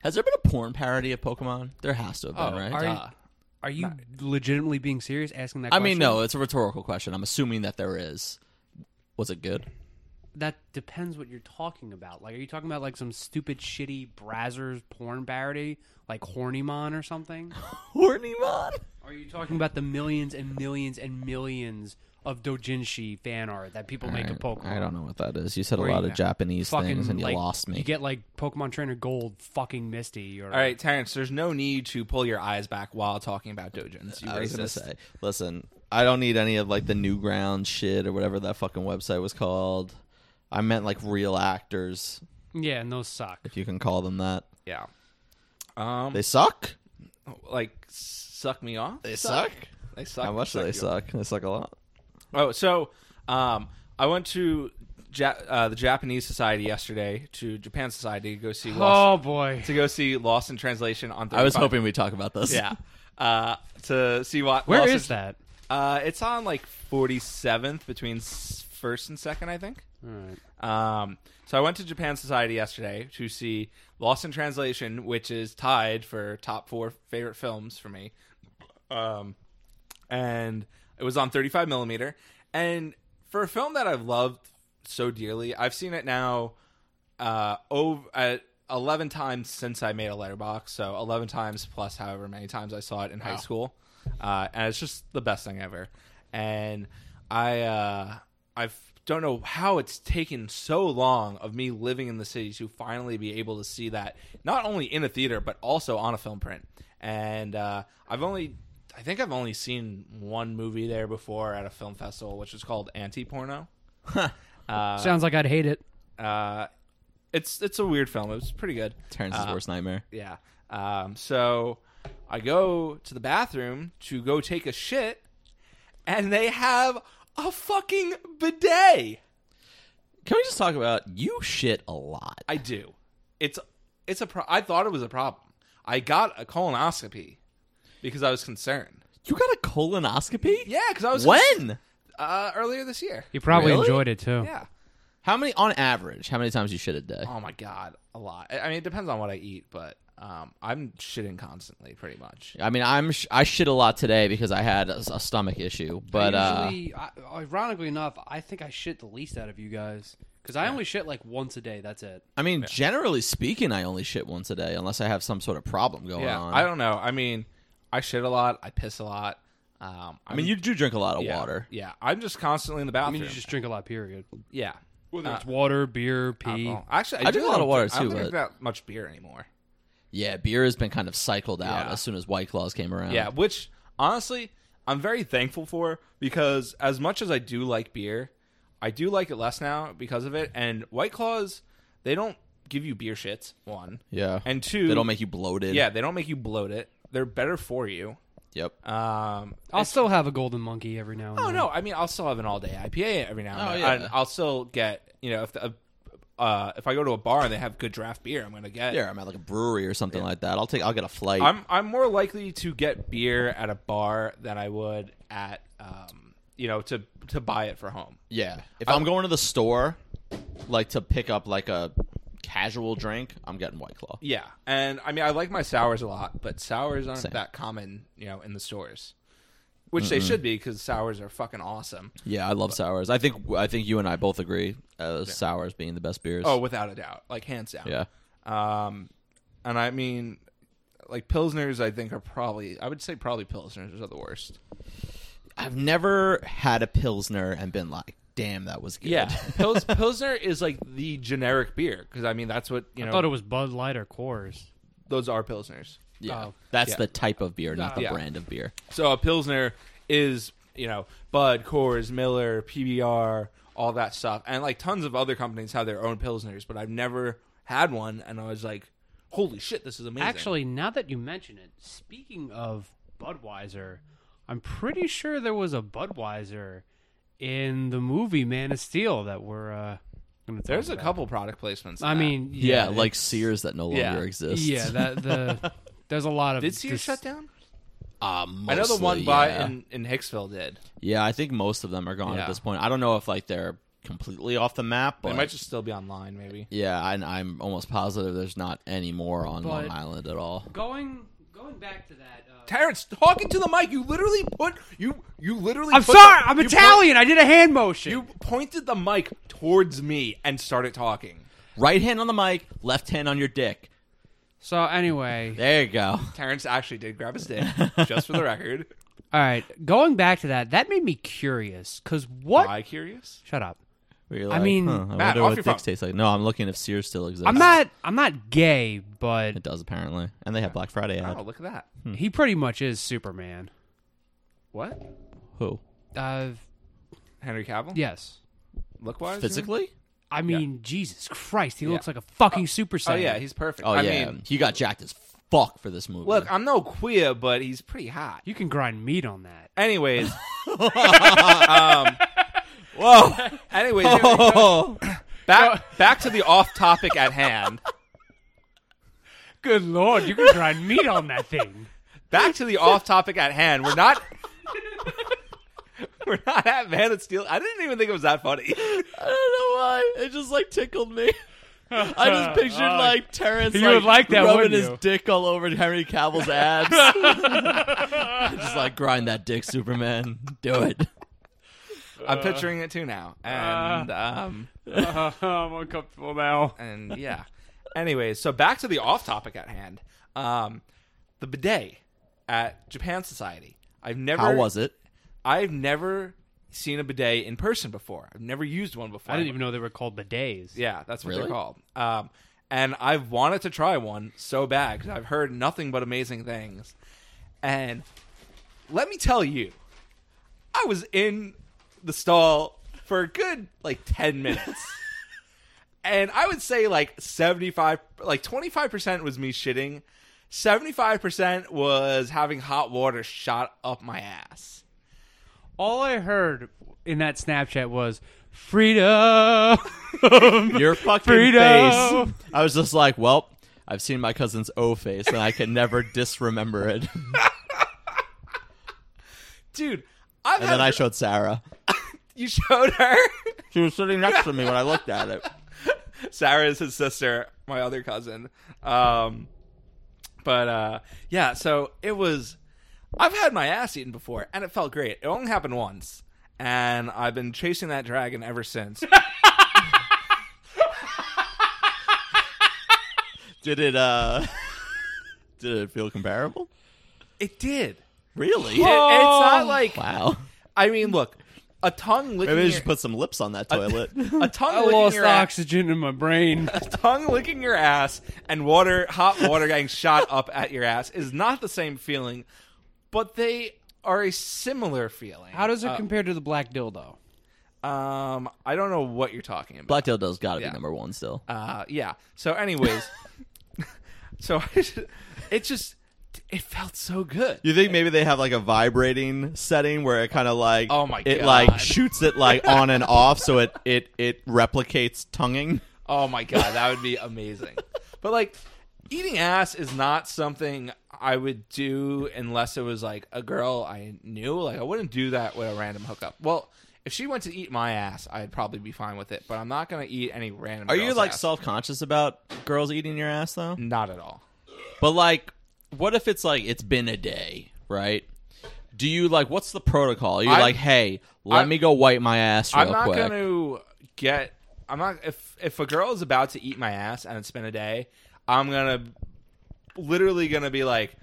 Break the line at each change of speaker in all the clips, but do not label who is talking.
Has there been a porn parody of Pokemon? There has to have been,
Oh,
right?
are you-
Duh.
Are you legitimately being serious asking that?
I
Question?
mean, no, it's a rhetorical question. I'm assuming that there is. Was it good?
That depends what you're talking about. Like, are you talking about like some stupid, shitty Brazzers porn parody, like Hornymon or something?
Hornymon?
Are you talking about the millions and millions and millions of doujinshi fan art that people make of Pokemon?
I don't know what that is. You said
Where
a lot
you
of Japanese
fucking
things and you
like,
lost me.
You get like Pokemon Trainer Gold, fucking Misty, or
All right, Terrence, there's no need to pull your eyes back while talking about Dojins. You
I was gonna
racist.
say, listen, I don't need any of like the Newground shit or whatever that fucking website was called. I meant like real actors,
Yeah, and those suck.
if you can call them that.
Yeah. Um,
They suck.
like suck me off.
They suck.
They suck.
How much do they
you off.
suck? They suck a lot.
Oh, so um, I went to ja- uh, the Japanese Society yesterday to Japan Society to go see Lost,
Oh boy.
to go see Lost in Translation on. 35.
I was hoping we'd talk about this.
yeah, uh, to see what.
Where
Lost
is
in-
that?
Uh, it's on like 47th between s- first and second, I think.
All right.
Um, so I went to Japan Society yesterday to see Lost in Translation, which is tied for top four favorite films for me. Um, and it was on 35 millimeter. And for a film that I've loved so dearly, I've seen it now uh, over at 11 times since I made a letterbox. So 11 times plus however many times I saw it in high school. Uh, and it's just the best thing ever. And I, uh, I don't know how it's taken so long of me living in the city to finally be able to see that not only in a theater, but also on a film print. And uh, I've only I think I've only seen one movie there before at a film festival, which is called Anti Porno.
Sounds like I'd hate it.
Uh, it's it's a weird film. It was pretty good.
Terrence's
Uh-huh.
worst nightmare.
Yeah. Um, so I go to the bathroom to go take a shit, and they have a fucking bidet.
Can we just talk about you shit a lot?
I do. It's it's a pro- I thought it was a problem. I got a colonoscopy because I was concerned.
you got a colonoscopy?
Yeah, because I was
When?
uh, earlier this year.
You probably
Really?
enjoyed it too.
Yeah.
How many on average? How many times you shit a day?
Oh my god, a lot. I I mean, it depends on what I eat, but um, I'm shitting constantly, pretty much.
I mean, I'm sh- I shit a lot today because I had a, a stomach issue, but uh,
usually, I, ironically enough, I think I shit the least out of you guys because I only shit like once a day. That's it.
I mean, generally speaking, I only shit once a day unless I have some sort of problem going
Yeah,
on.
I don't know. I mean, I shit a lot. I piss a lot. Um,
I mean, you do drink a lot of
yeah,
water.
Yeah, I'm just constantly in the bathroom.
I mean, you just drink a lot. Period.
yeah.
Whether
Uh,
it's water, beer, pee.
alcohol. Actually, I,
I drink a lot
don't
of water,
drink- I don't
too,
drink
but-
that much beer anymore.
Yeah, beer has been kind of cycled out
Yeah.
as soon as White Claws came around.
Yeah, which honestly, I'm very thankful for because as much as I do like beer, I do like it less now because of it. And White Claws, they don't give you beer shits. One
yeah,
and two,
they don't make you bloated.
yeah, they don't make you bloat it. They're better for you.
yep.
Um,
I'll still have a golden monkey every now and
oh
then.
no, I mean I'll still have an all day IPA every now and
Oh,
then.
yeah.
And I'll still get you know if the, uh, if I go to a bar and they have good draft beer, I'm gonna get.
Yeah, I'm at like a brewery or something like that. I'll take. I'll get a flight.
I'm I'm more likely to get beer at a bar than I would at um, you know to to buy it for home.
yeah, if I'm going to the store, like to pick up like a casual drink, I'm getting White Claw.
Yeah, and I mean I like my sours a lot, but sours aren't
Same.
that common, you know, in the stores, which they should be because sours are fucking awesome.
Yeah, I love sours. I think I think you and I both agree uh, sours being the best beers.
Oh, without a doubt, like hands down.
yeah.
Um, and I mean, like pilsners, I think are probably I would say probably pilsners are the worst.
I've never had a pilsner and been like, "Damn, that was good."
Pils- pilsner is like the generic beer because I mean that's what you
I
know.
thought it was Bud Light or Coors.
those are pilsners.
yeah.
Oh.
That's
Yeah.
the type of beer, not the
Yeah.
brand of beer.
So a pilsner is you know Bud, Coors, Miller, PBR, all that stuff, and like tons of other companies have their own pilsners, but I've never had one, and I was like, holy shit, this is amazing.
Actually, now that you mention it, speaking of Budweiser, I'm pretty sure there was a Budweiser in the movie Man of Steel that we're uh, gonna talk
there's a
about.
couple product placements. in
I
that.
mean,
Yeah,
yeah,
like Sears that no longer
yeah.
exists.
yeah, that the there's a lot of
did Sears
this-
shut down?
Uh,
I know the
mostly,
one by
yeah.
in in Hicksville did.
Yeah, I think most of them are gone
Yeah.
at this point. I don't know if like they're completely off the map. But
They might just still be online, maybe.
yeah, I, I'm almost positive there's not any more on Long
But-
Island at all.
Going going back to that. Uh,
Terrence, talking to the mic. You literally put you you literally.
I'm
put
sorry.
the-
I'm
you put-
Italian. I did a hand motion.
you pointed the mic towards me and started talking.
Right hand on the mic, left hand on your dick.
so anyway,
There you go.
Terrence actually did grab his dick, just for the record.
all right. Going back to that, that made me curious. Cause what?
Am I curious?
Shut up.
Where you're
I
like,
mean,
huh, I
Matt,
wonder
off
what
your
dicks
phone.
taste like. No, I'm looking if Sears still exists.
I'm not. I'm not gay,
It
but
does apparently, and they have Black Friday ad.
Oh, look at that.
he pretty much is Superman.
What?
Who
Uh,
Henry Cavill?
yes.
Look wise?
physically?
I mean, Jesus Christ, he looks like a fucking super
Oh
saiyan.
yeah, he's perfect.
Oh
I
yeah,
mean,
he got jacked as fuck for this movie.
look, I'm no queer, but he's pretty hot.
you can grind meat on that.
Anyways, Um,
whoa.
anyways,
Oh,
back back to the off topic at hand.
Good lord, you can grind meat on that thing.
Back to the off topic at hand. We're not. We're not at Man of Steel. I didn't even think it was that funny.
I don't know why. It just like tickled me. I just pictured
Oh.
like Terrence
You would like that,
rubbing
wouldn't
his
you?
dick all over Henry Cavill's abs. just like grind that dick, Superman. Do it. Uh.
I'm picturing it too now, and um,
Uh, I'm uncomfortable now.
and yeah. Anyways, so back to the off topic at hand. Um, the bidet at Japan Society. I've never.
How was it?
I've never seen a bidet in person before. I've never used one before.
I didn't even know they were called bidets.
Yeah, that's what
Really?
they're called. Um, and I've wanted to try one so bad because I've heard nothing but amazing things. And let me tell you, I was in the stall for a good like 10 minutes. and I would say like 75, like 25% was me shitting, 75% was having hot water shot up my ass.
All I heard in that Snapchat was freedom.
Your fucking
Freedom.
face. I was just like, well, I've seen my cousin's O face, and I can never disremember it.
Dude, I've
And
had,
then I showed Sarah.
you showed her.
She was sitting next to me when I looked at it.
Sarah is his sister, my other cousin. Um, but uh, yeah, so it was. I've had my ass eaten before, and it felt great. It only happened once, and I've been chasing that dragon ever since.
Did it? uh Did it feel comparable?
it did.
Really?
It- it's
Oh.
not like
Wow.
I mean, look, a tongue
Maybe
licking.
they
your,
should put some lips on that toilet.
a tongue
I
licking
lost
your ass.
oxygen in my brain.
tongue licking your ass and water hot water getting shot up at your ass is not the same feeling, but they are a similar feeling.
How does it
Uh,
compare to the black dildo?
um I don't know what you're talking about.
Black Dildo's got to
Yeah.
be number one still.
uh yeah so anyways so it just it felt so good
You think maybe they have like a vibrating setting where it kind of like
Oh my
it
God.
like shoots it like on and off, so it it it replicates tonguing.
oh my god that would be amazing but like eating ass is not something i would do unless it was like a girl i knew like i wouldn't do that with a random hookup well if she went to eat my ass i'd probably be fine with it but i'm not gonna eat any random
Are you
girl's
like
ass.
self conscious about girls eating your ass though?
not at all
But like, what if it's like it's been a day, right? Do you like what's the protocol? You're
I-
like, hey, let
I-
me go wipe my ass real
I'm not
quick.
gonna get. I'm not if if a girl is about to eat my ass and it's been a day, I'm gonna literally gonna be like,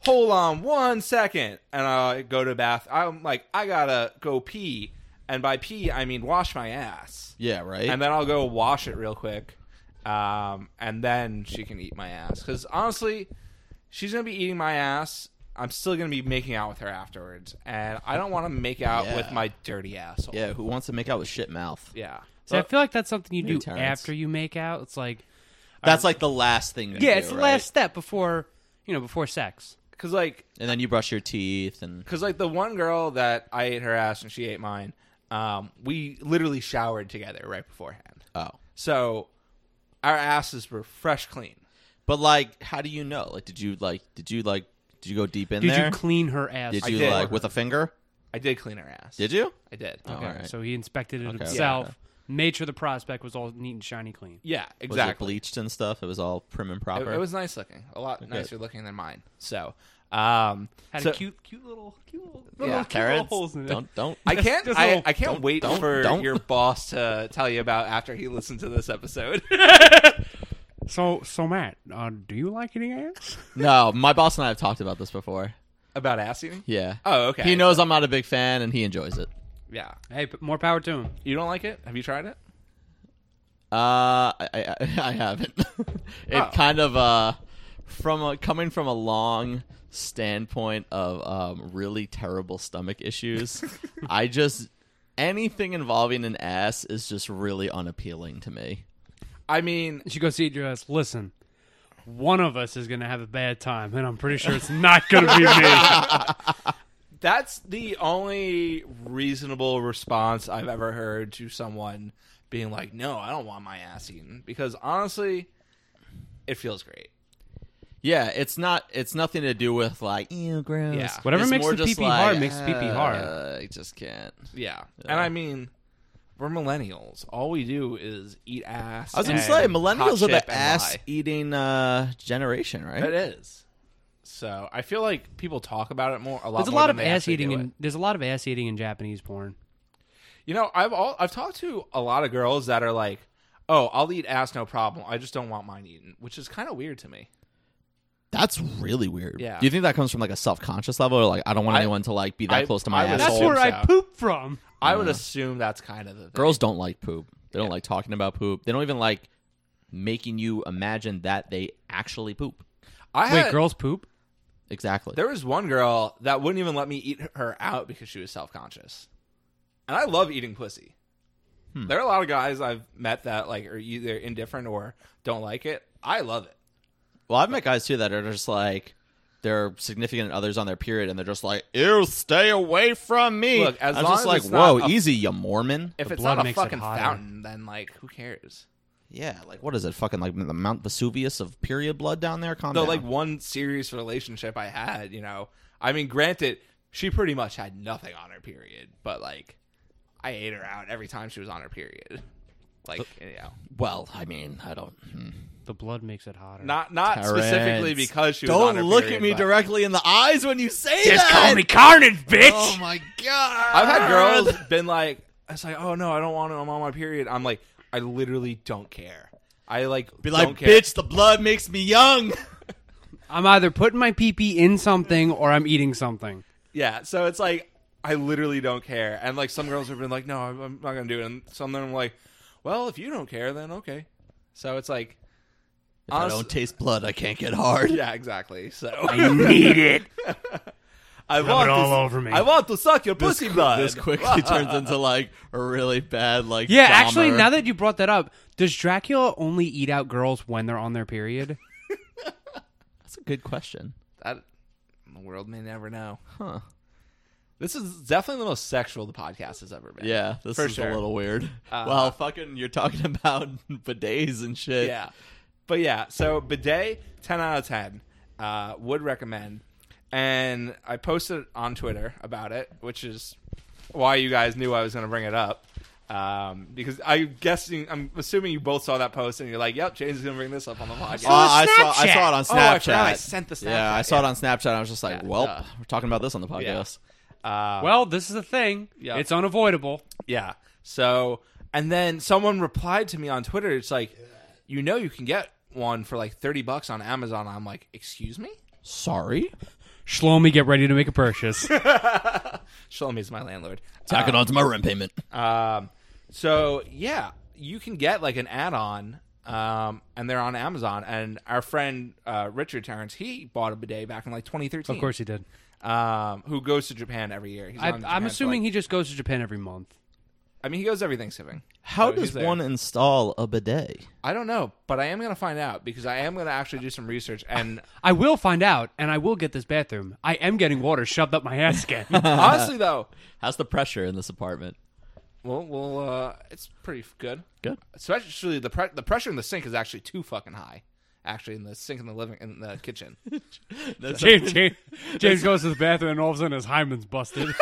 hold on one second, and I go to bath. I'm like, I gotta go pee, and by pee I mean wash my ass,
Yeah, right.
and then I'll go wash it real quick, um, and then she can eat my ass. Because honestly, she's gonna be eating my ass. I'm still gonna be making out with her afterwards, and I don't want to make out
Yeah.
with my dirty asshole.
yeah, who wants to make out with shit mouth?
Yeah.
See, I feel like that's something you
Maybe
do
Terrence.
after you make out. It's like,
That's like the last thing. They
yeah,
do,
it's the
right?
last step before you know before sex.
Cause like,
And then you brush your teeth and
cause like the one girl that I ate her ass and she ate mine, um, we literally showered together right beforehand.
oh.
So our asses were fresh clean.
But like, how do you know? Like, did you like? Did you like? Did you go deep in
Did
there?
you clean her ass?
did
I
you
did.
like with a finger?
I did clean her ass.
Did you?
I did.
Oh,
Okay,
all right.
so he inspected it
Okay.
himself, made sure the prospect was all neat and shiny clean.
Yeah,
Was it
exactly.
bleached and stuff? It was all prim and proper.
It, it was nice looking, a lot nicer looking than mine. So, um,
Had
so
a cute, cute little, cute little,
yeah,
little, cute little
carrots.
holes in it.
Don't don't.
I can't.
just a
I,
little-
I can't
don't-
wait
don't-
for
don't.
your boss to tell you about after he listens to this episode.
So, so Matt, uh, do you like eating ants?
no, my boss and I have talked about this before.
about ass eating.
Yeah.
Oh, okay.
He knows I'm not a big fan, and he enjoys it.
Yeah.
hey, but more power to him.
You don't like it? Have you tried it?
Uh, I, I, I haven't. it
Oh.
kind of uh, from a, coming from a long standpoint of um, really terrible stomach issues. I just anything involving an ass is just really unappealing to me.
I mean,
She goes to eat your ass. Listen, one of us is gonna have a bad time, and I'm pretty sure it's not gonna be me.
that's the only reasonable response I've ever heard to someone being like, "No, I don't want my ass eaten," because honestly, it feels great.
Yeah, it's not. It's nothing to do with like ew, gross.
Yeah.
Whatever
It's
makes
more
the
just
pee-pee hard makes the pee-pee hard.
"Uh, I just can't.
Yeah. And I mean, we're millennials. All we do is eat ass.
I was gonna
and
say
hot
millennials are the
chip and
ass
lie.
eating uh, generation, right?
It is. So I feel like people talk about it more. A lot.
There's a
more
lot of
than they
ass
actually
eating.
do it.
In, there's a lot of ass eating in Japanese porn.
You know, I've all I've talked to a lot of girls that are like, "Oh, I'll eat ass, no problem. I just don't want mine eaten," which is kind of weird to me.
That's really weird.
Yeah.
Do you think that comes from like a self conscious level, or like I don't want
I-
anyone to like be that
I-
close to
I
my
would
That's
asshole?
assume
where I
so.
poop from.
I would assume that's kind of the thing.
Girls don't like poop. They don't like talking about poop. They don't even like making you imagine that they actually poop.
I had,
Wait, girls poop?
Exactly.
There was one girl that wouldn't even let me eat her out because she was self conscious, and I love eating pussy.
Hmm.
There are a lot of guys I've met that like are either indifferent or don't like it. I love it.
Well, I've met guys too that are just like their significant others on their period, and they're just like, "Ew, stay away from me."
Look, as
I'm
long
just
as
like,
it's not
"Whoa,
a-
easy, you Mormon."
If
The
it's
blood
not a
makes it
fucking
hotter.
fountain, then like who cares?
Yeah, like what is it? Fucking like the Mount Vesuvius of period blood down there.
Oh,
Calm
the
down.
like one serious relationship I had, you know. I mean, granted, she pretty much had nothing on her period, but like I ate her out every time she was on her period. Like, you know,
well, I mean, I don't. hmm.
The blood makes it hotter.
not not
Terrence,
specifically because she was
don't
on her
look
period,
at me
but-
directly in the eyes when you say
Just
that.
call me Carnage, bitch.
Oh my god!
I've had girls been like, it's like, oh no, I don't want to. I'm on my period. I'm like, I literally don't care. I like
be
don't
like,
care.
bitch, the blood makes me young.
I'm either putting my pee pee in something or I'm eating something.
Yeah, so it's like I literally don't care, and like some girls have been like, "No, I'm I'm not gonna do it," and some of them are like, "Well, if you don't care, then okay." So it's like,
If I
Honest-
don't taste blood, I can't get hard.
yeah, exactly. So
I need it.
I
Rub
want
it all
to,
over me.
I want to suck your pussy blood.
This quickly turns into like a really bad like.
Yeah, actually,
Dahmer.
now that you brought that up, does Dracula only eat out girls when they're on their period?
that's a good question.
That- the world may never know.
Huh?
This is definitely the most sexual the podcast has ever been.
Yeah, this
For
is
sure.
a little weird. well, fucking, you're talking about bidets and shit.
yeah. But yeah, so bidet, ten out of ten, uh, would recommend. And I posted on Twitter about it, which is why you guys knew I was going to bring it up. Um, because I'm guessing, I'm assuming you both saw that post and you're like, "Yep, James is going to bring this up on the podcast."
Uh, I saw I
Snapchat.
saw it on
Oh, I
Snapchat.
forgot I sent the
Yeah, I
Snapchat,
saw it
yeah.
on Snapchat. and I was just like,
Yeah,
well,
duh.
we're talking about this on the podcast.
Uh,
Well, this is the thing.
Yeah.
It's unavoidable.
Yeah. So, and then someone replied to me on Twitter. It's like, you know, you can get one for like thirty bucks on Amazon. I'm like, excuse me.
Sorry,
Shlomi, get ready to make a purchase.
Shlomi's my landlord.
tacking on to my rent payment.
Um, so yeah, you can get like an add-on, um, and they're on Amazon. And our friend uh, Richard Terrence, he bought a bidet back in like 2013.
of course he did.
um, who goes to Japan every year? He's
I,
on Japan
I'm
for,
assuming
like-
he just goes to Japan every month.
I mean, he goes every Thanksgiving.
How
So he's
does
there.
one install a bidet?
I don't know, but I am gonna find out because I am gonna actually do some research. And
I will find out, and I will get this bathroom. I am getting water shoved up my ass again.
honestly, though,
How's the pressure in this apartment?
well, well, uh, it's pretty f- good.
Good.
Especially the pre- the pressure in the sink is actually too fucking high. actually in the sink in the living in the kitchen.
That's how,
James, James, James goes to the bathroom, and all of a sudden his hymen's busted.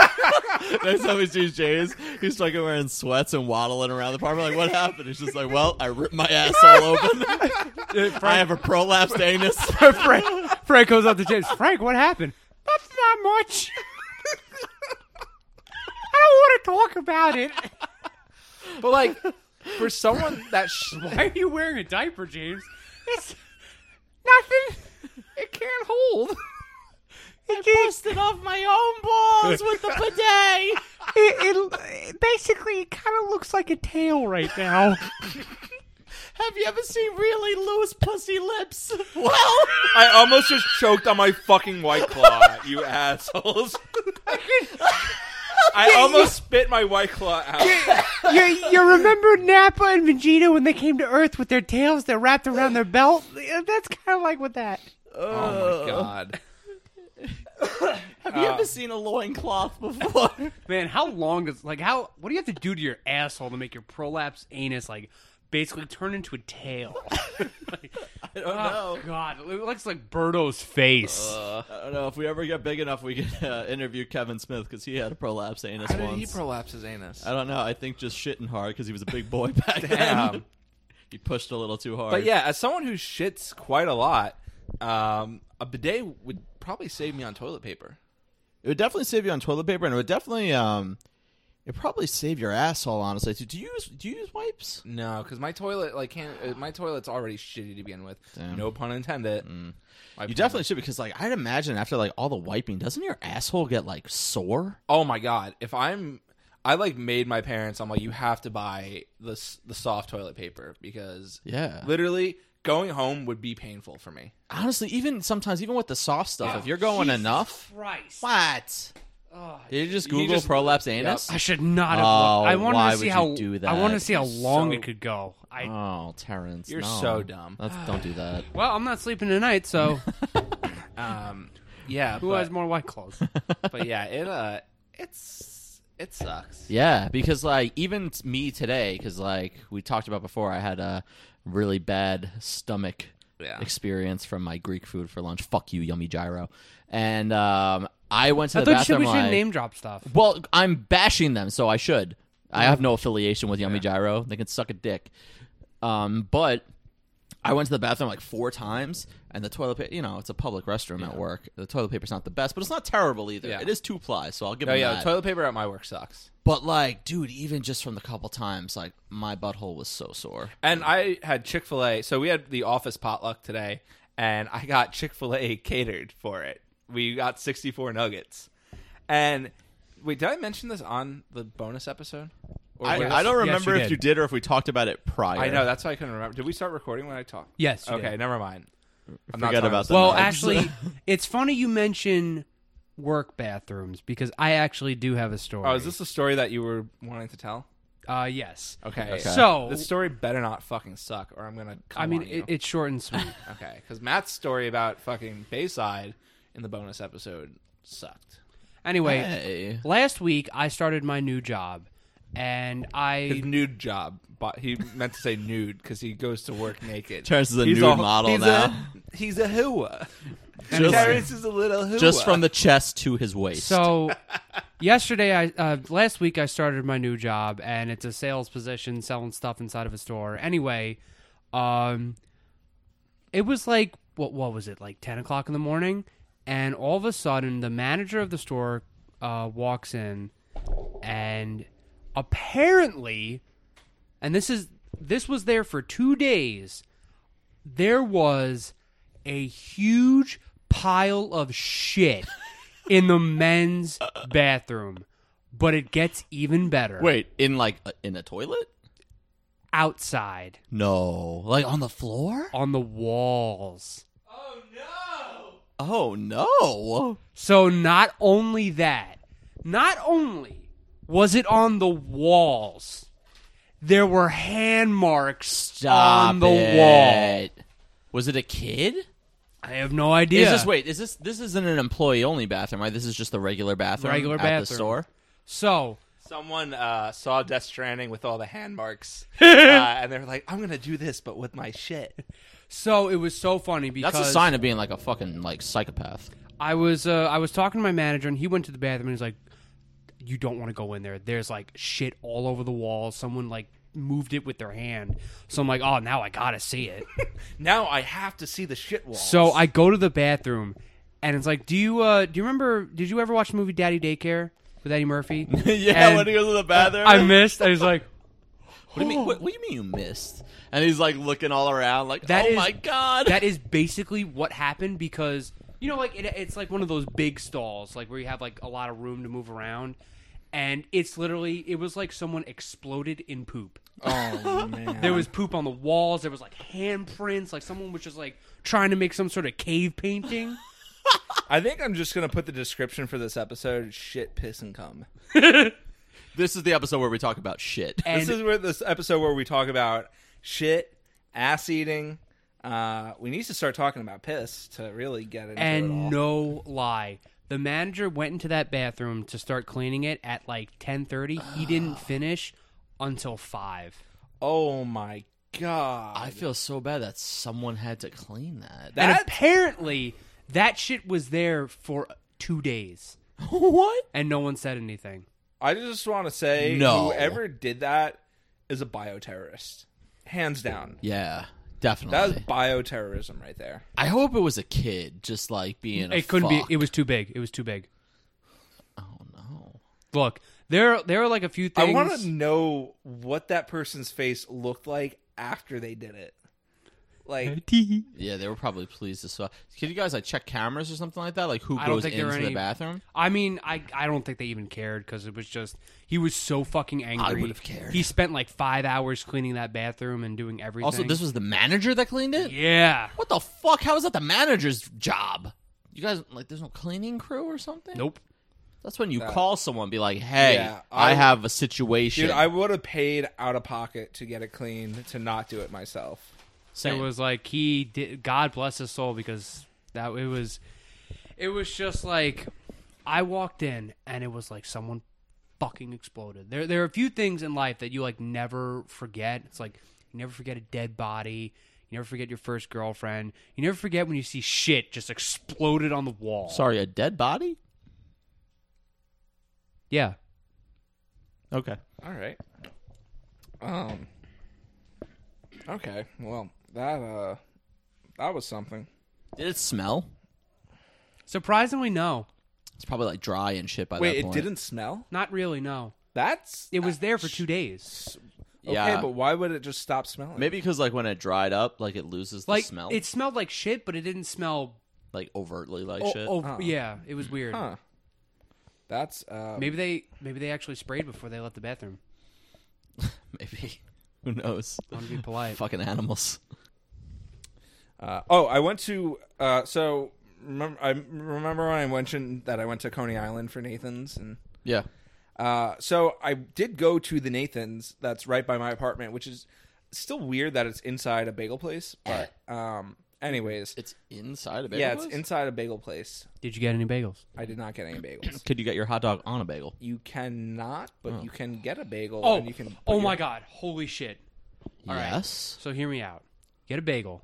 that's how he sees James. He's like wearing sweats and waddling around the apartment. Like, what happened? He's just like, well, I ripped my asshole open. I have a prolapsed anus.
Frank, Frank goes up to James. Frank, what happened? That's not much. I don't want to talk about it.
But like for someone that sh-
Why are you wearing a diaper, James? It's nothing.
it can't hold.
I busted off my own balls with the bidet.
It, it basically it kind of looks like a tail right now.
Have you ever seen really loose pussy lips? Well,
I almost just choked on my fucking white claw, you assholes. I almost spit my white claw out.
you, you remember Nappa and Vegeta when they came to Earth with their tails that wrapped around their belt? That's kind of like with that.
Oh my god.
have you ever seen a loincloth before?
Man, how long does like how? What do you have to do to your asshole to make your prolapse anus like basically turn into a tail? Like,
I don't
oh
know.
God, it looks like Birdo's face.
I don't know if we ever get big enough, we can uh, interview Kevin Smith because he had a prolapse anus
How did
once.
he prolapse his anus?
I don't know. I think just shitting hard because he was a big boy back then.
Damn.
He pushed a little too hard.
But yeah, as someone who shits quite a lot, um, a bidet would probably save me on toilet paper.
it would definitely save you on toilet paper, and it would definitely um, it probably save your asshole. Honestly, do, do you use do you use wipes?
No, because my toilet like can't. uh, My toilet's already shitty to begin with.
Damn.
No pun intended. My
You
toilet-
definitely should because like I'd imagine after like all the wiping, doesn't your asshole get like sore?
Oh my god! If I'm, I like made my parents. I'm like, you have to buy the s- the soft toilet paper because
Yeah.
literally going home would be painful for me.
Honestly, even sometimes even with the soft stuff, if you're going enough,
Christ.
what? Did you just
You
Google
just-
prolapse
I
anus?
should not have.
Oh,
looked. I wanted
why
to see
would you
how
do that?
I want to see how long
So-
it could go. I
Oh, Terrence,
You're
no.
so dumb.
That's, don't do that.
well, I'm not sleeping tonight, so
Um, yeah,
who
but,
has more white claws?
but yeah, it uh, it's it sucks.
Yeah, because like even t- me today, because like we talked about before, I had a really bad stomach
Yeah.
experience from my Greek food for lunch. Fuck you, yummy gyro. And um, I went to
I
the
thought should,
bathroom.
we should
like-
name drop stuff.
well, I'm bashing them, so I should. I
Mm-hmm.
have no affiliation with Yummy Gyro. They can suck a dick. Um, but I went to the bathroom like four times, and the toilet paper, you know, it's a public restroom at work. The toilet paper's not the best, but it's not terrible either.
Yeah.
It is two ply, so I'll give
No,
them
yeah,
that.
toilet paper at my work sucks.
But like, dude, even just from the couple times, like my butthole was so sore.
And I had Chick fil A. So we had the office potluck today, and I got Chick fil A catered for it. We got 64 nuggets. And wait, did I mention this on the bonus episode? Or was-
I, I don't
Yes,
remember
you
if
did.
you did or if we talked about it prior.
I know, that's why I couldn't remember. Did we start recording when I talked?
Yes, you
Okay,
did.
never mind. I'm
Forget
talking
about
about-
that.
Well,
Nice.
actually, it's funny you mention work bathrooms because I actually do have a story.
Oh, is this the story that you were wanting to tell?
Uh, yes.
Okay.
So-
the story better not fucking suck, or I'm gonna. Come
I mean,
on you.
it, it's short and sweet.
okay, because Matt's story about fucking Bayside in the bonus episode sucked.
anyway,
Hey.
last week I started my new job, and
His
I
nude job, but he meant to say nude because he goes to work naked.
Terrence is a nude model
he's
now.
A, he's a hooah.
Just-
Terrence is a little hooah.
Just from the chest to his waist.
so yesterday I uh, last week I started my new job, and it's a sales position selling stuff inside of a store. Anyway, um, it was like what what was it like ten o'clock in the morning, and all of a sudden the manager of the store uh, walks in, and apparently, and this is this was there for two days. There was a huge pile of shit in the men's bathroom, but it gets even better.
wait, in like a, in a toilet?
outside
No, like on the floor?
on the walls.
Oh no!
So not only that, not only was it on the walls, there were hand marks
Stop
on the
it.
wall.
Was it a kid?
I have no idea.
Is this wait? Is this this isn't an employee only bathroom? Right? This is just the regular bathroom
Regular
at the
bathroom.
store.
So
someone uh, saw Death Stranding with all the hand marks, uh, and they were like, "I'm gonna do this, but with my shit."
So it was so funny because
That's a sign of being like a fucking like psychopath.
I was uh, I was talking to my manager and he went to the bathroom and he's like, "You don't want to go in there. There's like shit all over the wall. Someone like moved it with their hand." So I'm like, "Oh, now I gotta see it."
Now I have to see the shit wall.
so I go to the bathroom and it's like, "Do you uh, do you remember? Did you ever watch the movie Daddy Daycare with Eddie Murphy?"
yeah,
And
when he goes to the bathroom.
I missed. I was like.
what, do you
Oh.
mean, what, what do you mean you missed? And he's like looking all around, like,
That
oh
is-
my god.
that is basically what happened because you know like it, it's like one of those big stalls like where you have like a lot of room to move around and it's literally it was like someone exploded in poop
oh man,
there was poop on the walls there was like handprints like someone was just like trying to make some sort of cave painting
I think I'm just gonna put the description for this episode: shit, piss, and cum.
this is the episode where we talk about shit.
and
this is where this episode where we talk about shit, ass eating. Uh, we need to start talking about piss to really get into it all.
and no lie the manager went into that bathroom to start cleaning it at like 10:30 he didn't finish until 5
oh my god,
I feel so bad that someone had to clean that.
and
That-
apparently that shit was there for two days
what?
and no one said anything
I just want to say,
No.
whoever did that is a bioterrorist, hands down.
Yeah,
That
definitely.
was bioterrorism right there.
I hope it was a kid, just like being. A
it couldn't
fuck.
be it was too big it was too big
Oh no.
look there there are like a few things
I want to know what that person's face looked like after they did it. Like,
Yeah, they were probably pleased as well. Could you guys like check cameras or something like that? Like who
I don't
goes
think there
into
were
the
any-
bathroom?
I mean, I I don't think they even cared because it was just he was so fucking angry.
would've cared.
He spent like five hours cleaning that bathroom and doing everything.
Also, this was the manager that cleaned it.
yeah,
What the fuck? How is that the manager's job? You guys like, there's no cleaning crew or something?
nope.
That's when you call someone, be like, "Hey,
Yeah,
I,
I-
have a situation."
dude, I would have paid out of pocket to get it clean to not do it myself.
Same.
It was like he did. God bless his soul because that it was, it was just like I walked in and it was like someone fucking exploded. There, there are a few things in life that you like never forget. It's like you never forget a dead body. You never forget your first girlfriend. You never forget when you see shit just exploded on the wall.
sorry, a dead body.
Yeah.
Okay.
All right. Um. Okay. Well, that uh, that was something.
Did it smell?
Surprisingly, no.
It's probably like dry and shit by
Wait,
that
it
point.
didn't smell.
Not really. No.
That's
It was there for two days.
okay,
Yeah.
but why would it just stop smelling?
Maybe because like when it dried up, like it loses
Like
the smell,
it smelled like shit, but it didn't smell.
like overtly like
Oh,
shit.
oh, yeah, it was weird.
Huh. That's uh.
Maybe they maybe they actually sprayed before they left the bathroom.
Maybe who knows?
I want to be polite.
Fucking animals.
Uh, oh, I went to. Uh, so remember, I remember when I mentioned that I went to Coney Island for Nathan's, and
Yeah.
uh, so I did go to the Nathan's that's right by my apartment, which is still weird that it's inside a bagel place. But um, anyways,
It's inside a bagel.
yeah, it's
place?
inside a bagel place.
Did you get any bagels?
I did not get any bagels.
Could you get your hot dog on a bagel?
You cannot, but you can get a bagel.
Oh,
and you can.
oh
put
my
your-
god! Holy shit! right.
yes.
So hear me out. Get a bagel.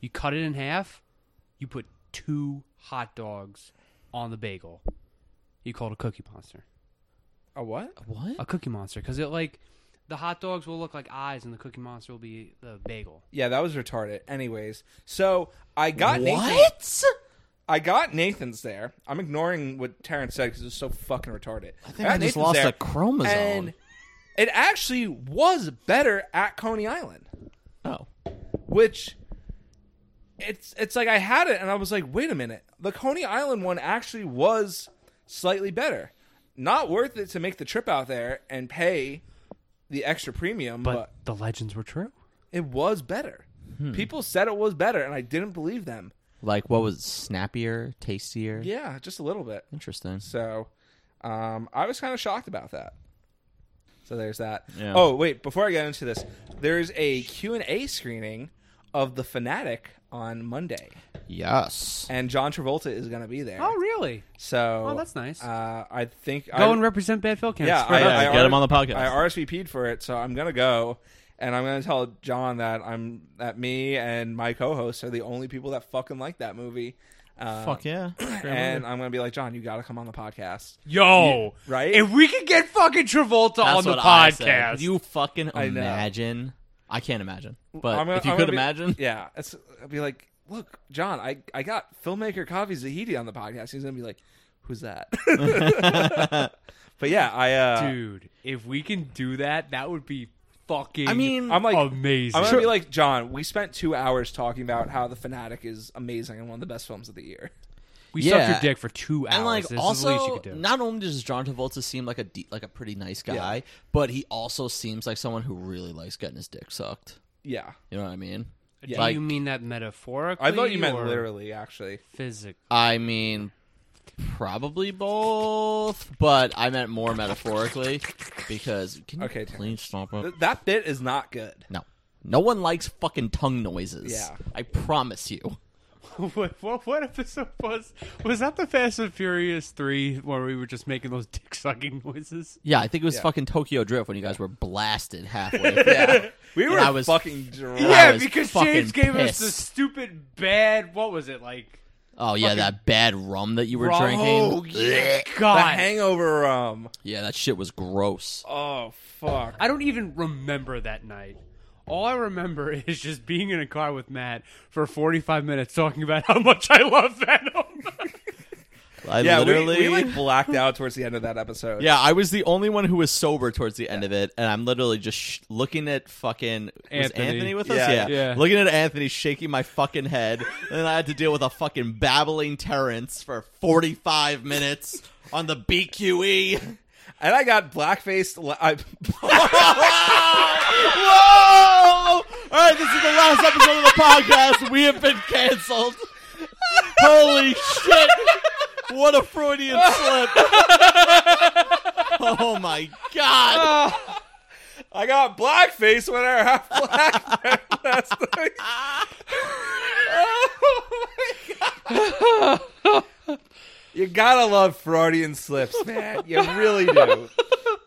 You cut it in half. You put two hot dogs on the bagel. You call it a cookie monster.
A what?
What?
A cookie monster because it like the hot dogs will look like eyes, and the cookie monster will be the bagel.
Yeah, that was retarded. Anyways, so I got Nathan's
What?
I got Nathan's there. I'm ignoring what Terrence said because it was so fucking retarded. I
think I just lost a chromosome.
And it actually was better at Coney Island,
Oh.
which it's it's like I had it and I was like, wait a minute, the Coney Island one actually was slightly better. Not worth it to make the trip out there and pay the extra premium,
But
but
the legends were true.
it was better.
Hmm.
People said it was better, and I didn't believe them.
Like what was it, snappier, tastier?
Yeah, just a little bit.
Interesting.
So um, I was kind of shocked about that. So there's that.
Yeah.
Oh, wait, before I get into this, there's a Q&A screening of The Fanatic on Monday,
Yes.
and John Travolta is going to be there.
Oh really?
So
Oh, that's nice.
Uh, I think
Go
I,
and represent Bad Phil Camps.
yeah, I,
Yeah,
I
get him
R-
on the podcast.
I RSVP'd for it, so I'm going to go and I'm gonna tell John that I'm that me and my co-hosts are the only people that fucking like that movie. Uh,
Fuck yeah.
And I'm gonna be like, John, you gotta come on the podcast.
Yo,
right?
If we could get fucking Travolta on
That's
the
what I said.
podcast,
You fucking
know.
imagine. I can't imagine. But
I'm gonna-
if you
I'm
could
gonna be-
imagine,
Yeah, it's, I'll be like, look, John, I I got filmmaker Kavi Zahidi on the podcast. He's gonna be like, who's that? but yeah, I uh,
dude, if we can do that, that would be fucking.
I mean,
I'm like,
amazing.
I'm gonna be like, John, we spent two hours talking about how The Fanatic is amazing and one of the best films of the year.
we
Yeah.
sucked your dick for two hours.
and like
this is the least you
also
could do.
not only does John Travolta seem like a de- like a pretty nice guy, but he also seems like someone who really likes getting his dick sucked.
Yeah.
You know what I mean?
do
Like
you mean that metaphorically?
I thought you meant
or
literally, actually.
Physically.
I mean probably both, but I meant more metaphorically because can you
Okay,
please stop it?
Th- That bit is not good.
No. No one likes fucking tongue noises.
Yeah.
I promise you.
what, what, what episode was was that? The Fast and Furious three, where we were just making those dick sucking noises.
Yeah, I think it was
Yeah.
fucking Tokyo Drift when you guys were blasted halfway. yeah.
We were
I was-
fucking drunk.
I
Yeah,
was
because
fucking
James gave us the
pissed.
stupid bad. What was it like?
Oh yeah, that bad rum that you were
Rum.
drinking.
yeah.
God.
The hangover rum.
Yeah, that shit was gross.
Oh, fuck.
I don't even remember that night. All I remember is just being in a car with Matt for 45 minutes talking about how much I love Venom.
I
yeah, we-
literally
We, like blacked out towards the end of that episode.
Yeah, I was the only one who was sober towards the end of it, and I'm literally just sh- looking at fucking was
Anthony.
Anthony. with us.
Yeah.
Yeah.
Yeah.
looking at Anthony, shaking my fucking head, and then I had to deal with a fucking babbling Terrence for 45 minutes on the E. BQE.
And I got blackfaced. la- I,
Whoa! All right, this is the last episode of the podcast. We have been canceled. Holy shit! What a Freudian slip! Oh my god!
I got blackface when I have black fantastic. oh my god. You gotta love Freudian slips, man. You really do.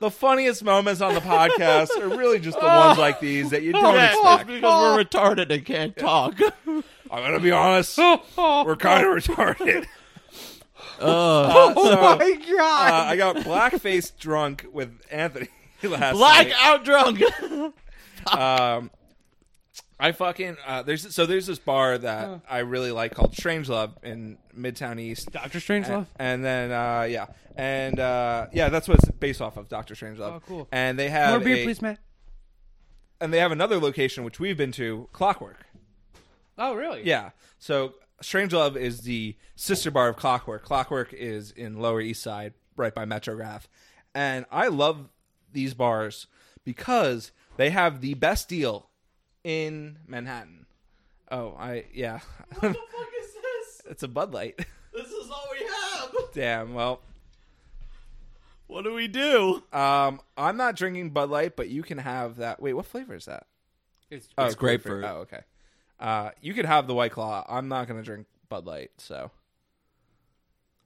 The funniest moments on the podcast are really just the ones like these that you don't
Yeah,
expect.
because we're retarded and can't talk.
I'm gonna be honest, we're kind of retarded.
Uh,
So,
my
uh,
God.
I got blackface drunk with Anthony last night.
black out uh, drunk.
um, I fucking uh, there's so there's this bar that I really like called Strange Love in Midtown East.
Dr. Strangelove?
And, and then uh, yeah, and uh, yeah, that's what it's based off of Doctor Strange Love.
Oh, cool.
And they have
More beer,
a-
please, Matt.
and they have another location which we've been to, Clockwork.
Oh, really?
Yeah. So Strangelove is the sister bar of Clockwork. Clockwork is in Lower East Side, right by Metrograph. And I love these bars because they have the best deal in Manhattan. Oh, I yeah.
is
it's a Bud Light.
this? This is all we have.
Damn. Well,
What do we do?
um, I'm not drinking Bud Light, but you can have that. Wait, what flavor is that?
It's,
Oh,
It's grapefruit.
Oh, okay. Uh, you could have the White Claw. I'm not gonna drink Bud Light, so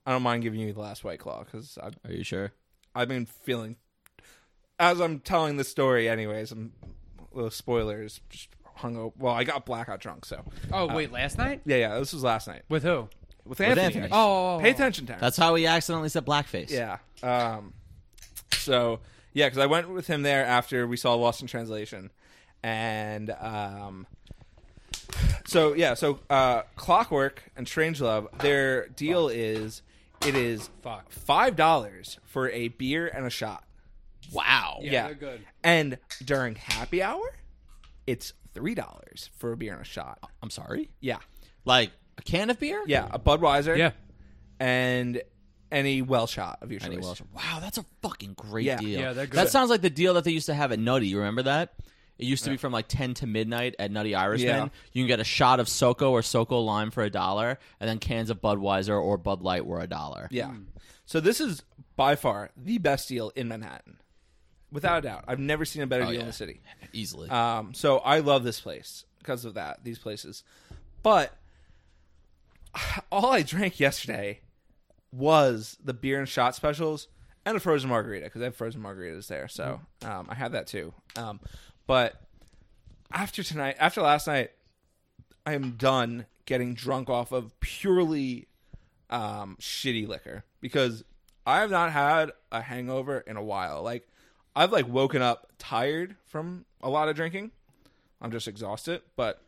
I don't mind giving you the last White Claw because I
Are you sure?
I've been feeling as I'm telling the story anyways, I'm little spoilers, just hung over well, I got blackout drunk, so
oh, wait, last night?
yeah, yeah, this was last night.
With who?
With Anthony.
Anthony.
actually.
Oh,
Pay attention, Terrence.
That's how we accidentally said blackface.
yeah. Um so yeah, because I went with him there after we saw Lost in Translation. And um so yeah, so uh Clockwork and Strangelove, their deal is it is
Fuck.
five dollars for a beer and a shot.
Wow.
Yeah.
they're good.
And during happy hour, it's three dollars for a beer and a shot.
I'm sorry.
Yeah.
Like a can of beer?
Yeah. A Budweiser.
Yeah.
And any well shot of your choice.
Any Welsh- Wow, that's a fucking great
Yeah.
deal.
Yeah, they're good.
That sounds like the deal that they used to have at Nutty. You remember that? It used to be from like 10 to midnight at Nutty Irishman.
Yeah.
You can get a shot of Soko or Soko Lime for a dollar, and then cans of Budweiser or Bud Light were a dollar.
Yeah. Hmm. So this is by far the best deal in Manhattan, without a doubt. I've never seen a better deal in
yeah.
the city.
Easily.
Um, so I love this place because of that. These places, but all I drank yesterday was the beer and shot specials and a frozen margarita because I have frozen margaritas there. So um, I have that too. Um, but after tonight, after last night, I am done getting drunk off of purely um, shitty liquor because I have not had a hangover in a while. Like I've like woken up tired from a lot of drinking. I'm just exhausted, but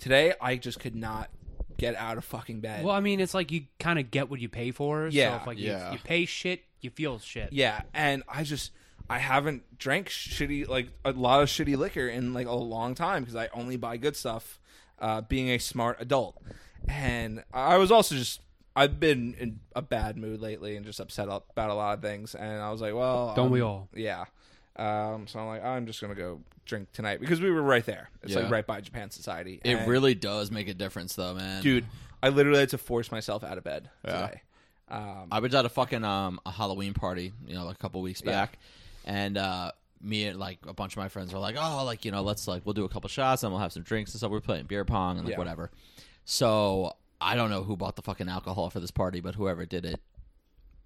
today I just could not get out of fucking bed.
Well, I mean, it's like you kind of get what you pay for.
Yeah,
so if, like
yeah.
You, you pay shit, you feel shit.
Yeah, and I just I haven't drank shitty like a lot of shitty liquor in like a long time because I only buy good stuff. Uh, being a smart adult, and I was also just I've been in a bad mood lately and just upset up- about a lot of things, and I was like, well,
Don't
I'm-
we all?
Yeah. Um, so I'm like, I'm just gonna go drink tonight because we were right there. It's
Yeah.
like right by Japan Society.
It
and-
really does make a difference, though, man.
dude. I literally had to force myself out of bed
Yeah.
today. Um,
I was at a fucking um a Halloween party, you know, a couple weeks back, and uh, me and like a bunch of my friends were like, oh, like you know, let's like we'll do a couple shots and we'll have some drinks and stuff. We're playing beer pong and like
Yeah.
whatever. So I don't know who bought the fucking alcohol for this party, but whoever did it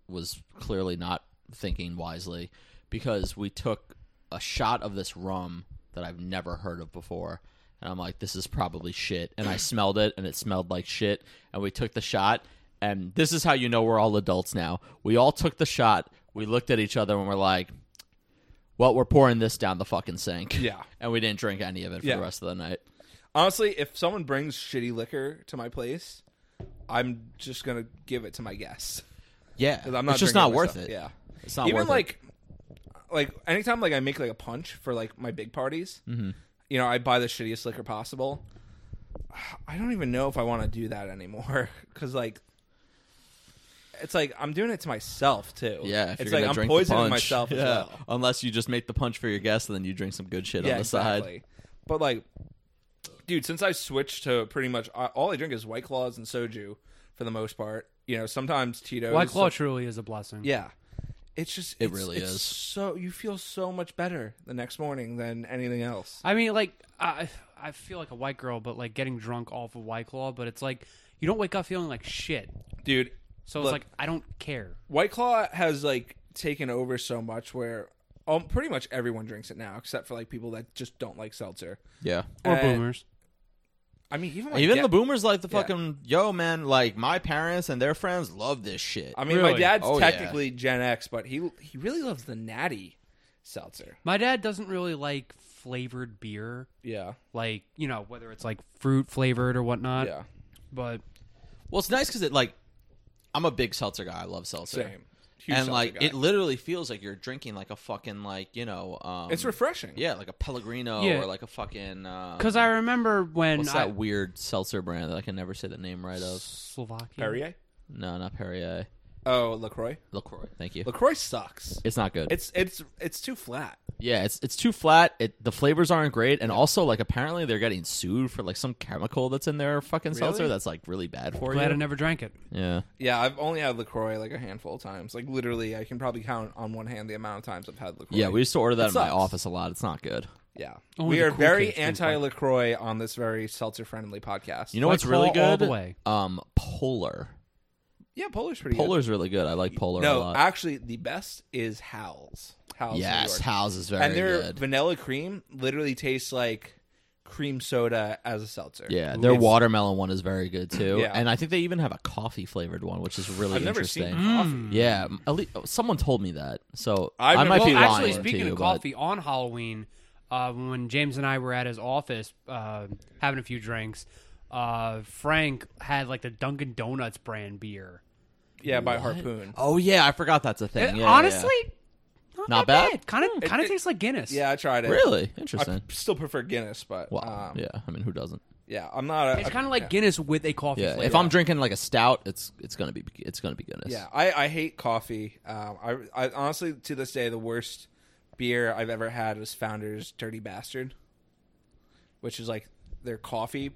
was clearly not thinking wisely because we took a shot of this rum that I've never heard of before. And I'm like, this is probably shit. And I smelled it and it smelled like shit. And we took the shot. And this is how you know we're all adults now. We all took the shot. We looked at each other and we're like, well, we're pouring this down the fucking sink.
Yeah.
And we didn't drink any of it for
Yeah.
the rest of the night.
Honestly, if someone brings shitty liquor to my place, I'm just gonna give it to my guests.
Yeah.
'Cause I'm not
it's just
drinking
not worth
myself.
it.
Yeah,
It's not
even
worth it.
like, like anytime like I make like a punch for like my big parties,
Mm-hmm.
you know, I buy the shittiest liquor possible. I don't even know if I want to do that anymore because like, it's like I'm doing it to myself too.
Yeah, if
it's
you're
like
gonna
I'm
drink
poisoning
the punch.
myself
Yeah,
as well.
unless you just make the punch for your guests and then you drink some good shit on the side.
But like, dude, since I switched to pretty much I- all I drink is White Claws and soju for the most part. You know, sometimes Tito's.
White Claw truly is a blessing.
yeah, it's just it
really is.
So you feel so much better the next morning than anything else.
I mean, like I, I feel like a white girl, but like getting drunk off of White Claw, but it's like you don't wake up feeling like shit.
Dude,
So
Look.
it's like I don't care.
White Claw has like taken over so much where um, pretty much everyone drinks it now, except for like people that just don't like seltzer.
Yeah.
Or
Uh,
boomers.
I mean, even my
Even
da-
the boomers like the
Yeah.
fucking yo man, like my parents and their friends love this shit.
I mean, my
Really?
dad's
Oh, yeah.
technically Gen X, but he he really loves the natty seltzer.
My dad doesn't really like flavored beer,
Yeah.
like you know whether it's like fruit flavored or whatnot.
Yeah.
But
well, it's nice because it like I'm a big seltzer guy. I love seltzer.
Same. Huge
And
seltzer
like
guy.
it literally feels like you're drinking like a fucking like you know um
it's refreshing.
yeah like a Pellegrino
Yeah.
or like a fucking um,
because I remember when
what's
I,
that weird seltzer brand that I can never say the name right of
Slovakia.
Perrier.
no not Perrier
Oh, Lacroix.
Lacroix thank you
Lacroix sucks.
it's not good
It's it's it's too flat.
Yeah, it's it's too flat. It the flavors aren't great, and also like apparently they're getting sued for like some chemical that's in their fucking seltzer
Really?
that's like really bad for
Glad
you.
I never drank it.
yeah,
Yeah, I've only had Lacroix like a handful of times. Like literally, I can probably count on one hand the amount of times I've had Lacroix.
yeah. We used to order that
It
in my
sucks.
office a lot. It's not good.
yeah.
Only
we
the
are
cool
very
kids do,
anti
but-
Lacroix on this very seltzer friendly podcast.
You know
White
what's really
Claw all
good?
the way.
Um, Polar.
yeah, Polar's pretty good.
Polar's really good. I like Polar a
no,
lot.
actually, the best is Howl's. Howl's New
yes,
York.
House is very
and their
good.
vanilla cream literally tastes like cream soda as a seltzer.
yeah, their
It's-
watermelon one is very good too,
Yeah.
and I think they even have a coffee flavored one, which is really
I've never
interesting.
seen Mm.
Mm.
coffee.
Yeah, m- at least, someone told me that, so
I've
I
never-
might
well,
be lying
actually,
to
speaking
you,
of
but-
coffee, on Halloween, uh, when James and I were at his office uh, having a few drinks, uh, Frank had like the Dunkin' Donuts brand beer.
Yeah, by Harpoon.
Oh yeah, I forgot that's a thing.
Uh,
Yeah, yeah.
Honestly, not,
Not
that
bad.
bad. Kind of, kind
it-
of tastes like Guinness.
Yeah, I tried it.
really
I
interesting.
p- still prefer Guinness, but
Well,
um,
yeah. I mean, who doesn't?
yeah, I'm not. A,
it's kind of like Guinness with a coffee
Yeah.
flavor.
If I'm drinking like a stout, it's it's gonna be it's gonna be goodness.
yeah. I, I hate coffee. Um, I, I honestly to this day the worst beer I've ever had was Founder's Dirty Bastard, which is like their coffee.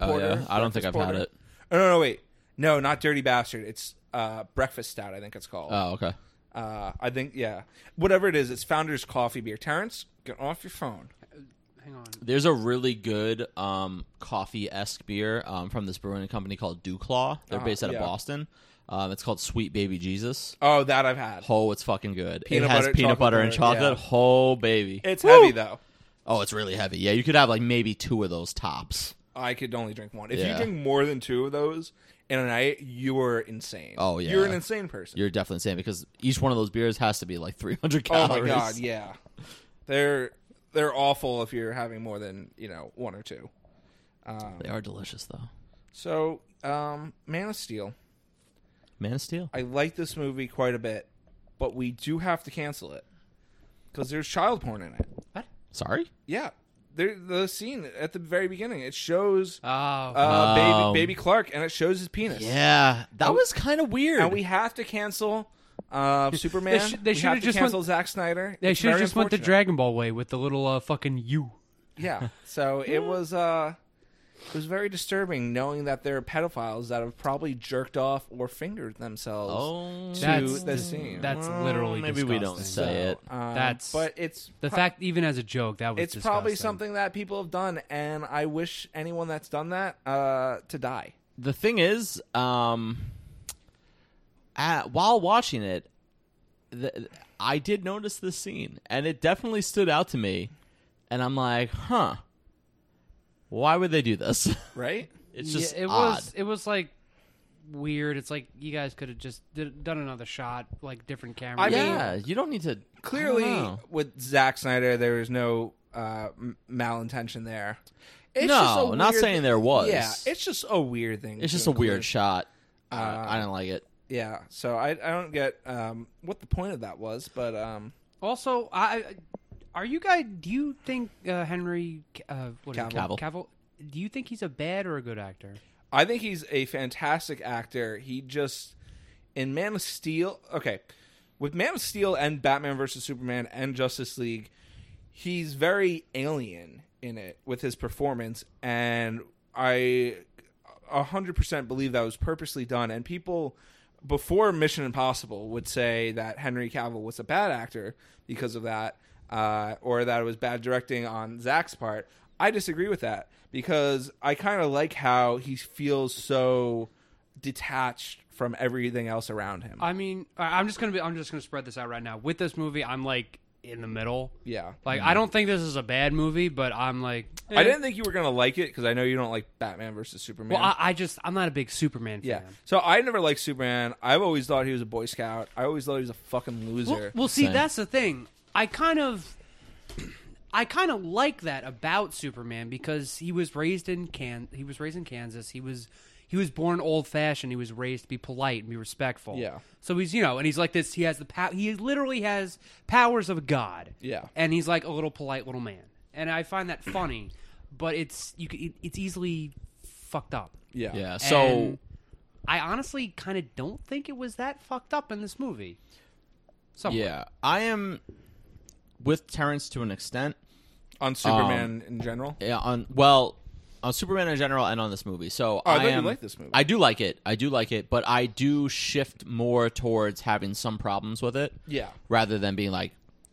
Oh,
Porter,
yeah? I don't think
breakfast
I've had
porter.
it.
Oh, no, no, wait, no, not Dirty Bastard. It's uh, breakfast stout. I think it's called.
Oh, okay.
Uh, I think yeah, whatever it is, it's Founder's Coffee Beer. Terrence, get off your phone.
Hang on.
There's a really good um, coffee esque beer um, from this brewing company called Dewclaw. They're
Uh-huh,
based out
yeah.
of Boston. Um, it's called Sweet Baby Jesus.
Oh, that I've had.
Oh, it's fucking good.
Peanut
it has
butter,
peanut
chocolate
butter and
butter,
chocolate.
yeah.
Oh, baby.
It's
Woo!
heavy though.
Oh, it's really heavy. Yeah, you could have like maybe two of those tops.
I could only drink one. If
Yeah.
you drink more than two of those in a night, you are insane.
Oh, yeah.
you're an insane person.
You're definitely insane because each one of those beers has to be like 300
oh
calories.
my god, yeah, they're they're awful if you're having more than you know one or two. Um,
They are delicious though.
so, um, Man of Steel,
Man of Steel.
I like this movie quite a bit, but we do have to cancel it because there's child porn in it.
Sorry?
Yeah, there, the scene at the very beginning it shows
Oh,
uh,
Um,
baby baby Clark and it shows his penis.
Yeah, that was kind of weird.
and we have to cancel uh, Superman.
sh- they
We
should've
have to
just
cancel Zack Snyder.
they
It's
should have
very
just went the
unfortunate.
Dragon Ball way with the little uh, fucking you.
Yeah, so it was uh, it was very disturbing knowing that there are pedophiles that have probably jerked off or fingered themselves.
oh,
to
That's-
the scene.
That's literally
Mm, maybe we don't
disgusting.
say it.
Um,
That's-
but it's
The fact, even as a joke, that was
it's probably
disgusting.
something that people have done, and I wish anyone that's done that uh, to die.
The thing is, um, at, while watching it, the, I did notice this scene, and it definitely stood out to me. And I'm like, huh, why would they do this?
Right?
it's just
yeah, it
odd.
was it was like weird. It's like you guys could have just did, done another shot, like different cameras.
I mean-
yeah, you don't need to. I don't
Clearly,
know.
with Zack Snyder, there was no uh, m- malintention there. It's
no, not
weird-
saying there was.
Yeah, it's just a weird thing.
It's
to
just a
include.
weird shot. I, I don't like it.
Yeah, so I I don't get um, what the point of that was, but um,
also, I I- are you guys? Do you think uh, Henry uh, what is it?
Cavill.
Cavill? Do you think he's a bad or a good actor?
I think he's a fantastic actor. He just in Man of Steel. Okay, with Man of Steel and Batman versus Superman and Justice League, he's very alien in it with his performance, and I a hundred percent believe that was purposely done. And people before Mission Impossible would say that Henry Cavill was a bad actor because of that, uh, or that it was bad directing on Zach's part. I disagree with that because I kind of like how he feels so detached from everything else around him.
I mean, I- I'm just gonna be. I'm just gonna spread this out right now. With this movie, I'm like in the middle.
yeah. Mm-hmm.
Like, I don't think this is a bad movie, but I'm like, eh.
I didn't think you were gonna like it because I know you don't like Batman versus Superman.
Well, I, I just I'm not a big Superman
yeah.
fan.
So I never liked Superman. I've always thought he was a Boy Scout. I always thought he was a fucking
Well,
loser.
well see,
Same.
that's the thing. I kind of, I kind of like that about Superman because he was raised in Can. He was raised in Kansas. He was, he was born old fashioned. He was raised to be polite and be respectful.
Yeah.
So he's you know, and he's like this. He has the power. He literally has powers of God.
Yeah.
And he's like a little polite little man, and I find that funny, but it's you. c- It, it's easily fucked up.
yeah.
Yeah. So
And I honestly kind of don't think it was that fucked up in this movie. Somewhat.
yeah, I am with Terrence to an extent.
On Superman in general.
Yeah, on well, on Superman in general and on this movie. So
Oh, I
I,
thought you
am,
liked this movie.
I do like it. I do like it, but I do shift more towards having some problems with it.
Yeah.
Rather than being like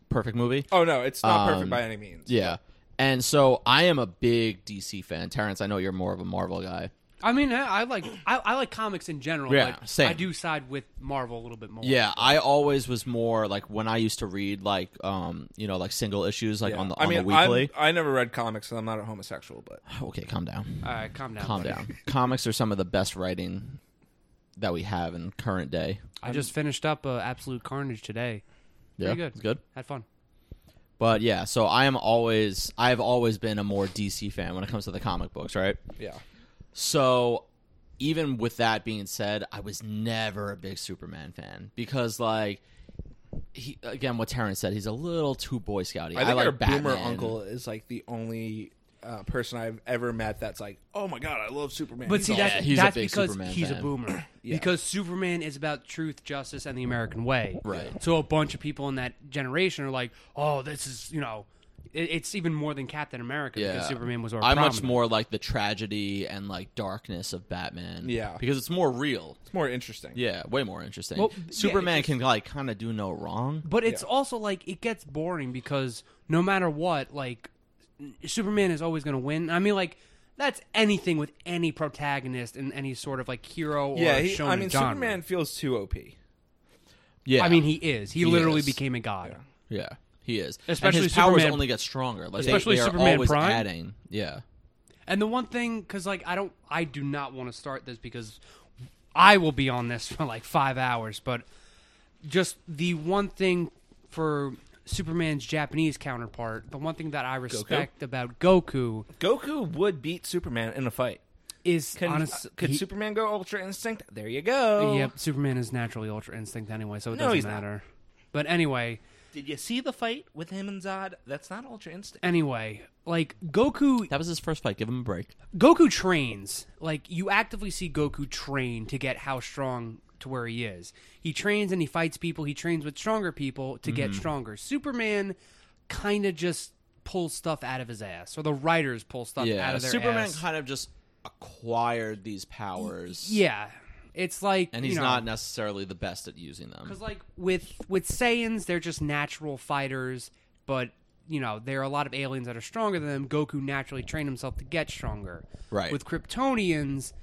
perfect movie.
Oh no, it's not perfect
Um,
by any means.
Yeah. And so I am a big DC fan. Terrence, I know you're more of a Marvel guy.
I mean, I, I like I, I like comics in general.
Yeah,
but
same.
I do side with Marvel a little bit more.
Yeah, I always was more like when I used to read like um, you know, like single issues like
Yeah.
on the on
I mean,
the weekly.
I'm, I never read comics, and I'm not a homosexual, but
Okay, calm down.
All right, calm down.
Calm
buddy.
down. Comics are some of the best writing that we have in current day.
I just finished up uh, Absolute Carnage today.
Yeah,
Pretty good.
It's good.
Had fun.
But yeah, so I am always I've always been a more DC fan when it comes to the comic books, right?
yeah,
So even with that being said, I was never a big Superman fan because like he again what Terrence said, he's a little too boy scouty.
I think
like
our
Batman.
boomer uncle is like the only uh, person I've ever met that's like, oh my god, I love Superman.
But
He's
see,
all-
that's,
Yeah, he's a
that's
big
because
Superman
he's a
fan.
boomer.
Yeah.
Because Superman is about truth, justice, and the American way.
Right.
So a bunch of people in that generation are like, "Oh, this is you know, it, it's even more than Captain America because Superman was more."
I much
prominent.
more like the tragedy and like darkness of Batman.
Yeah.
because it's more real.
it's more interesting.
Yeah, way more interesting.
Well, yeah,
Superman
it's-
can like kind of do no wrong.
But it's also like it gets boring because no matter what, like Superman is always going to win. I mean, like that's anything with any protagonist in any sort of like hero or
yeah. He,
shonen
I mean,
genre.
Superman feels too op.
Yeah,
I mean, he is. He, literally
is.
became a god.
yeah. He is.
Especially
and his powers
Superman-
only get stronger. Like
Especially
they, they
Superman
are always
Prime?
adding. Yeah.
And the one thing, because like I don't, I do not want to start this because I will be on this for like five hours. But just the one thing for Superman's Japanese counterpart, the one thing that I respect about Goku
Goku would beat Superman in a fight.
is
Can,
honest-
could
he-
Superman go Ultra Instinct? There you
Oh.
go.
Yep, Superman is naturally Ultra Instinct anyway, so it
No,
doesn't
he's not.
matter. But anyway,
Did you see the fight with him and Zod? That's not Ultra Instinct.
anyway, like Goku
That was his first fight. Give him a break.
Goku trains. Like you actively see Goku train to get how strong to where he is. He trains and he fights people. He trains with stronger people to
Mm-hmm.
get stronger. Superman kind of just pulls stuff out of his ass, or the writers pull stuff
Yeah.
out of their
Superman
ass.
kind of just acquired these powers.
yeah, it's like
And he's
you know,
not necessarily the best at using them.
Because like with with Saiyans, they're just natural fighters, but you know there are a lot of aliens that are stronger than them. Goku naturally trained himself to get stronger.
Right.
With Kryptonians,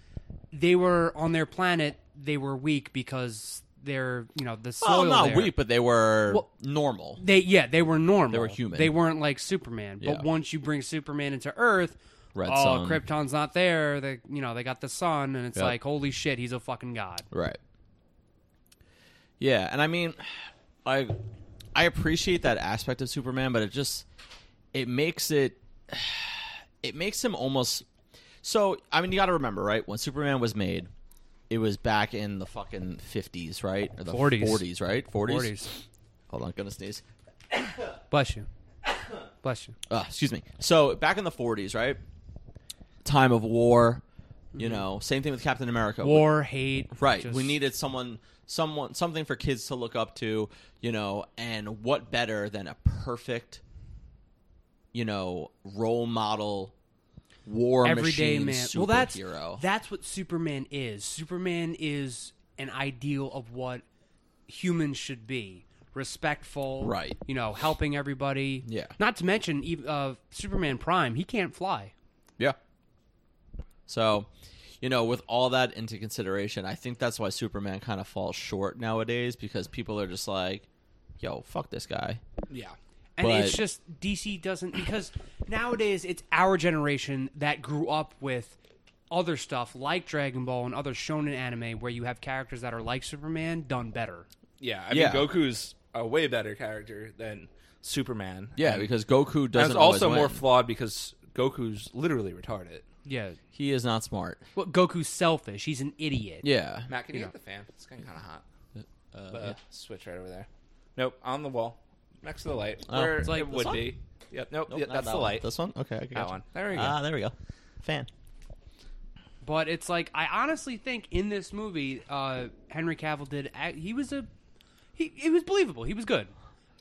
they were on their planet. They were weak because they're you know the soil.
Well, not
there-
weak, but they were
Well-
normal.
They yeah they were normal. They
were human.
They weren't like Superman. But
Yeah.
once you bring Superman into Earth.
Red
oh,
sun.
Krypton's not there. They, you know, they got the sun, and it's
Yep.
like, holy shit, he's a fucking god.
Right. Yeah, and I mean, I I appreciate that aspect of Superman, but it just it makes it it makes him almost. So I mean, you got to remember, right? When Superman was made, it was back in the fucking fifties, right? Or the
40s.
forties, right? Forties.
40s.
Hold on, gonna sneeze.
Bless you. Bless you.
uh, excuse me. So back in the 40s, right? Time of war, you know, same thing with Captain America.
War, hate.
right.
just-
We needed someone someone something for kids to look up to, you know, and what better than a perfect you know, role model war
everyday
machine
man.
superhero.
Well, that's that's what Superman is. Superman is an ideal of what humans should be: respectful,
Right.
You know, helping everybody.
Yeah.
Not to mention, ev- uh, Superman Prime. He can't fly.
Yeah. So, you know, with all that into consideration, I think that's why Superman kind of falls short nowadays because people are just like, yo, fuck this guy.
Yeah.
And it's
But-
just DC doesn't because nowadays it's our generation that grew up with other stuff like Dragon Ball and other shonen anime where you have characters that are like Superman done better.
Yeah. I
Yeah.
mean, Goku's a way better character than Superman.
Yeah,
And-
because Goku
and
doesn't
it's also
always
more
win.
flawed because Goku's literally retarded.
Yeah.
he is not smart.
Well, Goku's selfish. He's an idiot.
Yeah, Uh,
Matt, can you get the fan? It's getting kind of hot. But, uh, Switch right over there. Nope, on the wall, next to the light.
Oh.
Where
It's
like
it
this
would
one?
be. Yep. Nope.
Nope,
yeah,
not
that's
that
the
one.
light.
This one. Okay, I got
That one. There we go.
Ah, there we go. Fan.
But it's like I honestly think in this movie, uh, Henry Cavill did. act- He was a he. It was believable. He was good.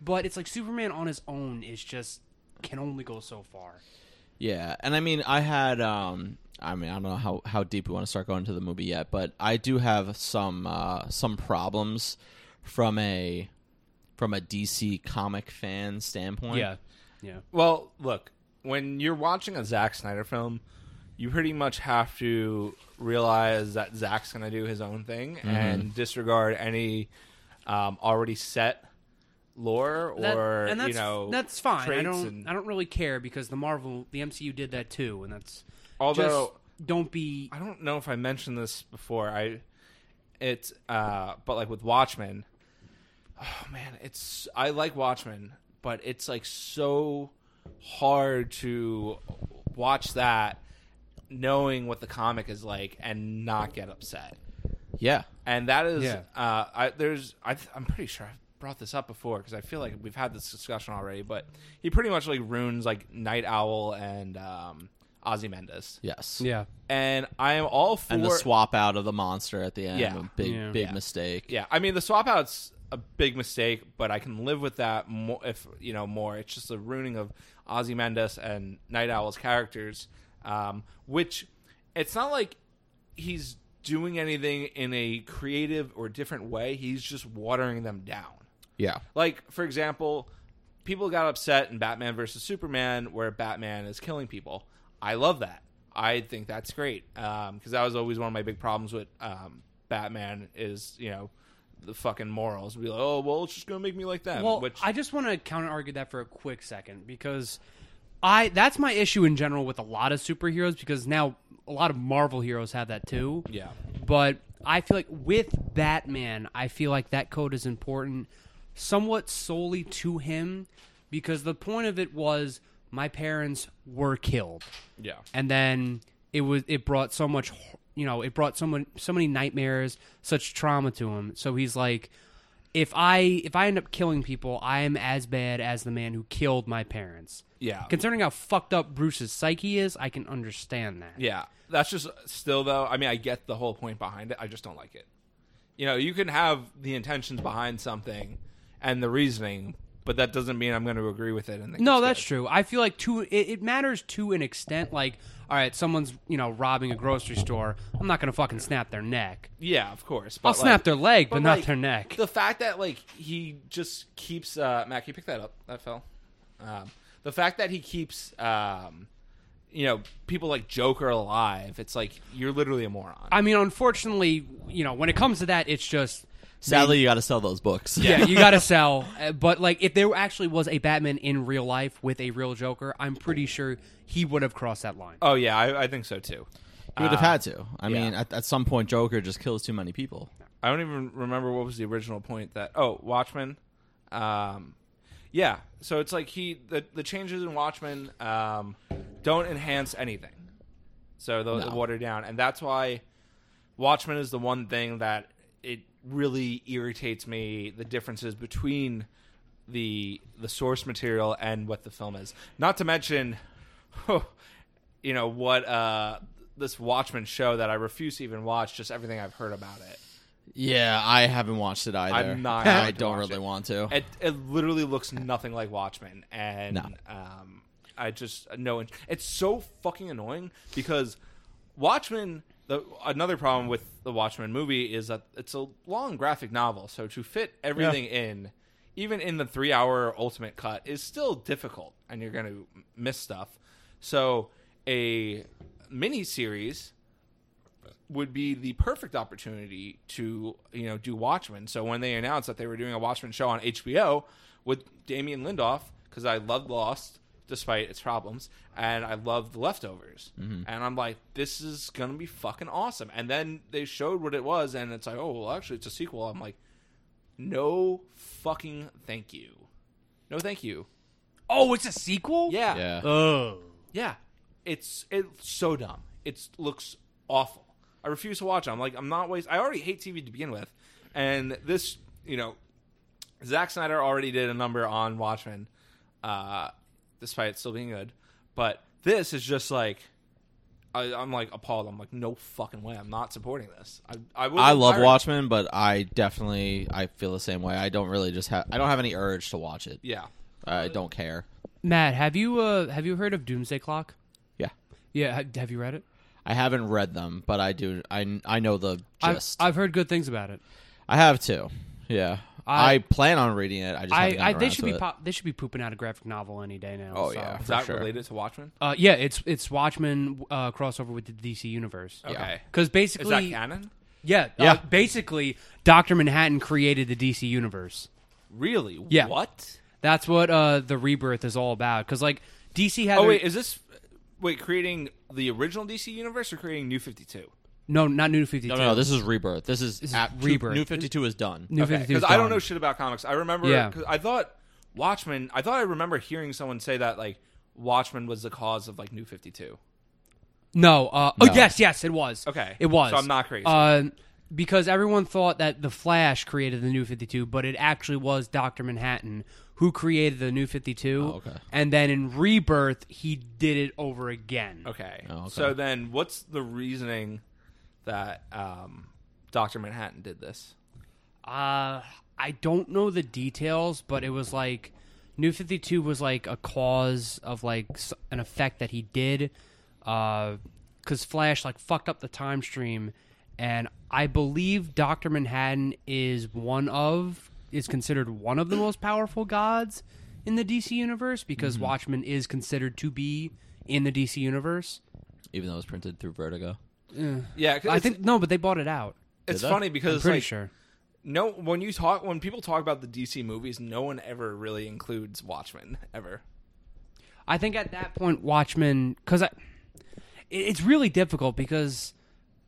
But it's like Superman on his own is just can only go so far.
Yeah, and I mean, I had. um I mean, I don't know how how deep we want to start going to the movie yet, but I do have some uh some problems from a from a DC comic fan standpoint.
yeah.
Well, look, when you're watching a Zack Snyder film, you pretty much have to realize that Zack's going to do his own thing and disregard any um, already set lore
That-
or
and that's,
you know
that's fine. I
traits
don't
and-
I don't really care because the Marvel the MCU did that too, and that's
Although-
just don't be
I don't know if I mentioned this before. I it's uh but like with Watchmen. Oh man, it's I like Watchmen, but it's like so hard to watch that knowing what the comic is like and not get upset.
Yeah.
And that is
Yeah.
uh I there's I th- I'm pretty sure I've brought this up before because I feel like we've had this discussion already, but he pretty much like ruins like Night Owl and um Ozymandias.
Yes.
yeah.
And I am all for
And the swap out of the monster at the end,
Yeah.
a big
Yeah.
big
Yeah.
mistake.
Yeah, I mean the swap out's a big mistake, but I can live with that more if you know more. It's just a ruining of Ozymandias and Night Owl's characters, um, which it's not like he's doing anything in a creative or different way. He's just watering them down.
Yeah.
Like, for example, people got upset in Batman versus Superman where Batman is killing people. I love that. I think that's great because that was always one of my big problems with um, Batman um, is you know the fucking morals and be like, oh well, it's just gonna make me like them.
Well,
which
I just want to counter argue that for a quick second because I that's my issue in general with a lot of superheroes because now a lot of Marvel heroes have that too.
yeah,
But I feel like with Batman, I feel like that code is important somewhat solely to him because the point of it was my parents were killed
yeah,
and then it was it brought so much you know it brought so many, so many nightmares such trauma to him so he's like if i if i end up killing people i am as bad as the man who killed my parents
yeah,
concerning how fucked up bruce's psyche is i can understand that
yeah. That's just still though. I mean, I get the whole point behind it. I just don't like it. You know, you can have the intentions behind something and the reasoning, but that doesn't mean I'm going to agree with it. And think
no
it's
that's
good.
true i feel like to it, it matters to an extent like all right someone's you know robbing a grocery store i'm not gonna fucking snap their neck
yeah, of course.
i'll
but,
snap
like-
their leg but,
but,
not
like,
their neck
The fact that like he just keeps uh Mac, you pick that up. That fell. Um, the fact that he keeps um, you know people like Joker alive. It's like you're literally a moron.
i mean unfortunately you know when it comes to that it's just
Sadly, you got to sell those books.
yeah, you gotta sell. Uh, But like, if there actually was a Batman in real life with a real Joker, I'm pretty sure he would have crossed that line.
oh yeah, I, I think so too.
You would have had to. I mean, at, at some point, Joker just kills too many people.
I don't even remember what was the original point that oh Watchmen, um, yeah. So it's like he the the changes in Watchmen um, don't enhance anything, so they'll
No.
water down, and that's why Watchmen is the one thing that it really irritates me the differences between the the source material and what the film is. Not to mention, oh, you know what uh, this Watchmen show that I refuse to even watch, just everything I've heard about it.
Yeah, I haven't watched it either.
I'm not
I
going to
don't
watch
really
it.
want to.
It, it literally looks nothing like Watchmen, and
No.
um, I just no. int- It's so fucking annoying because Watchmen. The another problem with the Watchmen movie is that it's a long graphic novel, so to fit everything in, even in the three-hour ultimate cut, is still difficult, and you're going to miss stuff. So a mini series would be the perfect opportunity to you know do Watchmen. So when they announced that they were doing a Watchmen show on HBO with Damien Lindelof, because I loved Lost despite its problems, and I loved The Leftovers, and I'm like, this is gonna be fucking awesome. And then they showed what it was, and it's like, oh well, actually, it's a sequel. I'm like, no fucking thank you, no thank you.
Oh, it's a sequel.
Yeah,
yeah.
Oh.
yeah, it's it's so dumb. It looks awful. I refuse to watch it. I'm like, I'm not waste. I already hate TV to begin with, and this, you know, Zack Snyder already did a number on Watchmen, uh, despite it still being good. But this is just like, I, I'm like appalled. I'm like, no fucking way. I'm not supporting this. I I, would
I love
pirate-
Watchmen, but I definitely I feel the same way. I don't really just have I don't have any urge to watch it.
Yeah,
I don't care.
Matt, have you uh have you heard of Doomsday Clock?
Yeah.
Yeah, ha- have you read it?
I haven't read them, but I do I I know the
I've,
gist. I,
I've heard good things about it.
have too. Yeah. I,
I-
plan on reading it. I just
I,
haven't
I
gotten
they
around
should
to
be
it.
pop, they should be pooping out a graphic novel any day now.
Oh
so.
yeah.
is
For
that
sure.
related to Watchmen?
Uh, yeah, it's it's Watchmen uh, crossover with the DC universe.
Okay,
Because basically,
is that canon?
yeah,
Yeah.
Uh, basically, Doctor Manhattan created the DC universe.
Really?
Yeah.
What?
That's what uh, the rebirth is all about. Because like DC had,
Oh
their-
wait, is this wait creating the original DC universe or creating New Fifty Two?
no, not New Fifty
No,
Two.
no, no, this is Rebirth. This is,
is
at-
Rebirth.
New 52 is done.
New
Okay,
52 's
because I don't
gone.
know shit about comics. I remember
Yeah.
'cause I thought Watchmen. I thought I remember hearing someone say that like Watchmen was the cause of like New Fifty Two.
No, uh, oh
No.
yes, yes, it was.
Okay.
it was.
So I'm not crazy.
Uh, because everyone thought that the Flash created the New Fifty Two, but it actually was Doctor Manhattan who created the New Fifty Two.
Oh, okay.
And then in Rebirth, he did it over again.
Okay.
Oh, okay.
So then, what's the reasoning that um, Doctor Manhattan did this?
Uh, I don't know the details, but it was like New 52 was like a cause of like s- an effect that he did. Uh, cause Flash like fucked up the time stream. And I believe Dr. Manhattan is one of, is considered one of the most powerful gods in the DC universe because
Mm-hmm.
Watchmen is considered to be in the DC universe.
Even though it's printed through Vertigo.
Yeah, 'cause
I
it's-
think, no, but they bought it out.
it's
Did they?
funny because
Pretty
like,
sure.
no when you talk when people talk about the DC movies, no one ever really includes Watchmen ever.
I think at that point, Watchmen, because it's really difficult because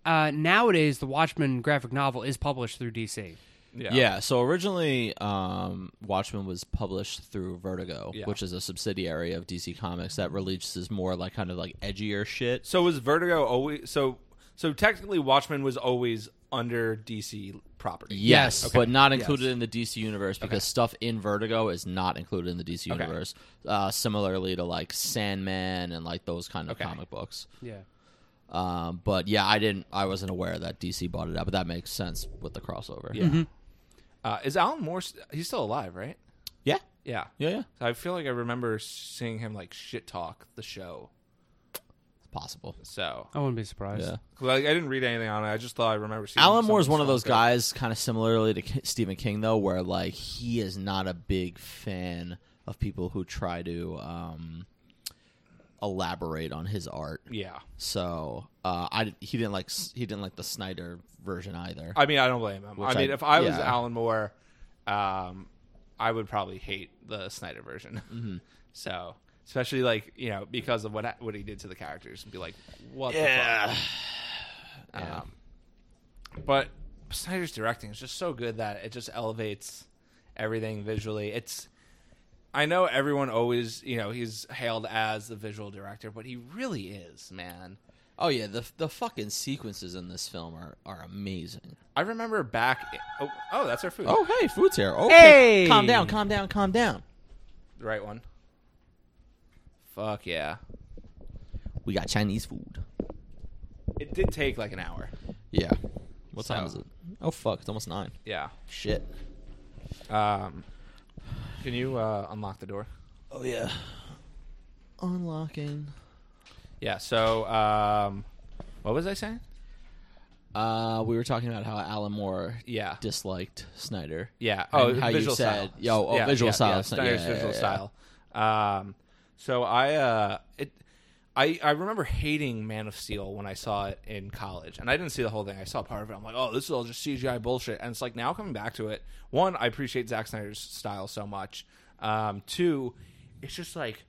uh, nowadays the Watchmen graphic novel is published through DC.
Yeah. so originally, um, Watchmen was published through Vertigo,
Yeah.
which is a subsidiary of DC Comics that releases more like kind of like edgier shit.
So was Vertigo always so so technically Watchmen was always under DC property.
Yes,
Okay.
but not
Yes.
included in the DC universe because stuff in Vertigo is not included in the DC
Okay.
universe. Uh, similarly to like Sandman and like those kind of
Okay.
comic books.
Yeah.
Um, but yeah, I didn't. I wasn't aware that DC bought it out, but that makes sense with the crossover. Yeah,
Uh, is Alan Moore st- he's still alive, right?
yeah,
Yeah.
yeah, yeah.
So I feel like I remember seeing him like shit talk the show.
It's possible.
So
I wouldn't be surprised.
Yeah.
'Cause I, I didn't read anything on it. I just thought I remember seeing
Alan
something
Moore is one of
so
those
good.
guys, kind of similarly to K- Stephen King, though, where like he is not a big fan of people who try to um, elaborate on his art.
Yeah.
So uh, I he didn't like s- he didn't like the Snyder version either.
I mean, I don't blame him.
Which
I mean,
I-
if I was
yeah.
Alan Moore, um, I would probably hate the Snyder version.
Mm-hmm.
So, especially like you know because of what ha- what he did to the characters, and be like, what? The fuck?
Yeah.
Um, but Snyder's directing is just so good that it just elevates everything visually. It's I know everyone always, you know, he's hailed as the visual director, but he really is, man.
Oh yeah, the the fucking sequences in this film are, are amazing.
I remember back. Oh, oh, that's our food.
Oh hey, food's here. Okay,
Hey!
calm down, calm down, calm down.
The right one. Fuck yeah.
We got Chinese food.
It did take like an hour.
Yeah. What time is
So-
it? Oh fuck, it's almost nine.
Yeah.
Shit.
Um, can you uh, unlock the door?
Oh yeah. Unlocking.
Yeah. So, um, what was I saying?
Uh, we were talking about how Alan Moore
Yeah.
disliked Snyder.
Yeah.
And
Oh,
how you
visual
said-
style.
yo, oh, visual style.
Yeah, Snyder's
Yeah, yeah,
visual
yeah.
style. Um, so I, uh, it, I, I remember hating Man of Steel when I saw it in college, and I didn't see the whole thing. I saw part of it. I'm like, oh, this is all just CGI bullshit. And it's like now coming back to it. One, I appreciate Zack Snyder's style so much. Um, two, it's just like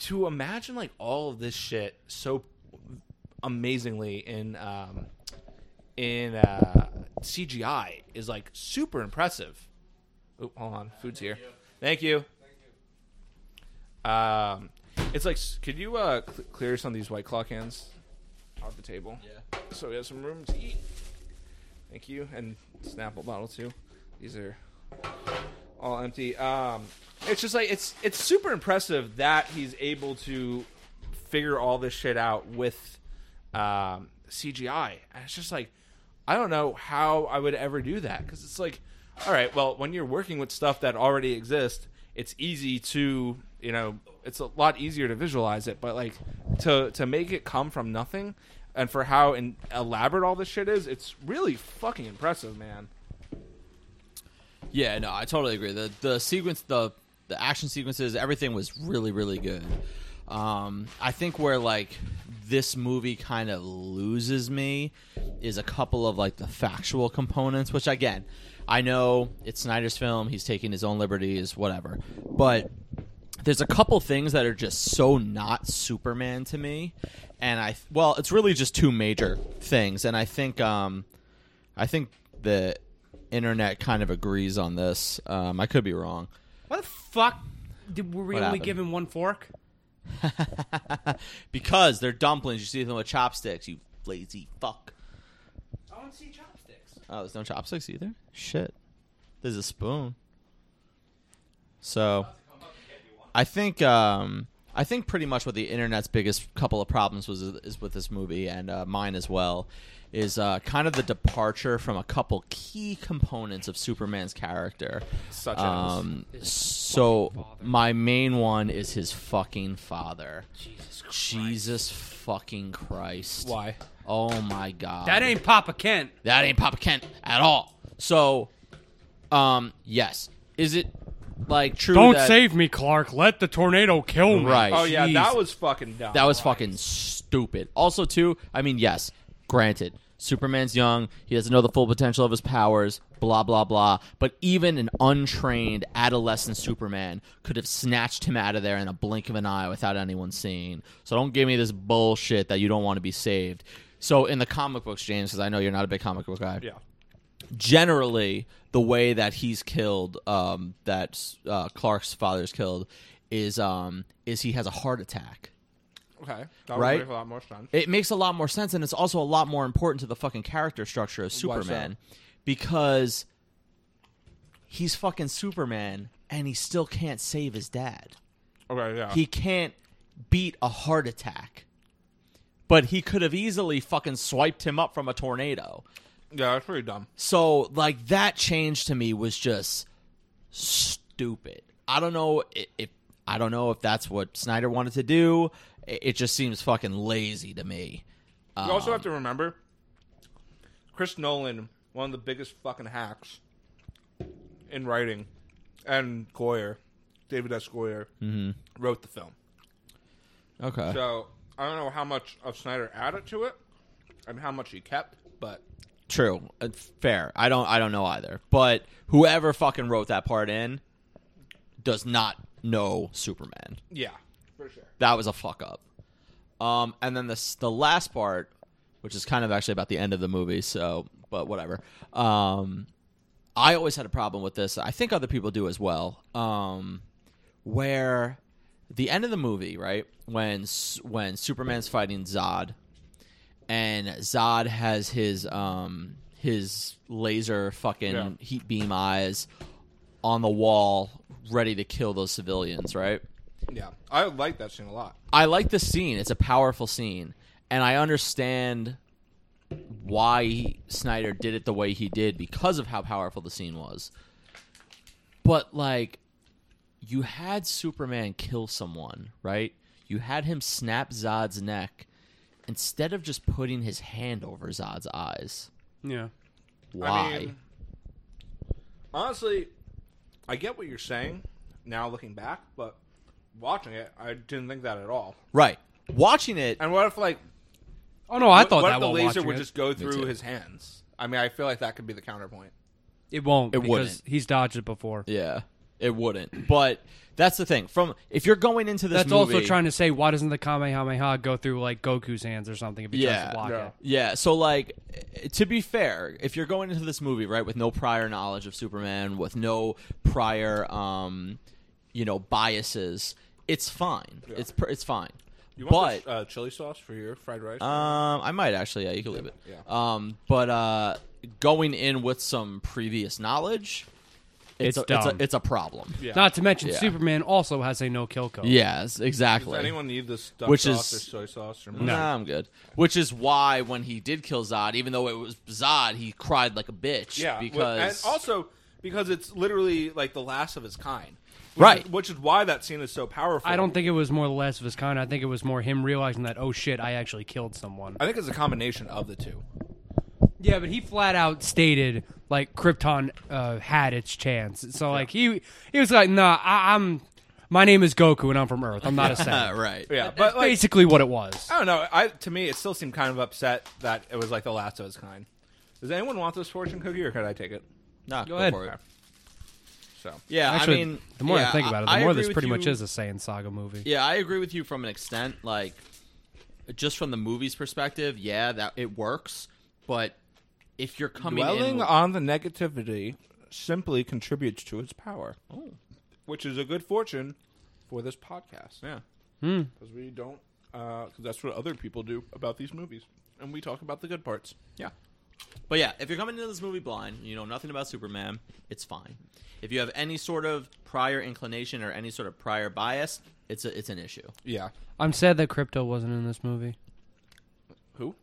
to imagine like all of this shit so amazingly in um in uh CGI is like super impressive. Oh, hold on, food's here. Thank you. Um, it's like, s- could you uh cl- clear some of these white claw cans off the table?
Yeah.
So we have some room to eat. Thank you, and Snapple bottle too. These are all empty. Um, it's just like it's it's super impressive that he's able to figure all this shit out with um, CGI, and it's just like I don't know how I would ever do that because it's like, all right, well, when you're working with stuff that already exists, it's easy to you know it's a lot easier to visualize it, but like to to make it come from nothing. And for how in- elaborate all this shit is, it's really fucking impressive, man.
Yeah, no, I totally agree. The the sequence, the the action sequences, everything was really really good. Um, I think where like this movie kind of loses me is a couple of like the factual components, which again, I know it's Snyder's film. He's taking his own liberties, whatever. But there's a couple things that are just so not Superman to me, and I well, it's really just two major things, and I think um, I think the internet kind of agrees on this. Um, I could be wrong.
Why the fuck did, were we
What
only
happened?
given one fork?
because they're dumplings. You see them with chopsticks, you lazy fuck.
I don't see chopsticks.
Oh, there's no chopsticks either? Shit. There's a spoon. So I think um I think pretty much what the internet's biggest couple of problems was is with this movie and uh, mine as well is uh, kind of the departure from a couple key components of Superman's character.
Such as?
um,
His
so
fucking father.
my main one is his fucking father.
Jesus Christ.
Jesus fucking Christ.
Why?
Oh my god.
That ain't Papa Kent.
That ain't Papa Kent at all. So, um, yes, is it like true? that-
me, Clark. Let the tornado kill me.
Right.
Oh yeah,
Jeez.
that was fucking dumb.
That was fucking stupid. Also, too, I mean, yes, granted, Superman's young, he doesn't know the full potential of his powers, blah, blah, blah. But even an untrained adolescent Superman could have snatched him out of there in a blink of an eye without anyone seeing. So don't give me this bullshit that you don't want to be saved. So in the comic books, James, because I know you're not a big comic book guy
Yeah.
generally the way that he's killed um that uh, Clark's father's killed is um is he has a heart attack
Okay. That
Right?
would make a lot more sense.
it makes a lot more sense and it's also a lot more important to the fucking character structure of
Why so?
Superman because he's fucking Superman and he still can't save his dad
Okay. Yeah.
he can't beat a heart attack but he could have easily fucking swiped him up from a tornado
yeah. That's pretty dumb.
So like that change to me was just stupid. I don't know i- if I don't know if that's what Snyder wanted to do. I- It just seems fucking lazy to me.
You also have to remember, Chris Nolan, one of the biggest fucking hacks in writing, and Goyer, David S. Goyer, wrote the film.
Okay.
So I don't know how much of Snyder added to it and how much he kept, but
True. Uh, Fair. I don't I don't know either. But whoever fucking wrote that part in does not know Superman.
yeah, for sure.
That was a fuck up. Um, and then the s- the last part, which is kind of actually about the end of the movie, so but whatever. Um, I always had a problem with this. I think other people do as well. Um, where the end of the movie, right when s- when Superman's fighting Zod, and Zod has his um his laser fucking
Yeah.
heat beam eyes on the wall, ready to kill those civilians, right?
Yeah, I like that scene a lot.
I like the scene. It's a powerful scene, and I understand why Snyder did it the way he did because of how powerful the scene was. But like you had Superman kill someone, right? You had him snap Zod's neck instead of just putting his hand over Zod's eyes.
Yeah.
Why?
I mean, honestly, I get what you're saying now looking back, but watching it, I didn't think that at all.
right. Watching it,
And what if like
Oh no, I
what-
thought
what
that
if the
while
laser
watching
would
it.
just go
too.
through his hands? I mean, I feel like that could be the counterpoint.
It won't.
It
because
wouldn't.
He's dodged it before.
yeah, it wouldn't. But that's the thing. From if you're going into this,
That's
movie,
also trying to say why doesn't the Kamehameha go through like Goku's hands or something if he tries
Yeah.
to block
Yeah.
it?
Yeah, so like eh, to be fair, if you're going into this movie right with no prior knowledge of Superman, with no prior um you know biases, it's fine. It's per- it's fine.
You
but
want this, uh, chili sauce for your fried rice?
Uh,
um, I might actually. Yeah, you can leave it.
Yeah.
Um, but uh, going in with some previous knowledge, it's
It's
a, it's, a,
dumb.
it's a problem.
Yeah.
Not to mention
Yeah.
Superman also has a no kill code.
Yes,
Does
exactly.
anyone need this duck
Which
sauce
is-
or soy sauce? Or
No, I'm good. Which is why when he did kill Zod, even though it was Zod, he cried like a bitch.
Yeah, wh-
because
and also because it's literally like the last of its kind, which
Right.
Is, which is why that scene is so powerful.
I don't think it was more the last of his kind. I think it was more him realizing that oh shit, I actually killed someone.
I think it's a combination of the two.
Yeah, but he flat out stated like Krypton uh, had its chance. So like he he was like, nah, I, I'm my name is Goku and I'm from Earth. I'm not a
Uh,
Saiyan.
right.
Yeah,
That's
but like,
basically what it was.
I don't know. I to me, it still seemed kind of upset that it was like the last of its kind. Does anyone want this fortune cookie, or could I take it?
No, go,
ahead.
for it.
So
Yeah,
Actually,
I mean,
the more
yeah,
I think about it, the more
agree
this
with
pretty much
you-
is a Saiyan Saga movie.
Yeah, I agree with you from an extent. Like, just from the movie's perspective, yeah, that it works. But if you're coming in,
dwelling
with-
on the negativity simply contributes to its power,
Oh.
which is a good fortune for this podcast
yeah,
because we don't because that's what other people do about these movies, and we talk about the good parts.
yeah. But yeah, if you're coming into this movie blind, you know nothing about Superman, it's fine. If you have any sort of prior inclination or any sort of prior bias, it's a, it's an issue.
Yeah.
I'm sad that Crypto wasn't in this movie.
Who?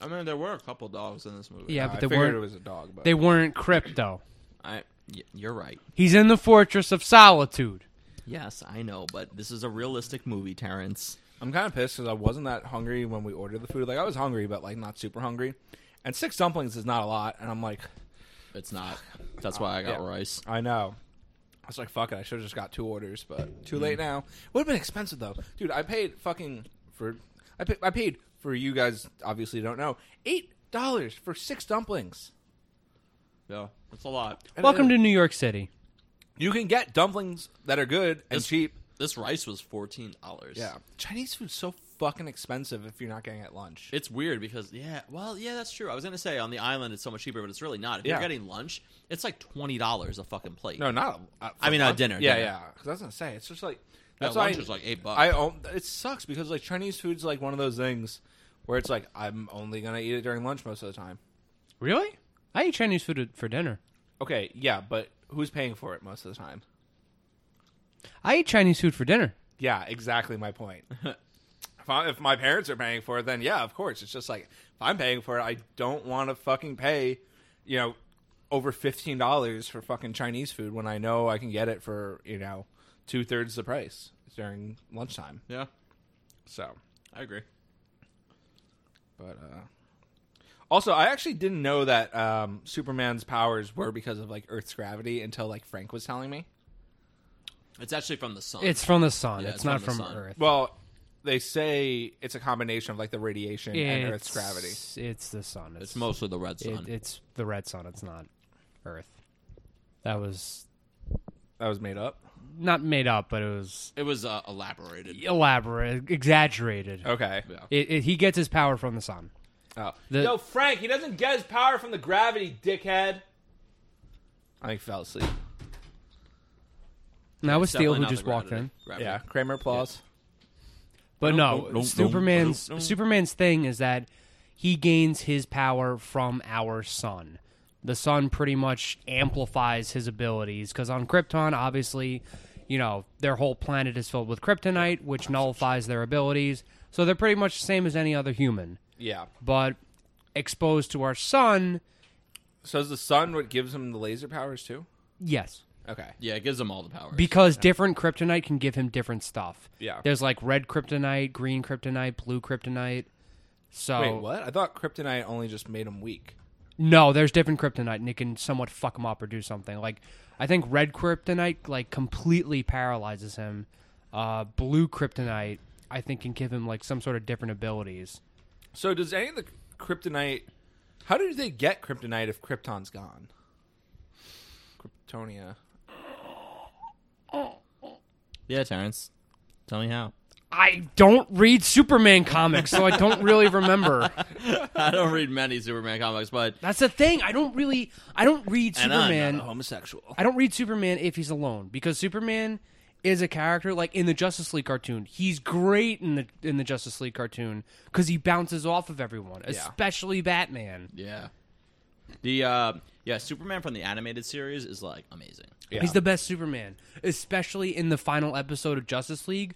I mean, there were a couple dogs in this movie.
Yeah,
I
but they
figured it
weren't.
was a dog, but
They weren't Crypto.
I, y- you're right.
He's in the Fortress of Solitude.
Yes, I know, but this is a realistic movie, Terrence.
I'm kind of pissed because I wasn't that hungry when we ordered the food. Like I was hungry, but like not super hungry. And six dumplings is not a lot, and I'm like,
It's not. That's why I got
Yeah.
rice.
I know. I was like, fuck it. I should have just got two orders, but too late now. Would have been expensive though, dude. I paid fucking for. I paid, I paid for you guys. Obviously, don't know eight dollars for six dumplings.
Yeah, that's a lot.
And
Welcome
it-
to New York City.
You can get dumplings that are good and
This-
cheap.
This rice was fourteen dollars.
Yeah, Chinese food's so fucking expensive if you're not getting it at lunch.
It's weird because yeah, well, yeah, that's true. I was gonna say on the island it's so much cheaper, but it's really not. If
Yeah.
you're getting lunch, it's like twenty dollars a fucking plate.
no, not. A, a-
I mean,
lunch-
a dinner,
Yeah,
dinner.
yeah. Because I was gonna say it's just like
that
that's why
lunch
I-
was like eight bucks.
I own, it sucks because like Chinese food's like one of those things where it's like I'm only gonna eat it during lunch most of the time.
Really? I eat Chinese food for dinner.
Okay, yeah, but who's paying for it most of the time?
I eat Chinese food for dinner.
Yeah, exactly my point. if, I, if my parents are paying for it, then yeah, of course. It's just like if I'm paying for it, I don't want to fucking pay, you know, over fifteen dollars for fucking Chinese food when I know I can get it for you know two thirds the price during lunchtime.
yeah,
So.
I agree.
But uh also, I actually didn't know that um, Superman's powers were because of like Earth's gravity until like Frank was telling me.
It's actually from the sun.
It's from the sun.
Yeah,
it's,
it's
not
from
from,
the sun.
Earth.
Well, they say it's a combination of like the radiation and Earth's
It's-
gravity.
It's the sun.
it's mostly the red sun.
it- it's the red sun. It's not Earth. That was
That was made up.
not made up, but it was
It was uh, elaborated.
elaborate, exaggerated.
Oh.
Okay.
Yeah.
It, it, he gets his power from the sun.
Oh.
The-
Yo, Frank, he doesn't get his power from the gravity, dickhead. I think he fell asleep.
And that was
It's
Steele
definitely
who
not the
just walked
gravity-
in.
gravity.
Yeah, Kramer applause.
But
No,
no,
no, no,
Superman's
no, no.
Superman's thing is that he gains his power from our sun. The sun pretty much amplifies his abilities because on Krypton, obviously, you know their whole planet is filled with kryptonite, which nullifies their abilities. So they're pretty much the same as any other human,
Yeah.
but exposed to our sun.
So is the sun what gives him the laser powers too?
Yes,
Okay.
Yeah, it gives them all the power.
because different kryptonite can give him different stuff.
Yeah.
there's like red kryptonite, green kryptonite, blue kryptonite. So
Wait, what? I thought kryptonite only just made him weak.
No, there's different kryptonite, and it can somewhat fuck him up or do something. Like, I think red kryptonite like completely paralyzes him. Uh, blue kryptonite, I think, can give him like some sort of different abilities.
So does any of the kryptonite? How did they get kryptonite if Krypton's gone? Kryptonia.
yeah, Terrence, tell me how.
I don't read Superman comics, so I don't really remember.
I don't read many Superman comics, but
That's the thing. I don't really, I don't read
And I'm not
Superman.
homosexual.
I don't read Superman if he's alone because Superman is a character like in the Justice League cartoon. He's great in the in the Justice League cartoon because he bounces off of everyone, especially Batman.
yeah, the uh, yeah Superman from the animated series is like amazing.
Yeah.
He's the best Superman, especially in the final episode of Justice League.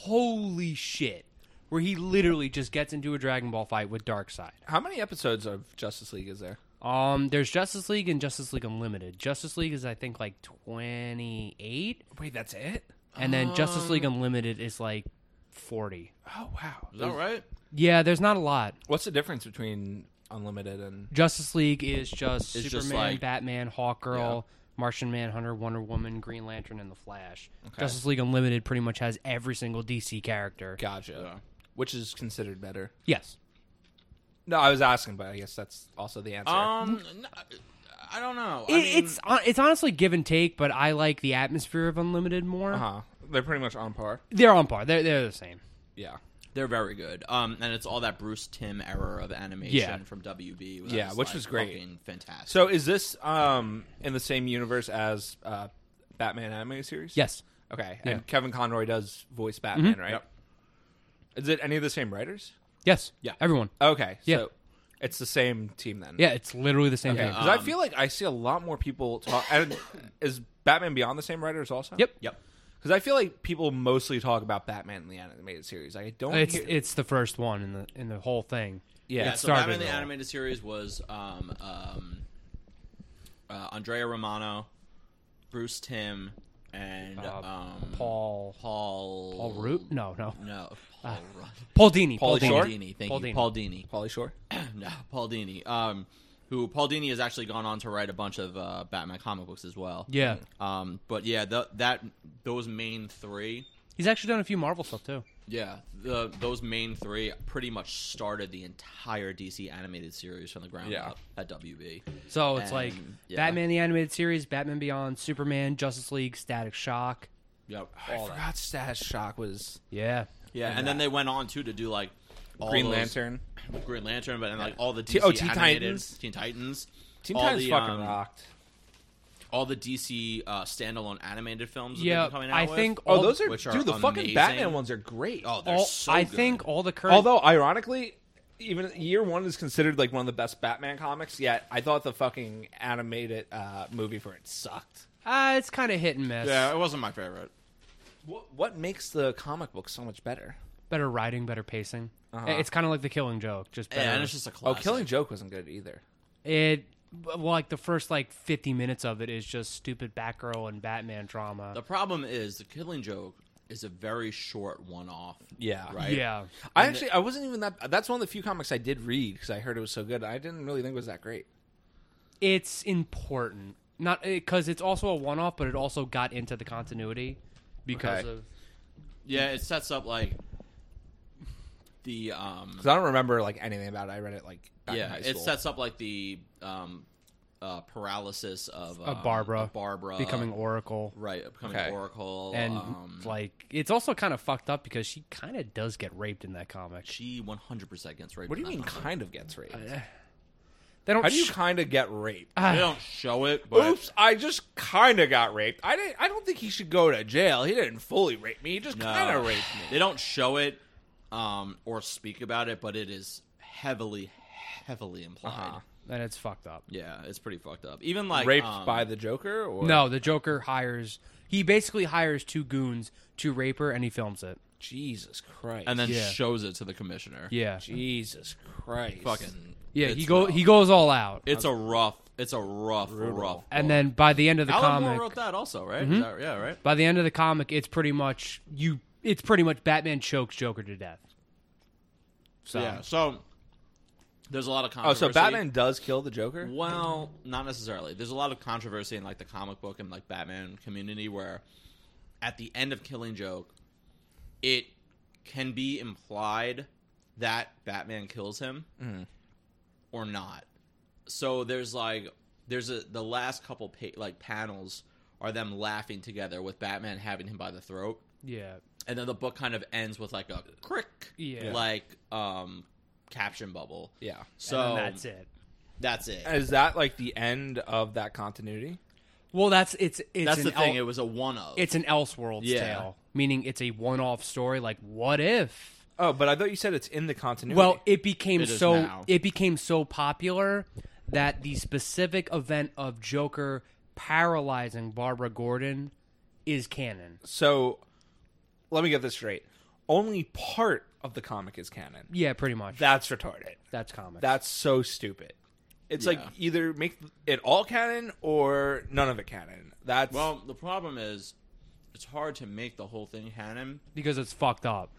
Holy shit. Where he literally just gets into a Dragon Ball fight with Darkseid.
How many episodes of Justice League is there?
Um, there's Justice League and Justice League Unlimited. Justice League is I think like 28,
Wait, that's it.
and then Justice League
Um.
Unlimited is like 40.
Oh wow.
Is that right?
Yeah, there's not a lot.
What's the difference between unlimited and?
Justice League is just
It's
Superman,
just like-
Batman, Hawkgirl, Martian Manhunter, Wonder Woman, Green Lantern, and the Flash. Justice League Unlimited pretty much has every single DC character.
Gotcha. Which is considered better?
Yes.
No, I was asking, but I guess that's also the answer.
Um, n- I don't know. I
It-
mean,
it's hon- it's honestly give and take, but I like the atmosphere of Unlimited more.
Uh-huh.
uh huh. They're pretty much on par.
They're on par. They're they're the same.
Yeah.
they're very good. Um, and it's all that Bruce Tim era of animation
Yeah.
from WB. that
Yeah, which
like,
was great.
fucking fantastic.
So is this um in the same universe as uh, Batman animated series?
Yes.
Okay,
Yeah.
and Kevin Conroy does voice Batman, right?
Yep.
Is it any of the same writers?
Yes.
Yeah.
Everyone.
Okay,
Yeah.
so it's the same team then.
Yeah, it's literally the same
Okay,
thing.
uh,
because I feel like I see a lot more people talk. And is Batman Beyond the same writers also?
Yep.
yep.
Because I feel like people mostly talk about Batman in the animated series. Like, I don't.
It's
hear-
it's the first one in the in the whole thing.
yeah.
Yeah,
it
so Batman
started
the
it all.
animated series was um, um, uh, Andrea Romano, Bruce Tim, and
Uh,
um,
Paul
Paul
Paul Root? No, no.
no Paul Rudd.
Paul Dini.
Paulie
Paul
Paul
Shore?
Dini.
Dini, thank
Paul
you,
Dini.
Paul Dini.
Pauly Shore.
no, Paul Dini. Um, who Paul Dini has actually gone on to write a bunch of uh, Batman comic books as well.
Yeah.
Um, but yeah, tho- that those main three.
He's actually done a few Marvel stuff too.
Yeah, the, those main three pretty much started the entire DC animated series from the ground
Yeah.
up at WB.
So it's like
And, yeah.
Batman the animated series, Batman Beyond, Superman, Justice League, Static Shock.
Yep,
I
all that.
forgot Stash Shock was
Yeah.
Yeah, and then they went on too to do like all
Green
those-
Lantern.
Green Lantern, but then like all the
T-
DC
oh, Teen
animated-
Titans.
Teen Titans,
Teen
all
Titans
the,
fucking
um,
rocked.
all the DC uh, standalone animated films. that they've
Yeah,
been coming out
I
with.
think
Oh,
all-
those are,
which are
dude. The fucking
amazing.
Batman ones are great.
oh, they're
All,
so
I
good.
think all the current
Although, ironically, even year one is considered like one of the best Batman comics. Yet, I thought the fucking animated uh, movie for it sucked.
uh, it's kind of hit and miss.
yeah, it wasn't my favorite.
What, what makes the comic book so much better?
Better writing, better pacing. It's kind of like the Killing Joke, just better.
Uh-huh. Yeah, and it's just a classic.
Oh, Killing Joke wasn't good either.
it well, like the first like 50 minutes of it is just stupid Batgirl and Batman drama.
The problem is the Killing Joke is a very short one-off.
Yeah.
right.
yeah.
I actually, I wasn't even that. That's one of the few comics I did read because I heard it was so good. I didn't really think it was that great.
It's important. Not because it's also a one off, but it also got into the continuity because
Okay.
of
Yeah, it sets up like the um
Because I don't remember like anything about it. I read it like back in
yeah,
high
it
school.
sets up like the um uh paralysis of um,
of Barbara,
of Barbara
becoming Oracle.
right, becoming
Okay.
Oracle
And
um
like it's also kind of fucked up because she kind of does get raped in that comic.
she 100% gets raped.
what do you
in
mean?
that comic.
Kind of gets raped.
They don't
How do you
sh-
kind of get raped?
They don't show it, but
Oops, I just kind of got raped. I didn't. I don't think he should go to jail. He didn't fully rape me. He just
no.
kind of raped me.
They don't show it um or speak about it, but it is heavily heavily implied.
Uh-huh.
and it's fucked up.
Yeah, it's pretty fucked up. Even like
raped
um,
by the Joker? Or
No, the Joker hires he basically hires two goons to rape her and he films it.
Jesus Christ!
and then
Yeah.
shows it to the commissioner.
Yeah.
Jesus Christ!
Fucking
Yeah, he
it's
go
rough.
he goes all out.
It's a rough. It's a rough, rough.
and then by the end of the
Alan Moore
comic,
wrote that also, right?
Mm-hmm.
Is that- yeah, right.
by the end of the comic, it's pretty much you. It's pretty much Batman chokes Joker to death. So
yeah. So there's a lot of
Oh,
controversy.
so Batman does kill the Joker?
Well, not necessarily. There's a lot of controversy in like the comic book and like Batman community where at the end of Killing Joke, it can be implied that Batman kills him or not. So there's like there's a the last couple pa- like panels are them laughing together with Batman having him by the throat.
yeah,
and then the book kind of ends with like a crick
Yeah.
like um caption bubble
Yeah.
so
And that's it.
that's it
Is that like the end of that continuity?
Well, that's it's it's
that's
an
the thing
el-
it was a one of
it's an Elseworlds
Yeah.
tale, meaning it's a one-off story. Like, what if?
Oh, but I thought you said it's in the continuity.
Well, it became
It is
so
now.
it became so popular that the specific event of Joker paralyzing Barbara Gordon is canon.
so let me get this straight. Only part of the comic is canon.
Yeah, pretty much.
That's retarded.
that's comic.
That's so stupid. It's like
Yeah.
either make it all canon or none of it canon. That's
well the problem is it's hard to make the whole thing canon
because it's fucked up.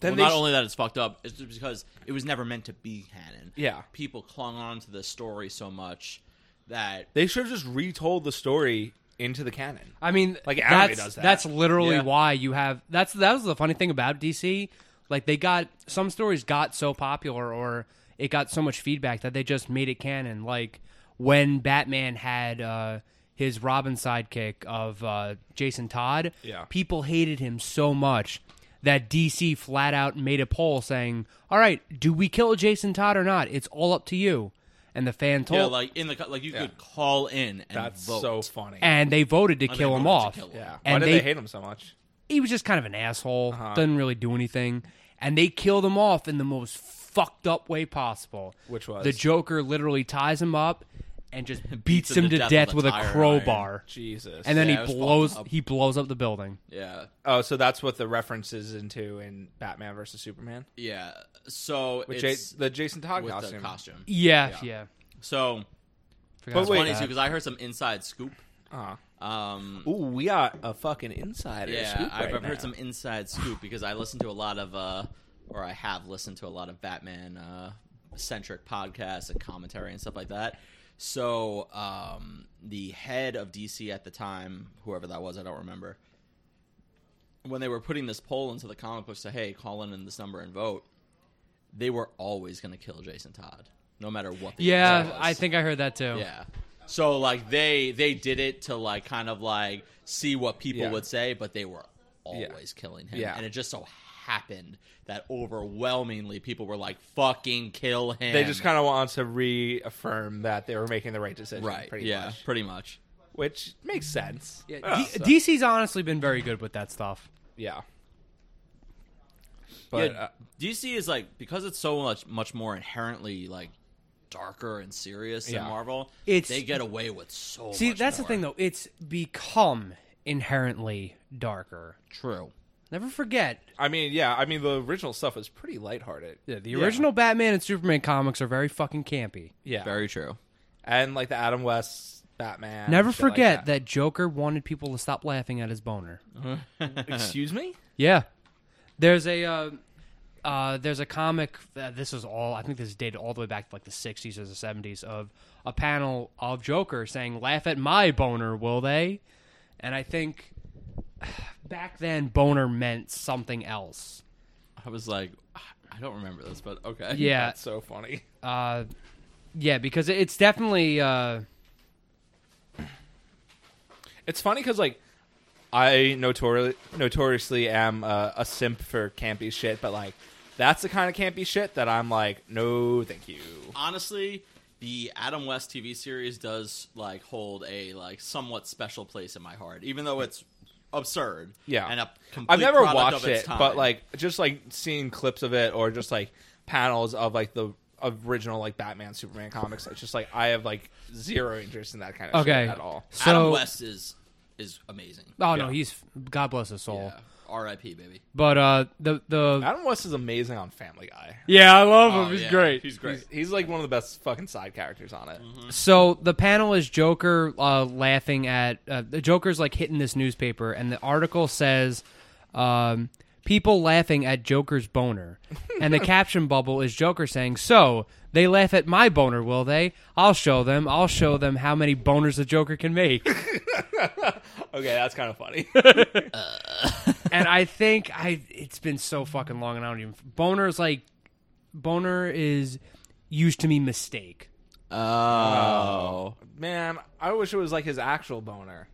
then
well,
they
not
s-
only that it's fucked up it's just because it was never meant to be canon
Yeah.
people clung on to the story so much that
They should have just retold the story into the canon.
I mean,
Like, anime
that's,
does that.
That's literally
Yeah.
why you have. That's that was the funny thing about DC. Like they got some stories got so popular or it got so much feedback that they just made it canon. Like when Batman had uh, his Robin sidekick of uh, Jason Todd,
Yeah.
people hated him so much that DC flat out made a poll saying, "All right, do we kill Jason Todd or not? It's all up to you." And the fan told,
yeah, like in the co- like you could call in and
That's
vote
so funny.
and they voted to
I mean,
kill him
voted to
off.
kill him.
yeah. Why
and
did they,
they-
hate him so much?
he was just kind of an asshole. Doesn't really do anything. And they killed him off in the most fucked up way possible.
Which was?
the Joker literally ties him up and just beats,
Beats
him to death, with a
tire iron.
crowbar.
Jesus.
And then
Yeah, it was
he
fucked
blows
up.
he blows up the building.
yeah
oh, so that's what the references into in Batman versus Superman,
yeah so
which
it's
Ja- the Jason Todd
with
costume.
the costume
Yeah, yeah.
so
Forgot
But
about
wait-
funny
that.
too because I heard some inside scoop.
Uh-huh.
Um,
Ooh, we got a fucking insider.
yeah,
scoop
I've,
right
I've
now.
heard some inside scoop because I listen to a lot of, uh, or I have listened to a lot of Batman uh, centric podcasts and commentary and stuff like that. So um, the head of DC at the time, whoever that was, I don't remember. when they were putting this poll into the comic book, say, "Hey, call in in this number and vote," they were always going to kill Jason Todd, no matter what. The answer
Yeah,
was.
I think I heard that too.
Yeah. So like they they did it to like kind of like see what people
Yeah.
would say, but they were
Yeah.
always killing him.
Yeah.
And it just so happened that overwhelmingly people were like, "Fucking kill him."
They just kind of want to reaffirm that they were making the right decision.
right.
Pretty
yeah.
much.
Pretty much.
Which makes sense.
Yeah,
Yeah.
D-
Ah, so-
DC's honestly been very good with that stuff.
yeah. But
yeah,
uh,
DC is like because it's so much much more inherently like darker and serious than
Yeah.
Marvel.
It's-
they get away with so.
See,
much
that's the
more.
thing though. It's become inherently darker.
True.
Never forget
I mean, yeah, I mean the original stuff is pretty lighthearted.
Yeah, the original Batman and Superman comics are very fucking campy.
Yeah.
Very true.
and like the Adam West Batman.
Never
shit like
forget
that.
that. Joker wanted people to stop laughing at his boner.
Excuse me?
Yeah, there's a uh, uh, there's a comic. Uh, this is all I think this is dated all the way back to like the '60s or the '70s of a panel of Joker saying, "Laugh at my boner, will they?" And I think back then boner meant something else.
I was like, I don't remember this, but okay.
Yeah,
That's so funny.
uh, yeah, because it's definitely uh,
It's funny because like I notori- notoriously am uh, a simp for campy shit, but like that's the kind of campy shit that I'm like, no, thank you.
honestly the adam west tv series does like hold a like somewhat special place in my heart even though it's absurd
Yeah,
and a complete
I've never
product
watched
of its
it,
time.
but like just like seeing clips of it or just like panels of like the original like Batman Superman comics. It's just like I have like zero interest in that kind of
okay
shit at all.
So
adam west is is amazing
Oh no,
Yeah.
he's God bless his soul.
yeah rip baby
But uh, the the
Adam West is amazing on Family Guy.
yeah, I love
Oh, yeah.
He's great. Mm-hmm. He's, like one of the best fucking side characters on it.
So the panel is Joker uh, laughing at uh, the Joker's like hitting this newspaper, and the article says, um, "People laughing at Joker's boner," and the caption bubble is Joker saying, "So they laugh at my boner, will they? I'll show them. I'll show them how many boners the Joker can make."
Okay, that's kind of funny.
and I think I it's been so fucking long, and I don't even boner is like boner is used to mean mistake.
Uh, oh
Man, I wish it was like his actual boner.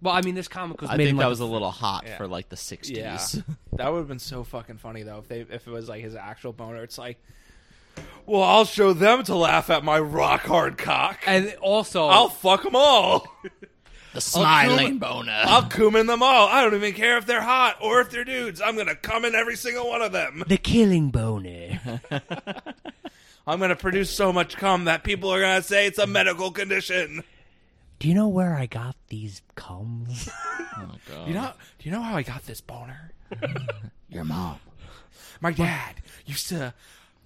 Well, I mean, this comic was
i
made in
think
like
that was a little hot
Yeah.
for like the 60s
that would have been so fucking funny though if they if it was like his actual boner. It's like, well, I'll show them to laugh at my rock hard cock.
and also
I'll fuck them all. Oh,
the smiling boner
I'll cum in them all. I don't even care if they're hot or if they're dudes. I'm gonna cum in every single one of them.
the killing boner.
I'm gonna produce so much cum that people are gonna say it's a medical condition.
Do you know where I got these cums?
Oh,
You know? Do you know how I got this boner?
your mom
My dad used to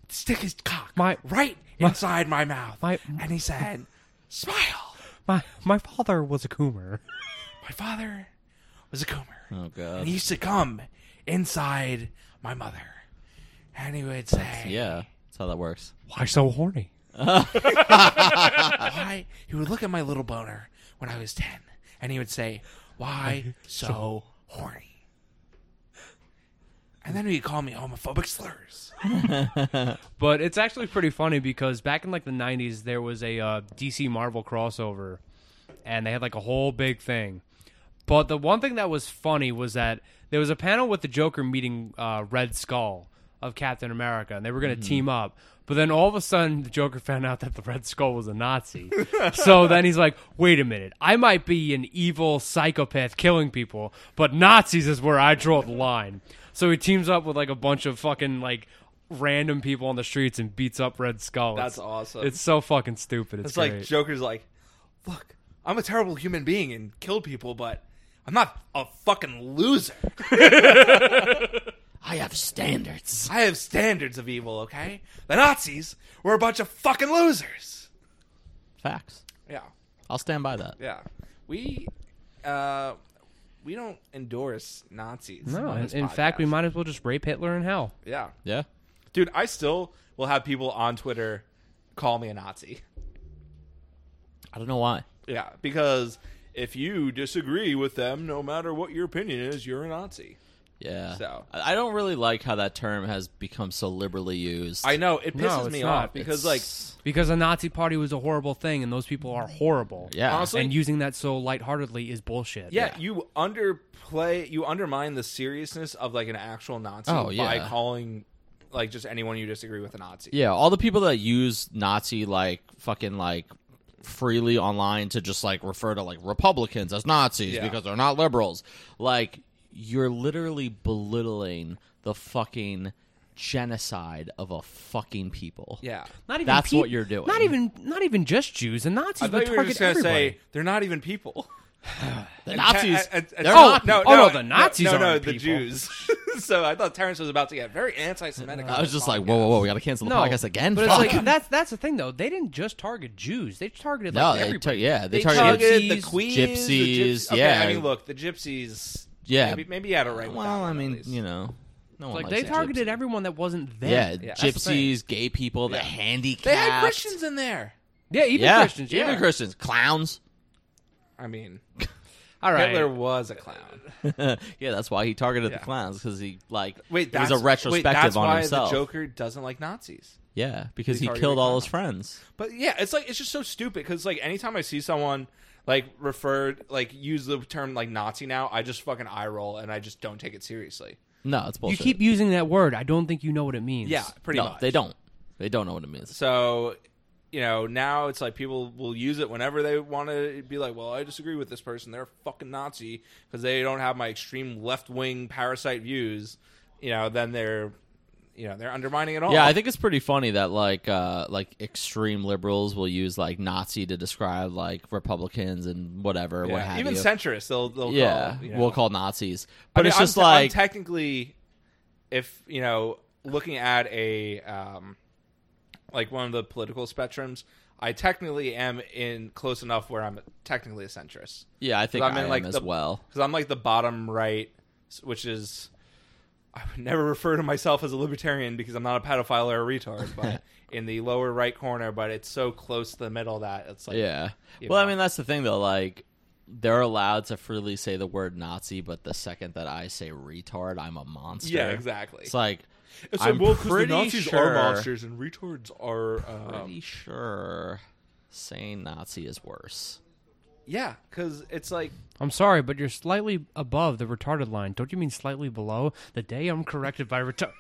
stick his cock
My-
right inside my mouth,
my-
and he said, "Smile."
My my father was a coomer.
My father was a coomer,
oh
and
god
he used to come inside my mother, and he would say,
yeah that's how that works
Why so horny?
"Why?" He would look at my little boner when I was ten, and he would say, "Why so horny?" And then he'd call me homophobic slurs.
But it's actually pretty funny because back in like the '90s, there was a uh, DC Marvel crossover, and they had like a whole big thing. But the one thing that was funny was that there was a panel with the Joker meeting uh, Red Skull of Captain America, and they were going
Mm-hmm.
to team up. But then all of a sudden, the Joker found out that the Red Skull was a Nazi. so then he's like, "Wait a minute, I might be an evil psychopath killing people, but Nazis is where I draw the line." So he teams up with like a bunch of fucking like random people on the streets and beats up Red Skull.
That's
It's-
awesome.
It's so fucking stupid. It's,
It's like
great.
Joker's like, "Look, I'm a terrible human being and kill people, but I'm not a fucking loser.
i have standards
I have standards of evil, okay? The Nazis were a bunch of fucking losers."
facts
Yeah,
i'll stand by that
yeah. We, uh, we don't endorse Nazis.
no,
on
in,
this
in fact, we
podcast.
might as well just rape Hitler in hell.
Yeah,
yeah
dude, I still will have people on Twitter call me a Nazi.
i don't know why
Yeah, because if you disagree with them, no matter what your opinion is, you're a Nazi.
Yeah.
So.
I I don't really like how that term has become so liberally used.
I know it
No,
pisses
it's
me
not.
off because like
It's-
because the Nazi Party was a horrible thing, and those people are horrible.
yeah.
honestly,
and using that so lightheartedly is bullshit.
yeah, you underplay, you undermine the seriousness of like an actual Nazi
Oh,
by
yeah.
calling like just anyone you disagree with a Nazi.
Yeah, all the people that use Nazi like fucking like freely online to just like refer to like Republicans as Nazis
Yeah.
because they're not liberals. Like you're literally belittling the fucking genocide of a fucking people.
Yeah.
not even
That's
peop-
what you're doing.
Not even not even just Jews and Nazis. would
I thought you were
target
just gonna
everybody.
say they're not even people.
The Nazis
And- and- and-
they're
Oh,
not
no.
people.
the Nazis
No, no,
aren't
the
people.
Jews. so I thought Terrence was about to get very anti-Semitic. on
I was
this
just like,
podcast.
whoa, whoa, whoa! We got to cancel the
no,
podcast again.
But
Fuck.
it's like that's that's the thing though. They didn't just target Jews. They targeted
no,
like
they
everybody.
tar- yeah, they,
They
targeted.
targeted the
gypsies,
queens,
gypsies,
The gyps- okay,
yeah.
I mean, look, the gypsies.
Yeah.
maybe, maybe you had it right. with that
well,
one,
I
at
mean,
least.
you know, no one
like
likes
they targeted
gypsies.
everyone that wasn't them.
Yeah,
that's the thing.
gypsies, gay people, the handicapped.
they had Christians in there.
yeah, even
yeah,
Christians. Yeah,
even Christians, clowns.
I mean,
All right,
Hitler was a clown.
yeah, that's why he targeted
Yeah.
the clowns because he like
Wait,
it was
that's
a retrospective
wait, that's
on
why
himself.
The Joker doesn't like Nazis.
yeah, because
He
he,
targeted
killed all
clowns.
his friends.
But yeah, it's like it's just so stupid because like anytime I see someone like referred like use the term like Nazi now, I just fucking eye roll and I just don't take it seriously.
No, it's
you
bullshit.
keep using that word. I don't think you know what it means.
Yeah, pretty
no,
much.
they don't. They don't know what it means.
So you know now it's like people will use it whenever they want to be like, well, I disagree with this person. They're a fucking Nazi because they don't have my extreme left wing parasite views. You know, then they're you know they're undermining it all.
Yeah, I think it's pretty funny that like uh like extreme liberals will use like Nazi to describe like Republicans and whatever what
Yeah,
have
even
you.
centrists they'll they'll
yeah,
call, you know.
we'll call Nazis,
I
but
mean,
it's
I'm
just
te- I'm
like
technically, if you know, looking at a um, like one of the political spectrums, I technically am in close enough where I'm technically a centrist
yeah, I think
I'm
I
in,
am
like,
as
the-
well.
because I'm like the bottom right, s- which is I would never refer to myself as a libertarian because I'm not a pedophile or a retard, but in the lower right corner. But it's so close to the middle that it's like
Yeah.
you
Well, I
know.
mean, that's the thing though. Like, they're allowed to freely say the word Nazi, but the second that I say retard, I'm a monster.
Yeah, exactly.
It's like
It's
I'm
like, well, 'cause the
pretty
Nazis
sure-
are monsters and retards are um,
pretty sure saying Nazi is worse.
Yeah, because it's like
I'm sorry, but you're slightly above the retarded line. Don't you mean slightly below? The day I'm corrected by retard.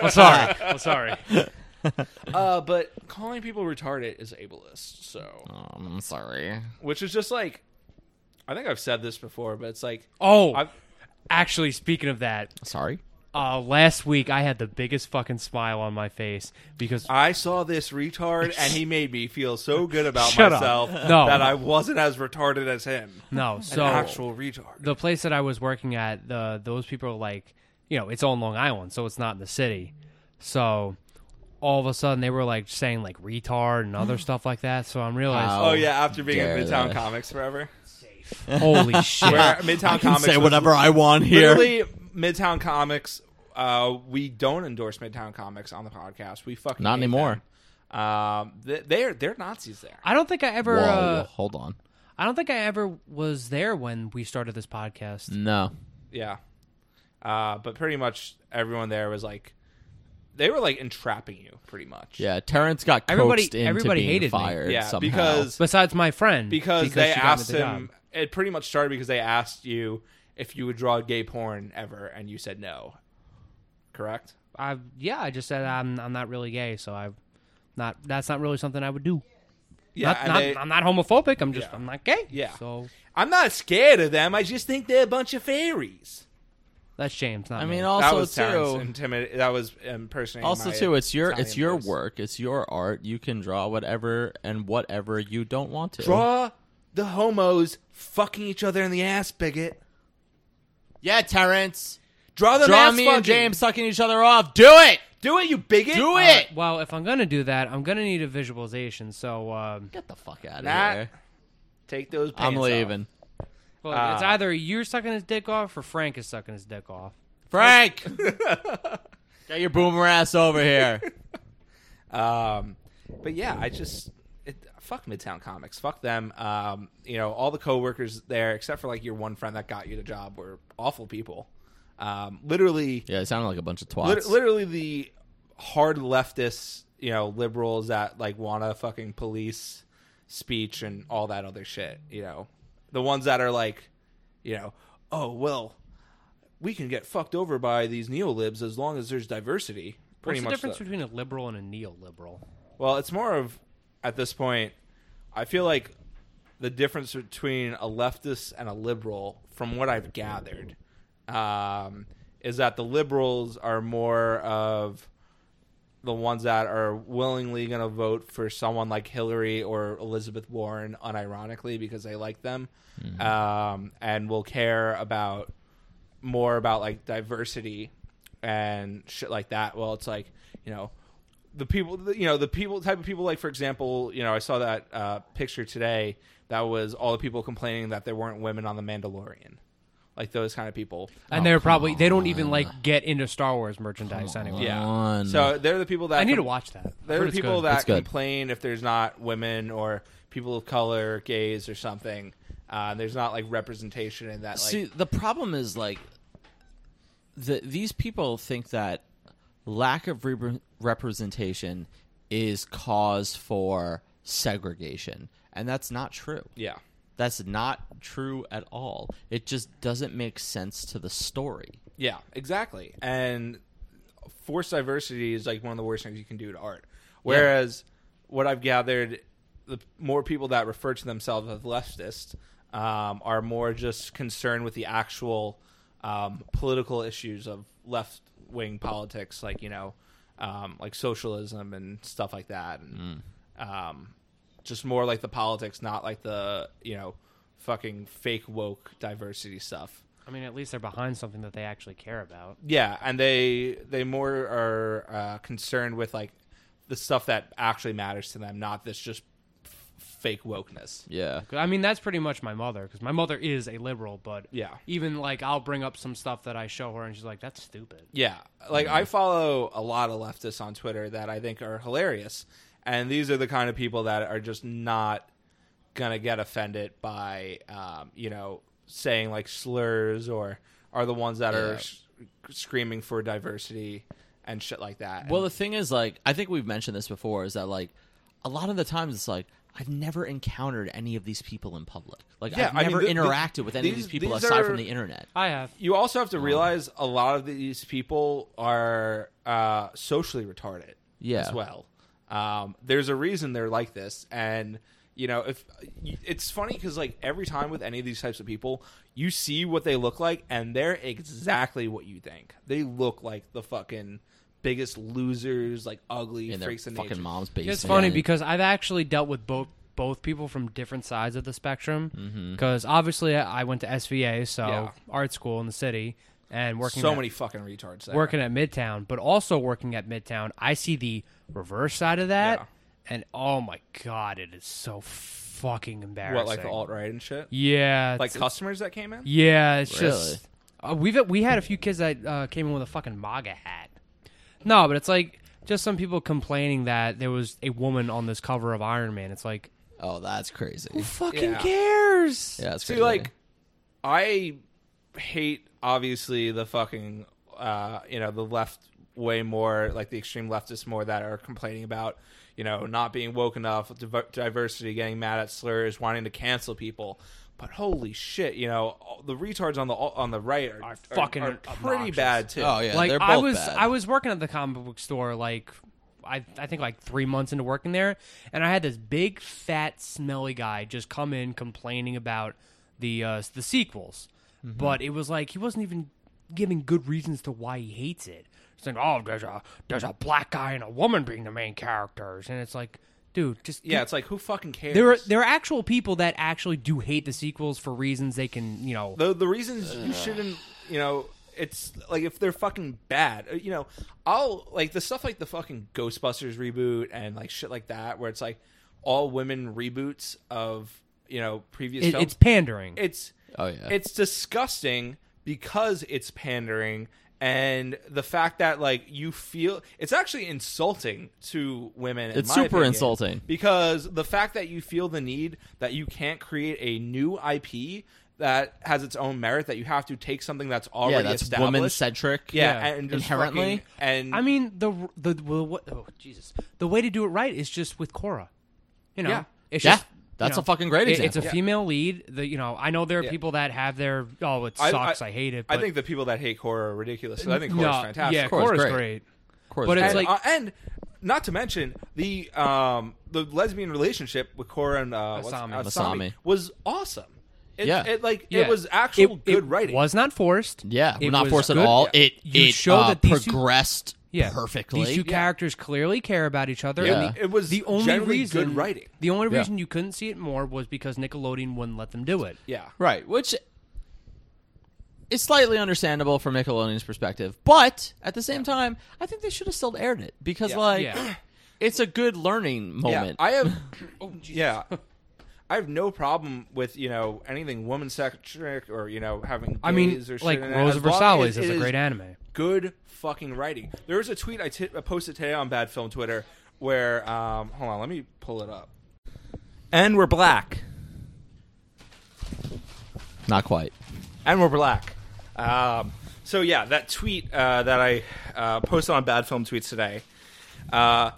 I'm sorry. I'm sorry.
Uh, but calling people retarded is ableist. So,
Um, I'm sorry.
which is just like, I think I've said this before, but it's like,
Oh,
I've,
actually, speaking of that,
Sorry.
uh, last week I had the biggest fucking smile on my face because
I saw this retard and he made me feel so good about
Shut up.
myself
No.
that I wasn't as retarded as him.
no,
An
so
actual retard.
the place that I was working at, the those people are like, you know, it's on Long Island, so it's not in the city. So all of a sudden they were like saying like retard and other stuff like that. So I'm realizing,
Wow.
oh yeah, after being
Dare
in Midtown
they.
Comics forever,
holy shit!
where Midtown
I can
Comics
say
was-
whatever I want here.
Literally, Midtown Comics. Uh, we don't endorse Midtown Comics on the podcast. We fucking
Not
hate
anymore.
them. Um, they, they're they're Nazis there.
I don't think I ever.
Whoa,
Uh,
hold on.
I don't think I ever was there when we started this podcast.
No.
Yeah. Uh, but pretty much everyone there was like, they were like entrapping you, pretty much.
Yeah, Terrence got coaxed
Everybody-
into
everybody
being
hated me.
fired
Yeah.
somehow.
Because
Besides my friend,
because,
she
they
got me
asked
the job.
him. It pretty much started because they asked you if you would draw gay porn ever, and you said no. Correct.
I, yeah, I just said I'm I'm not really gay, so I, not that's not really something I would do.
Yeah.
not,
and
not,
they-
I'm not homophobic. I'm just
Yeah.
I'm not gay.
Yeah.
So
I'm not scared of them. I just think they're a bunch of fairies.
that's James. Not
I mean,
me.
also
That was Terrence
too.
intimid- That was impersonating.
also
my
too it's your
Italian
it's your
voice.
work it's your art you can draw whatever and whatever you don't want to
Draw the homos fucking each other in the ass, bigot.
yeah terrence
Draw them
draw
ass
me
fucking.
and james sucking each other off do it
Do it, you bigot.
do
Uh,
it
well, if I'm gonna do that, I'm gonna need a visualization. So, um,
get the fuck out of
Nah.
here
Take those.
i'm
pants off.
leaving
well,
Uh,
it's either you're sucking his dick off or Frank is sucking his dick off.
frank get your boomer ass over here
Um, but yeah, I just it, fuck Midtown Comics. Fuck them. Um, you know, all the coworkers there, except for like your one friend that got you the job, were awful people. Um, literally,
Yeah, it sounded like a bunch of twats.
lit- literally the hard leftists, you know, liberals that like want to fucking police speech and all that other shit. You know, the ones that are like, you know, oh well, we can get fucked over by these neolibs as long as there's diversity.
What's
Pretty
the
much.
difference
the-
between a liberal and a neoliberal?
well, it's more of at this point, I feel like the difference between a leftist and a liberal, from what I've gathered, um, is that the liberals are more of the ones that are willingly going to vote for someone like Hillary or Elizabeth Warren, unironically, because they like them, um, and will care about more about like diversity and shit like that. Well, it's like you know the people, the- you know the people type of people. Like for example, you know I saw that uh, picture today that was all the people complaining that there weren't women on the Mandalorian, like those kind of people.
Oh,
And they're probably they don't even like get into Star Wars merchandise anyway.
Yeah.
on.
So they're the people that
I need
com-
to watch that.
There are
Heard it's
people
good.
It's
that
good.
complain if there's not women or people of color, gays or something. Uh, there's not like representation in that. Like,
See, the problem is like the, these people think that lack of re- representation is cause for segregation, and that's not true.
yeah,
That's not true at all. It just doesn't make sense to the story.
yeah, exactly. And forced diversity is like one of the worst things you can do to art. Whereas what I've gathered, the more people that refer to themselves as leftist um, are more just concerned with the actual um, political issues of left wing politics, like you know, um, like socialism and stuff like that, and um, just more like the politics, not like the you know, fucking fake woke diversity stuff.
I mean, at least they're behind something that they actually care about.
Yeah, and they they more are uh, concerned with like the stuff that actually matters to them, not this just f- fake wokeness.
Yeah.
'Cause, I mean, that's pretty much my mother because my mother is a liberal, but
Yeah.
even like I'll bring up some stuff that I show her, and she's like, "That's stupid."
Yeah, like
Mm-hmm.
I follow a lot of leftists on Twitter that I think are hilarious, and these are the kind of people that are just not gonna get offended by um, you know saying like slurs or are the ones that
Yeah.
are sh- screaming for diversity and shit like that.
Well, the thing is, like, I think we've mentioned this before is that, like, a lot of the times it's like, I've never encountered any of these people in public. Like,
Yeah,
I've
I mean,
never
th- th-
interacted with any of
these-
these people
these
aside
are-
from the internet.
I have.
you also
Um,
have to realize a lot of these people are uh, socially retarded
Yeah.
as well um, there's a reason they're like this and you know if it's funny because like every time with any of these types of people you see what they look like and they're exactly what you think they look like the fucking biggest losers like ugly
In their
freaks of
fucking
nature.
mom's basement.
It's funny because I've actually dealt with both both people from different sides of the spectrum. Because obviously, I I went to SVA, so
Yeah.
art school in the city, and working
so
at-
many fucking retards there.
working at Midtown, but also working at Midtown, I see the reverse side of that,
Yeah.
and oh my god, it is so fucking embarrassing.
what like the alt-right and shit
Yeah, it's-
like customers that came in
yeah, it's
Really?
just uh, we've we had a few kids that uh, came in with a fucking MAGA hat. No, but it's like just some people complaining that there was a woman on this cover of Iron Man. It's like
Oh, that's crazy.
who fucking
Yeah.
cares?
Yeah, that's
See,
crazy.
like, I hate obviously the fucking uh, you know the left way more, like the extreme leftists more that are complaining about you know not being woke enough, div- diversity, getting mad at slurs, wanting to cancel people. But holy shit, you know all- the retards on the on the right are,
Are
are
fucking
are pretty
obnoxious.
bad too.
oh yeah,
like
they're both
I was
bad.
I was working at the comic book store like I I think like three months into working there, and I had this big fat smelly guy just come in complaining about the uh, the sequels,
Mm-hmm.
but it was like he wasn't even giving good reasons to why he hates it. He's like, oh, there's a there's a black guy and a woman being the main characters, and it's like, dude, just
Yeah, it's like who fucking cares?
There are there are actual people that actually do hate the sequels for reasons they can you know
The the reasons you shouldn't, you know, it's like if they're fucking bad, uh, you know, I'll like the stuff like the fucking Ghostbusters reboot and like shit like that, where it's like all women reboots of you know previous
it,
films.
it's pandering.
It's
Oh, yeah.
it's disgusting because it's pandering and the fact that like you feel it's actually insulting to women. in
It's
my
super
opinion,
insulting.
because the fact that you feel the need that you can't create a new IP that has its own merit that you have to take something that's already
yeah, that's
established.
woman centric.
yeah,
Yeah.
and just
Inherently.
fucking- and
I mean, the the, the what, oh Jesus, the way to do it right is just with Cora. You know,
Yeah.
it's
Yeah.
just you
That's
know,
a fucking great
it- It's a
example.
female lead. The you know, I know there are
Yeah.
people that have their oh it
I-
sucks, I, hate it.
I
but-
think the people that hate horror are ridiculous. 'cause I think horror
no,
is fantastic.
Yeah,
Cora's
Cora's great.
great. Of course,
but it's
yeah.
and,
like-
uh, and not to mention the um the lesbian relationship with Cora and uh, what's-
Asami.
Asami.
was awesome. It,
Yeah.
it like
Yeah.
it was actual
It- it
good writing.
Was not forced.
yeah,
It
we're not
was
forced at
good.
all.
Yeah.
It
You
it
show
uh,
that these two-
progressed
Yeah,
perfectly.
These two characters clearly care about each other.
Yeah.
and the-
It was
the only
generally
reason
good writing.
The only
Yeah.
reason you couldn't see it more was because Nickelodeon wouldn't let them do it.
yeah.
Right, which is slightly understandable from Nickelodeon's perspective, but at the same time, I think they should have still aired it because,
Yeah.
like,
Yeah.
it's a good learning moment.
Yeah, I have.
Oh,
yeah, I have no problem with you know anything woman centric or you know having.
I mean,
gays or shit
like
in it,
Rosa
as long
Versailles
as
is
it
a great anime.
Good fucking writing. There was a tweet I ti- I posted today on Bad Film Twitter where um, hold on, let me pull it up. And we're black.
not quite.
and we're black. Um, so yeah, that tweet uh, that I uh, posted on Bad Film Tweets today, uh,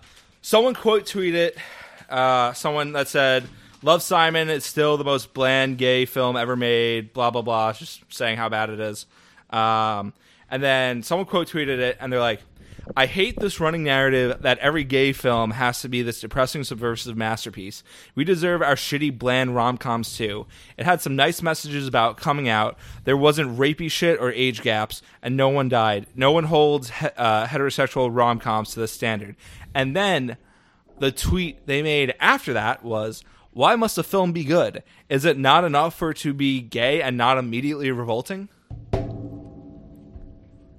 someone quote tweeted uh, someone that said, "Love Simon is still the most bland gay film ever made." Blah blah blah, just saying how bad it is. Um, and then someone quote tweeted it, and they're like. I hate this running narrative that every gay film has to be this depressing, subversive masterpiece. We deserve our shitty, bland rom coms too. It had some nice messages about coming out. There wasn't rapey shit or age gaps, and no one died. No one holds he- uh, heterosexual rom coms to this standard. And then the tweet they made after that was. Why must a film be good? Is it not enough for it to be gay and not immediately revolting?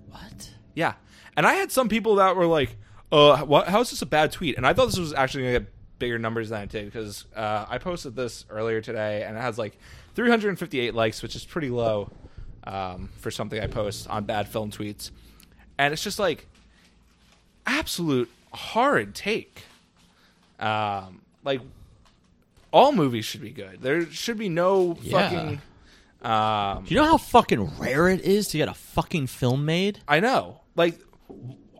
What?
Yeah. And I had some people that were like, uh, what, how is this a bad tweet? And I thought this was actually going to get bigger numbers than it did because uh, I posted this earlier today and it has like 358 likes, which is pretty low um, for something I post on bad film tweets. And it's just like absolute horrid take. Um, like, all movies should be good. There should be no
Yeah.
fucking. Um,
Do you know how fucking rare it is to get a fucking film made?
I know. Like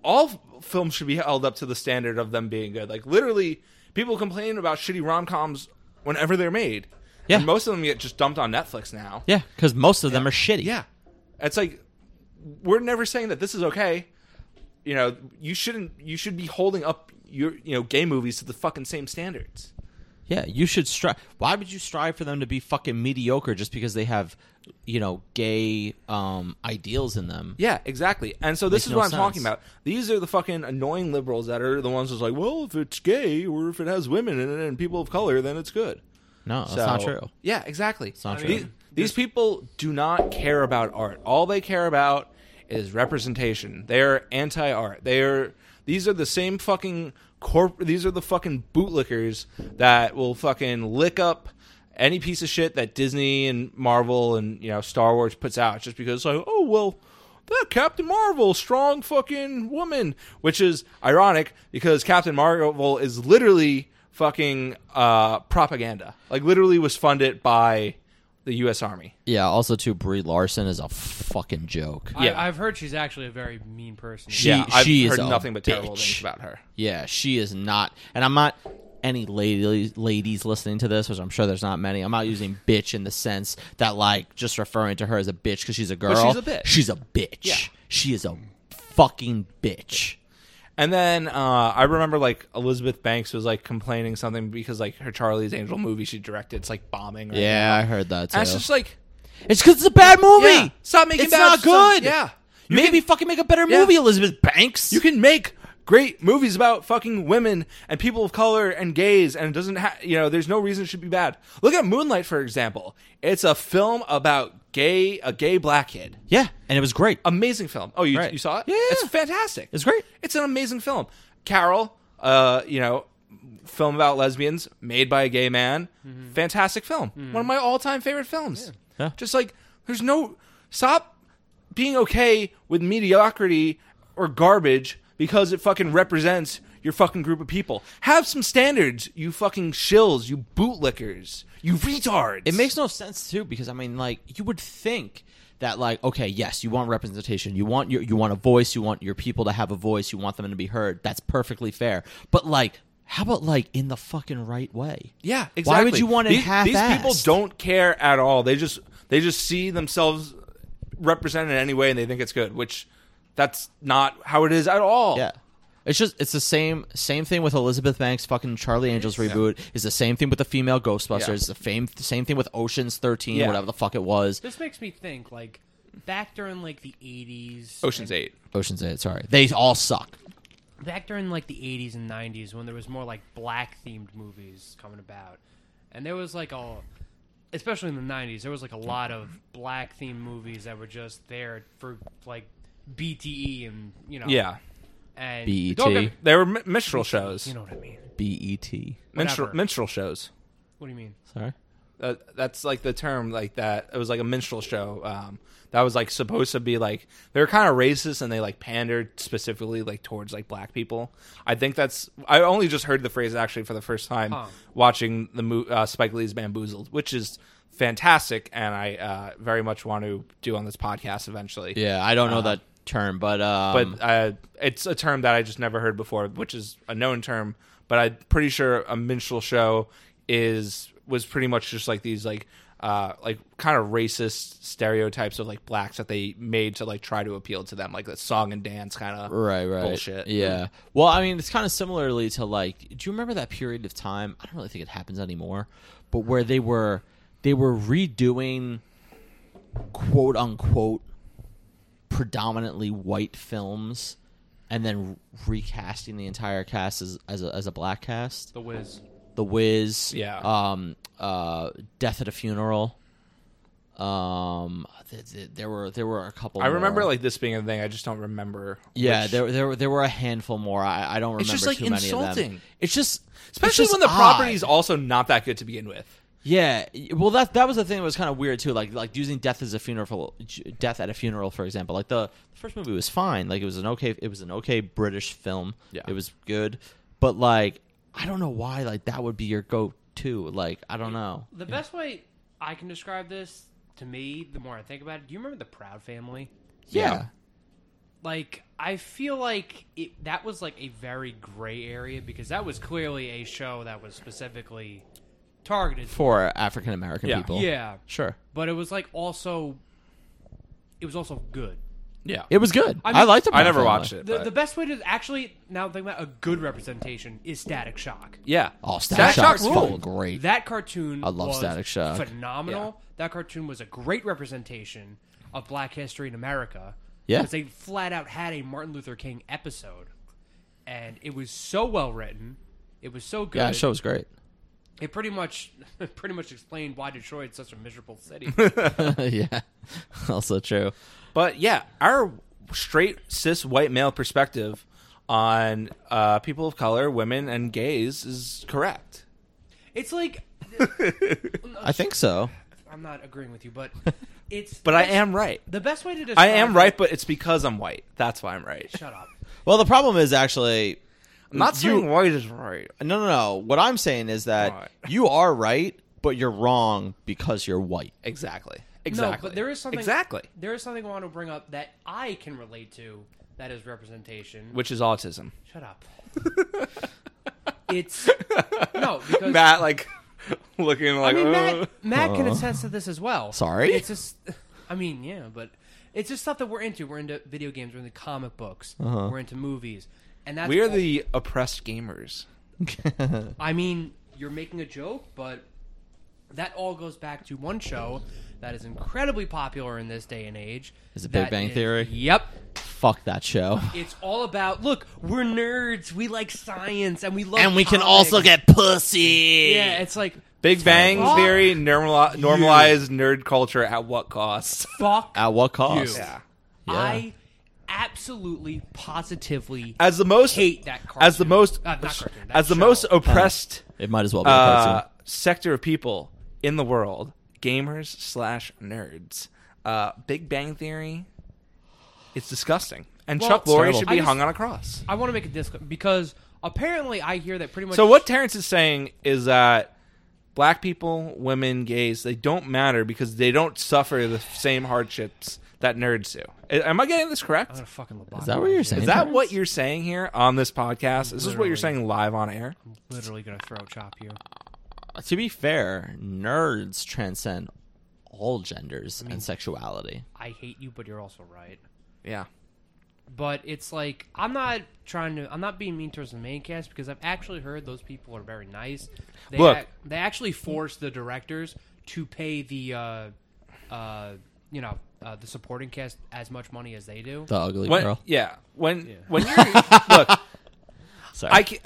all f- films should be held up to the standard of them being good. Like literally, people complain about shitty rom coms whenever they're made.
Yeah.
and most of them get just dumped on Netflix now.
Yeah, because most of them are shitty.
yeah. It's like we're never saying that this is okay. You know, you shouldn't. You should be holding up your you know gay movies to the fucking same standards.
yeah. You should strive. Why would you strive for them to be fucking mediocre just because they have, you know, gay um, ideals in them?
Yeah, exactly. And so this
Makes
is
no
what I'm
sense.
talking about. These are the fucking annoying liberals that are the ones that's like, well, if it's gay or if it has women in it and people of color, then it's good.
No, that's
So-
not true.
Yeah, exactly. It's
not true.
These, these people do not care about art. All they care about is representation. They're anti-art. They're these are the same fucking corp. These are the fucking bootlickers that will fucking lick up any piece of shit that Disney and Marvel and you know Star Wars puts out just because like oh well. That Captain Marvel, strong fucking woman, which is ironic because Captain Marvel is literally fucking uh, propaganda. Like literally was funded by the U.S. Army.
Yeah. Also, too, Brie Larson is a fucking joke.
Yeah.
I, I've heard she's actually a very mean person.
She-
yeah, I've
she is
heard
a
nothing but terrible
bitch.
things about her.
Yeah, she is not. And I'm not any ladies ladies listening to this, which I'm sure there's not many. I'm not using bitch in the sense that like just referring to her as a bitch because she's a girl.
she's a bitch.
She's a bitch.
Yeah.
She is a fucking bitch.
And then uh, I remember like Elizabeth Banks was like complaining something because like her Charlie's Angel movie she directed, it's like bombing. Right
Yeah, I heard that too.
now. and it's just like
it's because it's a bad movie.
yeah, stop making
It's
bad
not
stuff.
good.
Yeah, You
Maybe
can-
fucking make a better
Yeah.
movie, Elizabeth Banks.
You can make great movies about fucking women and people of color and gays, and it doesn't have, you know, there's no reason it should be bad. Look at Moonlight, for example. It's a film about gay, a gay black kid.
yeah, and it was great.
Amazing film. Oh, you,
Right.
you saw it?
Yeah.
It's fantastic.
It's great.
It's an amazing film. Carol, uh, you know, film about lesbians made by a gay man. Fantastic film. One of my all time favorite films.
Mm-hmm. Yeah.
Just like, there's no, stop. being okay with mediocrity or garbage because it fucking represents your fucking group of people. Have some standards, you fucking shills, you bootlickers, you retards.
It makes no sense too because I mean, like you would think that like okay, yes, you want representation, you want your you want a voice, you want your people to have a voice, you want them to be heard. That's perfectly fair. But like, how about like in the fucking right way?
Yeah,
Why
exactly.
would you want it
these, These people
half-assed?
don't care at all. They just they just see themselves represented in any way, and they think it's good, which that's not how it is at all.
Yeah. It's just it's the same same thing with Elizabeth Banks fucking Charlie Angels reboot. It's the same thing with the female Ghostbusters.
Yeah.
It's the same same thing with Ocean's Thirteen,
Yeah.
whatever the fuck it was.
This makes me think, like, back during like the '80s,
Ocean's Eight.
Ocean's Eight. Sorry, they all suck.
back during like the 80s and 90s when there was more like black themed movies coming about and there was like a especially in the 90s there was like a lot of black themed movies that were just there for like bte and you know
Yeah, E
and
BET.
Don't get me-
they were mi- minstrel shows.
you know what i mean
B E T.
minstrel
whatever.
minstrel shows.
what do you mean
Sorry.
Uh, that's like the term like that. It was like a minstrel show. Um, that was like supposed to be like they were kind of racist and they like pandered specifically like towards like black people. I think that's I only just heard the phrase actually for the first time
Huh.
watching the mo- uh, Spike Lee's Bamboozled, which is fantastic, and I uh, very much want to do on this podcast eventually.
Yeah, I don't know that term, but
Uh-huh. But
um,
uh, it's a term that I just never heard before, which is a known term. But I'm pretty sure a minstrel show is was pretty much just like these like uh, like kind of racist stereotypes of like blacks that they made to like try to appeal to them, like that song and dance kind of
right, right,
bullshit. Mm.
Yeah. Well, I mean, it's kind of similarly to like, do you remember that period of time? I don't really think it happens anymore, but where they were they were redoing quote unquote predominantly white films and then recasting the entire cast as as a, as a black cast.
the whiz
The Wiz,
Yeah.
um, uh, Death at a Funeral. Um, th- th- there were there were a couple.
I remember
more.
like this being a thing. I just don't remember.
Yeah,
which-
there, there there were a handful more. I, I don't remember
It's just, like,
too many of them.
insulting.
It's just
especially
it's just
when the
odd.
property's also not that good to begin with.
Yeah, well that that was the thing that was kind of weird too. Like like using death as a funeral, death at a funeral, for example. Like the, the first movie was fine. Like it was an okay, it was an okay British film.
Yeah.
it was good, but like I don't know why like that would be your go to. Like I don't know.
the best way i can describe this to me the more i think about it do you remember the proud family
Yeah.
like I feel like it, that was like a very gray area because that was clearly a show that was specifically targeted.
for African American
Yeah.
people.
Yeah,
sure.
but it was like also it was also good.
Yeah,
It was good. I,
I mean-
liked it.
I never watched it.
The,
but-
the best way to actually now think about a good representation is Static Shock.
yeah,
Oh, Static, Shock's
ruled.
fucking great.
That cartoon
I love
was
Static Shock.
Phenomenal. That cartoon was a great representation of black history in America.
Yeah.
Because they flat out had a Martin Luther King episode. And it was so well written. It was so good.
yeah, that show was great.
It pretty much pretty much explained why Detroit's such a miserable city.
yeah, also true.
But yeah, our straight cis white male perspective on uh, people of color, women, and gays is correct.
it's like
I think so.
I'm not agreeing with you, but it's
But I am right.
the best way to describe
I am
it-
right, but it's because I'm white. That's why I'm right.
Shut up.
Well, the problem is actually
I'm not saying white is right.
no, no, no. What I'm saying is that
Right.
you are right, but you're wrong because you're white.
Exactly. Exactly.
No, but there is something
Exactly.
There is something I want to bring up that I can relate to. That is representation.
Which is autism.
Shut up. it's no because
Matt, like, looking
I
like,
mean
"Ugh."
Matt, Matt can attest to this as well.
Sorry?
it's just I mean yeah, but it's just stuff that we're into. We're into video games. We're into comic books.
Uh-huh.
We're into movies, and that's
we are
all-
the oppressed gamers.
I mean, you're making a joke, but that all goes back to one show that is incredibly popular in this day and age.
Is it Big
That
Bang Theory?
Yep.
Fuck that show.
It's all about look, we're nerds. We like science, and we love.
And we can
comics.
also get pussy.
Yeah, it's like
Big Bang
terrible.
Theory normali- normalized nerd culture at what cost?
fuck.
At what cost?
You.
Yeah.
I absolutely, positively
As the most
hate that cartoon.
as the most
Uh, not cartoon, that
as the
show.
most oppressed
It might as well be a
uh,
cartoon.
sector of people in the world, gamers slash nerds. Uh, Big Bang Theory It's disgusting. And
Well,
Chuck
it's
Lorre
terrible.
should be
I just-
hung on a cross.
I want to make a disc because apparently I hear that pretty much.
So what Terrence is saying is that black people, women, gays, they don't matter because they don't suffer the same hardships that nerds do. A- Am I getting this
I'm
correct?
gonna fucking
Is that what you're saying?
Is that
Terrence?
what you're saying here on this podcast? Is this what
Literally.
you're saying live on air?
Literally gonna throw chop you.
To be fair, nerds transcend all genders and sexuality.
I hate you, but you're also right.
Yeah.
But it's like I'm not trying to. I'm not being mean towards the main cast because I've actually heard those people are very nice. They
Look.
ac- they actually forced the directors to pay the, uh, uh, you know, uh, the supporting cast as much money as they do.
The ugly
When,
girl.
yeah. When when you're look,
Sorry.
I can't,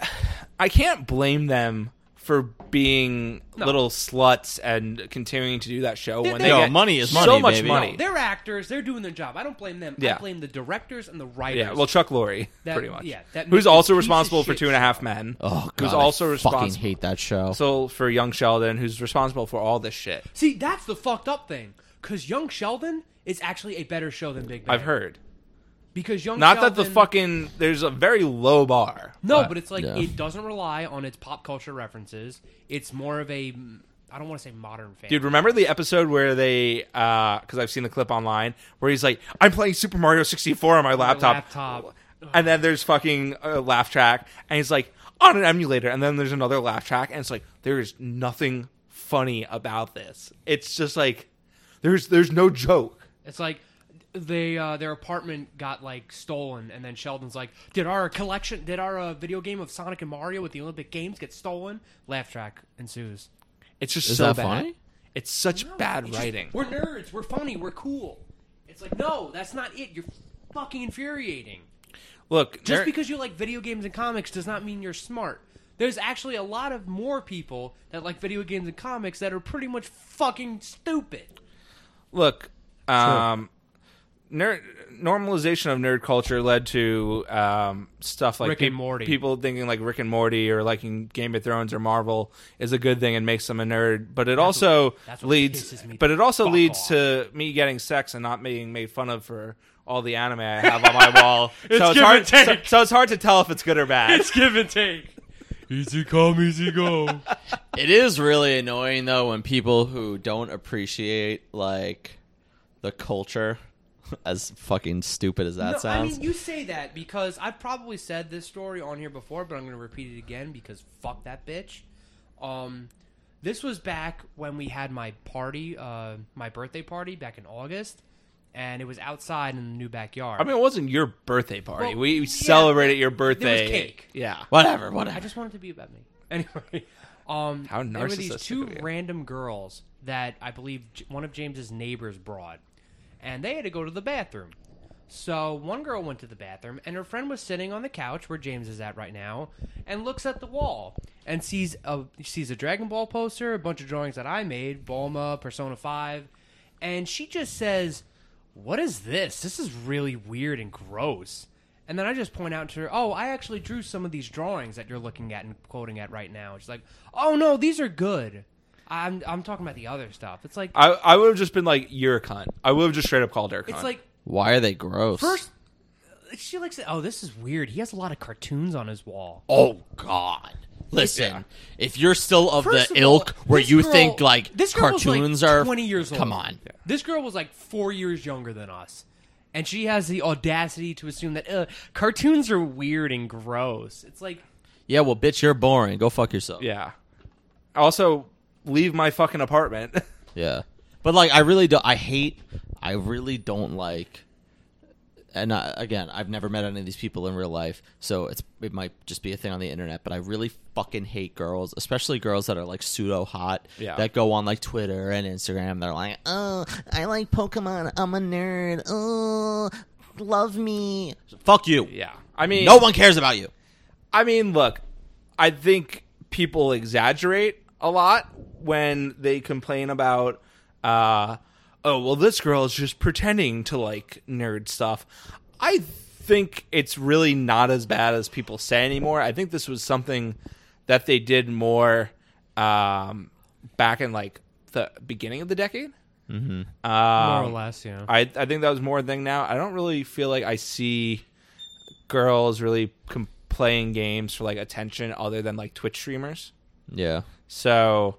I can't blame them for being
No.
little sluts and continuing to do that show when
they-
they
Yo,
get
money is
so
money,
much
baby.
money.
They're actors. They're doing their job. I don't blame them.
Yeah.
I blame the directors and the writers.
Yeah, well, Chuck Lorre,
That-
pretty much.
yeah, that makes
who's
a
also
piece of
responsible for
shit
Two and a Half Men.
oh god.
who's also
I fucking
responsible
hate that show.
also for Young Sheldon, who's responsible for all this shit.
see, that's the fucked up thing. Because Young Sheldon is actually a better show than Big Bang.
I've heard.
Because Young
Not
Sheldon,
that the fucking Uh, there's a very low bar.
No, but it's like
yeah.
it doesn't rely on its pop culture references. It's more of a I don't want to say modern fan.
Dude, remember the episode where they, because I've seen the clip online, where he's like, "I'm playing Super Mario 64 on my laptop,",
laptop.
and then there's fucking a laugh track, and he's like, "On an emulator," and then there's another laugh track, and it's like, there is nothing funny about this. It's just like, there's there's no joke.
It's like they uh, their apartment got like stolen, and then Sheldon's like, "Did our collection? Did our uh, video game of Sonic and Mario at the Olympic Games get stolen?" Laugh track ensues.
It's just
Is
so
that
bad.
funny?
It's such bad writing.
We're nerds. We're funny. We're cool. It's like no, that's not it. You're fucking infuriating.
Look,
Just
there-
because you like video games and comics does not mean you're smart. There's actually a lot of more people that like video games and comics that are pretty much fucking stupid.
look, um, nerd normalization of nerd culture led to um, stuff like
Rick and Morty.
People thinking like Rick and Morty or liking Game of Thrones or Marvel is a good thing and makes them a nerd, but it also
that's what
leads.
pisses me
But it also
fuck
leads
off.
to me getting sex and not being made fun of for all the anime I have on my wall. so it's
give
hard.
and take.
So, so it's hard to tell if it's good or bad.
give and take. Easy come, easy go.
It is really annoying though when people who don't appreciate like the culture, as fucking stupid as that
no, I
sounds.
mean, you say that because I've probably said this story on here before, but I'm going to repeat it again because fuck that bitch. Um, this was back when we had my party, uh, my birthday party back in August, and it was outside in the new backyard.
I mean, it wasn't your birthday party.
Well,
we
yeah,
celebrated your
there
birthday.
was cake.
Yeah.
whatever, whatever.
I just wanted to be about me. Anyway, um,
How
there were
narcissistic
these two
of you.
random girls that I believe J- one of James's neighbors brought, and they had to go to the bathroom. So one girl went to the bathroom, and her friend was sitting on the couch where James is at right now, and looks at the wall and sees a sees a Dragon Ball poster, a bunch of drawings that I made, Bulma, Persona Five, and she just says, "What is this? This is really weird and gross." And then I just point out to her, "Oh, I actually drew some of these drawings that you're looking at and quoting at right now." She's like, "Oh no, these are good. I'm I'm talking about the other stuff." It's like
I, I would have just been like, "You're a cunt." I would have just straight up called her a cunt.
it's like
Why are they gross?
first she likes it. Oh, this is weird. He has a lot of cartoons on his wall.
oh god. Listen,
Yeah.
if you're still of
First
the
of all,
ilk where
this
you
girl-
think like
this girl was, like,
cartoons are
20 years old.
come on.
This girl was like four years younger than us, and she has the audacity to assume that uh, cartoons are weird and gross. It's like
Yeah, well, bitch, you're boring. Go fuck yourself.
yeah. Also, leave my fucking apartment.
Yeah. But like I really don't I hate I really don't like and I, again, I've never met any of these people in real life, so it's it might just be a thing on the internet, but I really fucking hate girls, especially girls that are like pseudo hot
Yeah.
that go on like Twitter and Instagram that are like, "Oh, I like Pokemon. I'm a nerd. Oh, love me." Fuck you.
yeah. I mean,
No one cares about you.
I mean, look, I think people exaggerate a lot when they complain about, uh, oh, well, this girl is just pretending to like nerd stuff. I think it's really not as bad as people say anymore. I think this was something that they did more um, back in like the beginning of the decade. Um,
more or less. Yeah,
I I think that was more a thing now. I don't really feel like I see girls really com- playing games for like attention other than like Twitch streamers.
Yeah.
So,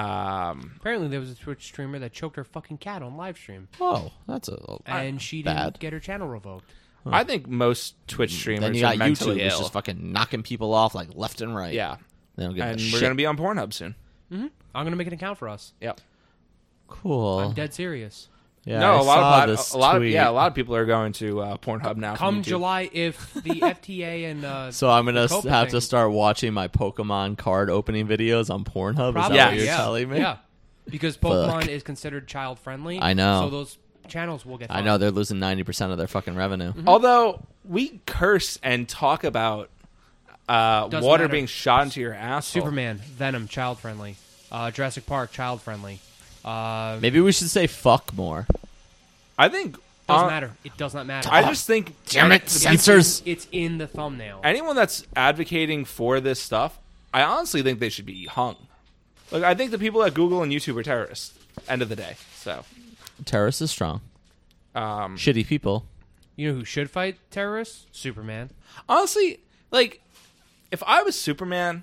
um,
apparently there was a Twitch streamer that choked her fucking cat on live stream,
Oh, that's a.
and she didn't
bad.
get her channel revoked.
I think most Twitch streamers
then you
are
got
mentally
YouTube, which
ill.
is fucking knocking people off like left and right.
yeah,
They don't give
and
a
we're
shit.
gonna be on Pornhub soon.
I'm gonna make an account for us.
Yep.
cool.
I'm dead serious.
Yeah,
no,
I
a
saw
lot of plat-
this
a lot of
tweet.
yeah, a lot of people are going to uh, Pornhub now. from
Come
YouTube.
July, if the FTA and uh,
So I'm gonna
The
s-
Copa
have to
thing.
start watching my Pokemon card opening videos on Pornhub.
Probably,
Is that what
Yes.
you're
yeah.
telling me?
Yeah, because Pokemon is considered child friendly.
I know.
So those channels will get.
I
fined.
know they're losing ninety percent of their fucking revenue.
Mm-hmm. Although we curse and talk about uh,
Doesn't
water
matter.
being shot into your asshole.
Superman, Venom, child friendly. Uh, Jurassic Park, child friendly. Uh, doesn't
Maybe we should say fuck more.
I think uh,
matter. It does not matter.
I just think
Damn it,
the people-
censors.
It's in the thumbnail.
anyone that's advocating for this stuff, I honestly think they should be hung. Like I think the people at Google and YouTube are terrorists. End of the day. So
Terrorists is strong.
um,
Shitty people.
You know who should fight terrorists? Superman.
honestly, like if I was Superman,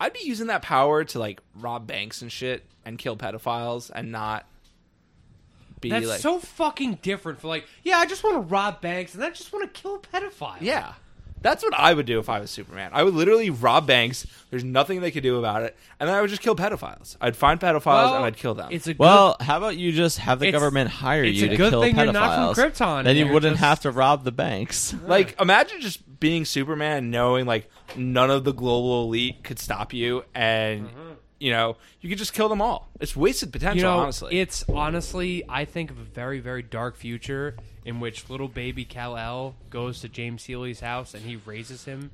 I'd be using that power to like rob banks and shit and kill pedophiles and not be
That's
like
so fucking different. For like, yeah, I just want to rob banks, and I just want to kill pedophiles.
Yeah. That's what I would do if I was Superman. I would literally rob banks. There's nothing they could do about it. And then I would just kill pedophiles. I'd find pedophiles
Well,
and I'd kill them.
It's a
Well, how about you just have the
It's-
government hire
it's
you
a
to
good
kill
thing
pedophiles?
you're not from Krypton
Then you
and
wouldn't
just-
have to rob the banks.
like imagine just being Superman and knowing like none of the global elite could stop you and you know, you could just kill them all. It's wasted potential,
Mm-hmm. you know,
honestly.
it's honestly, I think of a very, very dark future in which little baby Cal El goes to James Healy's house and he raises him.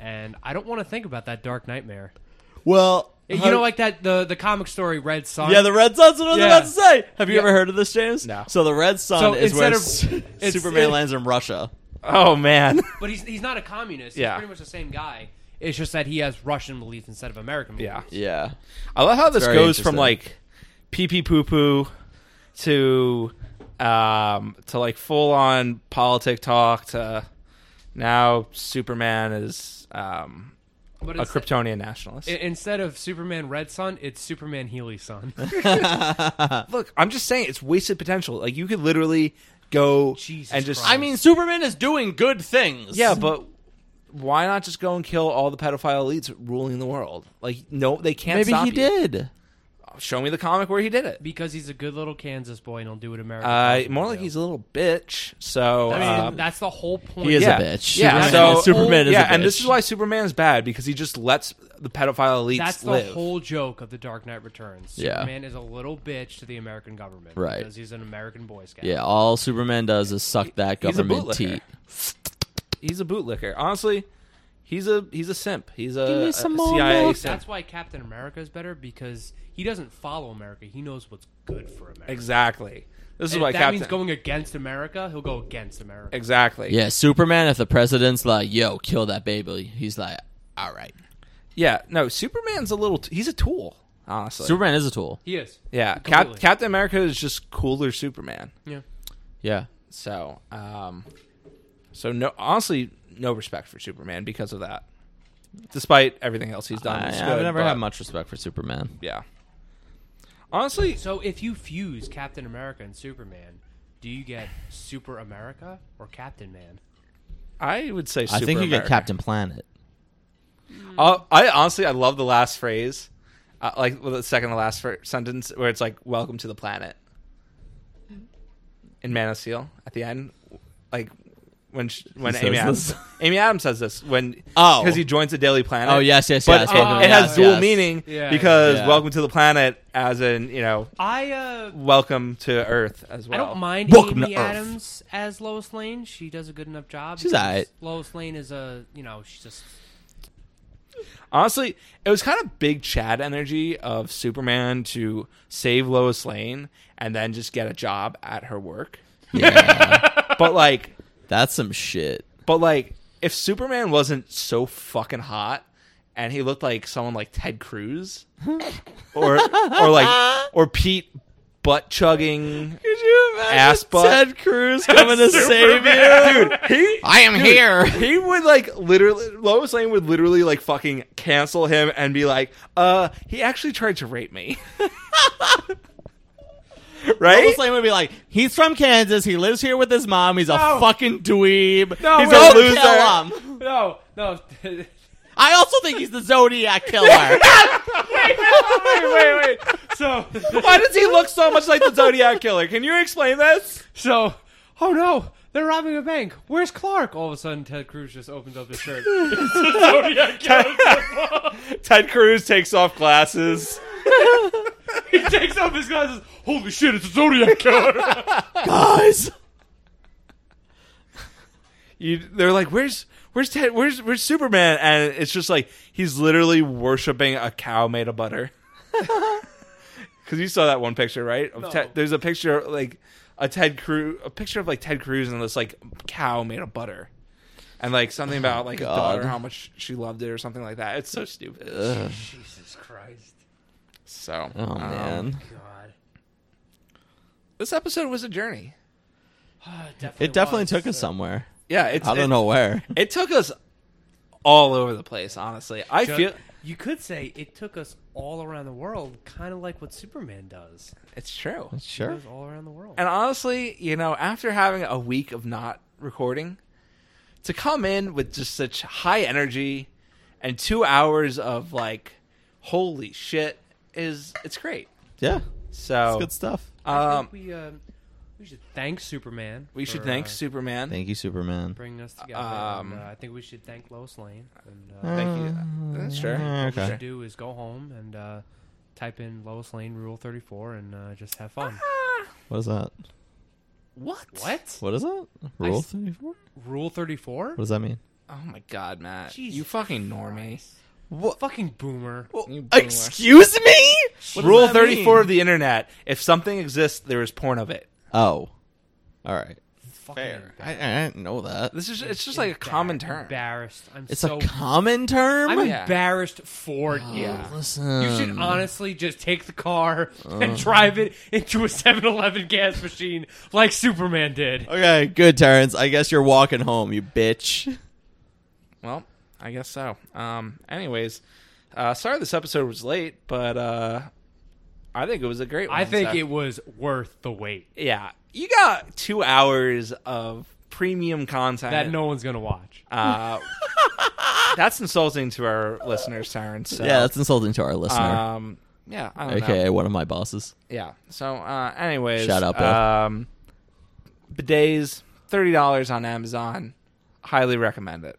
And I don't want to think about that dark nightmare.
Well,
You know, like that the the comic story Red Sun.
yeah, the Red Sun's what I was
Yeah.
about to say. Have you
Yeah.
ever heard of this, James?
No.
So the Red Sun
So
is where
instead of-
S-
it's-
Superman
it-
lands in Russia.
oh man.
but he's he's not a communist.
Yeah.
He's pretty much the same guy. It's just that he has Russian beliefs instead of American
Yeah.
beliefs.
Yeah.
I love how this
very
goes from
interesting.
like pee pee poo poo to um to like full on politic talk to now Superman is um
But
a
instead-
Kryptonian nationalist.
i- Instead of Superman Red Sun, it's Superman Healy Sun.
Look, I'm just saying it's wasted potential. Like you could literally go
Jesus
and just
Christ.
I mean, Superman is doing good things.
Yeah, but why not just go and kill all the pedophile elites ruling the world? Like no, they can't
maybe
stop
he
you.
did.
Show me the comic where he did it.
because he's a good little Kansas boy and he'll do what America.
Uh, more like he's a little bitch. So
I mean,
um,
that's the whole point.
He is
yeah.
a bitch.
Yeah,
Superman,
so
Superman is
yeah,
a bitch.
and this is why Superman is bad because he just lets the pedophile elites
That's the
live.
whole joke of the Dark Knight Returns.
Yeah.
Superman is a little bitch to the American government,
Right.
Because he's an American Boy Scout.
Yeah, all Superman does is suck that
He's a
government
bootlicker.
teat.
He's a bootlicker. Honestly, he's a he's a simp. He's a,
Give me
a
some more
CIA
milk.
simp.
That's why Captain America is better because he doesn't follow America. He knows what's good for America.
Exactly. This is
If
why
that
Captain.
means going against America, he'll go against America.
exactly.
Yeah, Superman. If the president's like, "Yo, kill that baby," he's like, "All right."
Yeah, no, Superman's a little. T- he's a tool, honestly.
Superman is a tool.
He is.
yeah, Cap-
Completely.
Captain America is just cooler Superman.
Yeah.
Yeah,
So, um, so no, honestly, no respect for Superman because of that. Despite everything else he's done,
I,
he's
have
good,
Uh, never
but-
had much respect for Superman.
Yeah, honestly,
So if you fuse Captain America and Superman, do you get Super America or Captain Man?
I would say.
I
Super
think you
America.
get Captain Planet.
Uh, I honestly, I love the last phrase, uh, like well, the second to last fir- sentence, where it's like "Welcome to the planet." In Man of Steel, at the end, like when sh when
says
Amy
this?
Adams, Amy Adams says this when
Oh.
because he joins the Daily Planet.
Oh, yes, yes,
but
yes,
it,
welcome,
it has
yes,
dual
yes.
meaning
Yeah,
because
yeah.
"Welcome to the planet" as in you know
I uh
"Welcome to Earth" as
I
well.
don't mind
Welcome
Amy
to Earth.
Adams as Lois Lane. She does a good enough job.
uh, She's
because
alright.
Lois Lane is a you know she's just
Honestly, it was kind of big Chad energy of Superman to save Lois Lane and then just get a job at her work.
Yeah,
but like
that's some shit.
but like if superman wasn't so fucking hot and he looked like someone like ted cruz or or like or pete butt chugging.
Could you imagine
Ass butt?
Ted Cruz coming to save you?
Dude, he
I am here.
he would like literally Lois Lane would literally like fucking cancel him and be like, uh, he actually tried to rape me. right?
Lois Lane would be like, he's from Kansas. He lives here with his mom. He's a
No.
fucking dweeb.
No,
he's
wait,
a
don't
loser.
kill
No, no. wait,
I also think he's the Zodiac killer.
wait, wait. So,
Why does he look so much like the Zodiac Killer? Can you explain this?
so, oh no, they're robbing a bank. Where's Clark? All of a sudden, Ted Cruz just opens up his shirt.
Ted Cruz takes off glasses.
he takes off his glasses. Holy shit, it's a Zodiac killer.
Guys.
You, they're like, "Where's where's Ted? Where's where's Superman?" And it's just like he's literally worshiping a cow made of butter. Because you saw that one picture, right? Of Ted, there's a picture like a Ted Cruz, a picture of like Ted Cruz and this like cow made of butter, and like something about like a daughter, how much she loved it or something like that. It's so stupid.
Jesus Christ.
So,
Oh,
um,
man.
God.
this episode was a journey.
Uh,
It definitely took us somewhere.
Yeah, it's,
I
it-
don't know where.
It took us all over the place, honestly. I feel
you could say it took us all around the world, kind of like what Superman does.
it's true.
It
Sure.
goes all around the world.
And honestly, you know, after having a week of not recording, to come in with just such high energy and two hours of like, holy shit, is it's great.
Yeah. It's
So
good stuff.
I
um,
think we uh, we should thank Superman.
we should
for,
thank
uh,
Superman.
Thank you, Superman.
bringing us together.
Um,
and, uh, I think we should thank Lois Lane. And, uh,
Thank you. That's sure.
What we
Eh, Okay.
should do is go home and uh, type in Lois Lane Rule 34 and uh, just have fun.
Ah,
What is that?
what?
what?
What is that? Rule
s-
34? What
Rule 34?
does that mean?
Oh my god, Matt!
Jesus
you fucking normie.
What?
Fucking boomer.
You boomer.
Excuse me?
Rule thirty-four of the internet: If something exists, there is porn of it.
Oh. All right.
Fucking
I, I didn't know that.
This is it's just like a common term.
Embarrassed. I'm
It's
so.
a common term? Oh. Um,
I'm
Yeah.
embarrassed for you.
Yeah.
Listen.
Oh, You should honestly just take the car
uh.
and drive it into a 7-Eleven gas machine like Superman
Oh,
did.
Okay, good, Terrence. I guess you're walking home, you bitch.
Well, I guess so. Um, anyways, uh, sorry this episode was late, but uh, I think it was a great one.
I think
so-
it was worth the wait.
Yeah. You got two hours of premium content.
That no one's gonna watch.
Uh, that's insulting to our listeners, Terrence. So,
Yeah, that's insulting to our listener.
Um, yeah, I don't know.
AKA one of my bosses.
Yeah. So, uh, anyways.
Shut up, Bill.
Um, bidets, $30 on Amazon. Highly recommend it.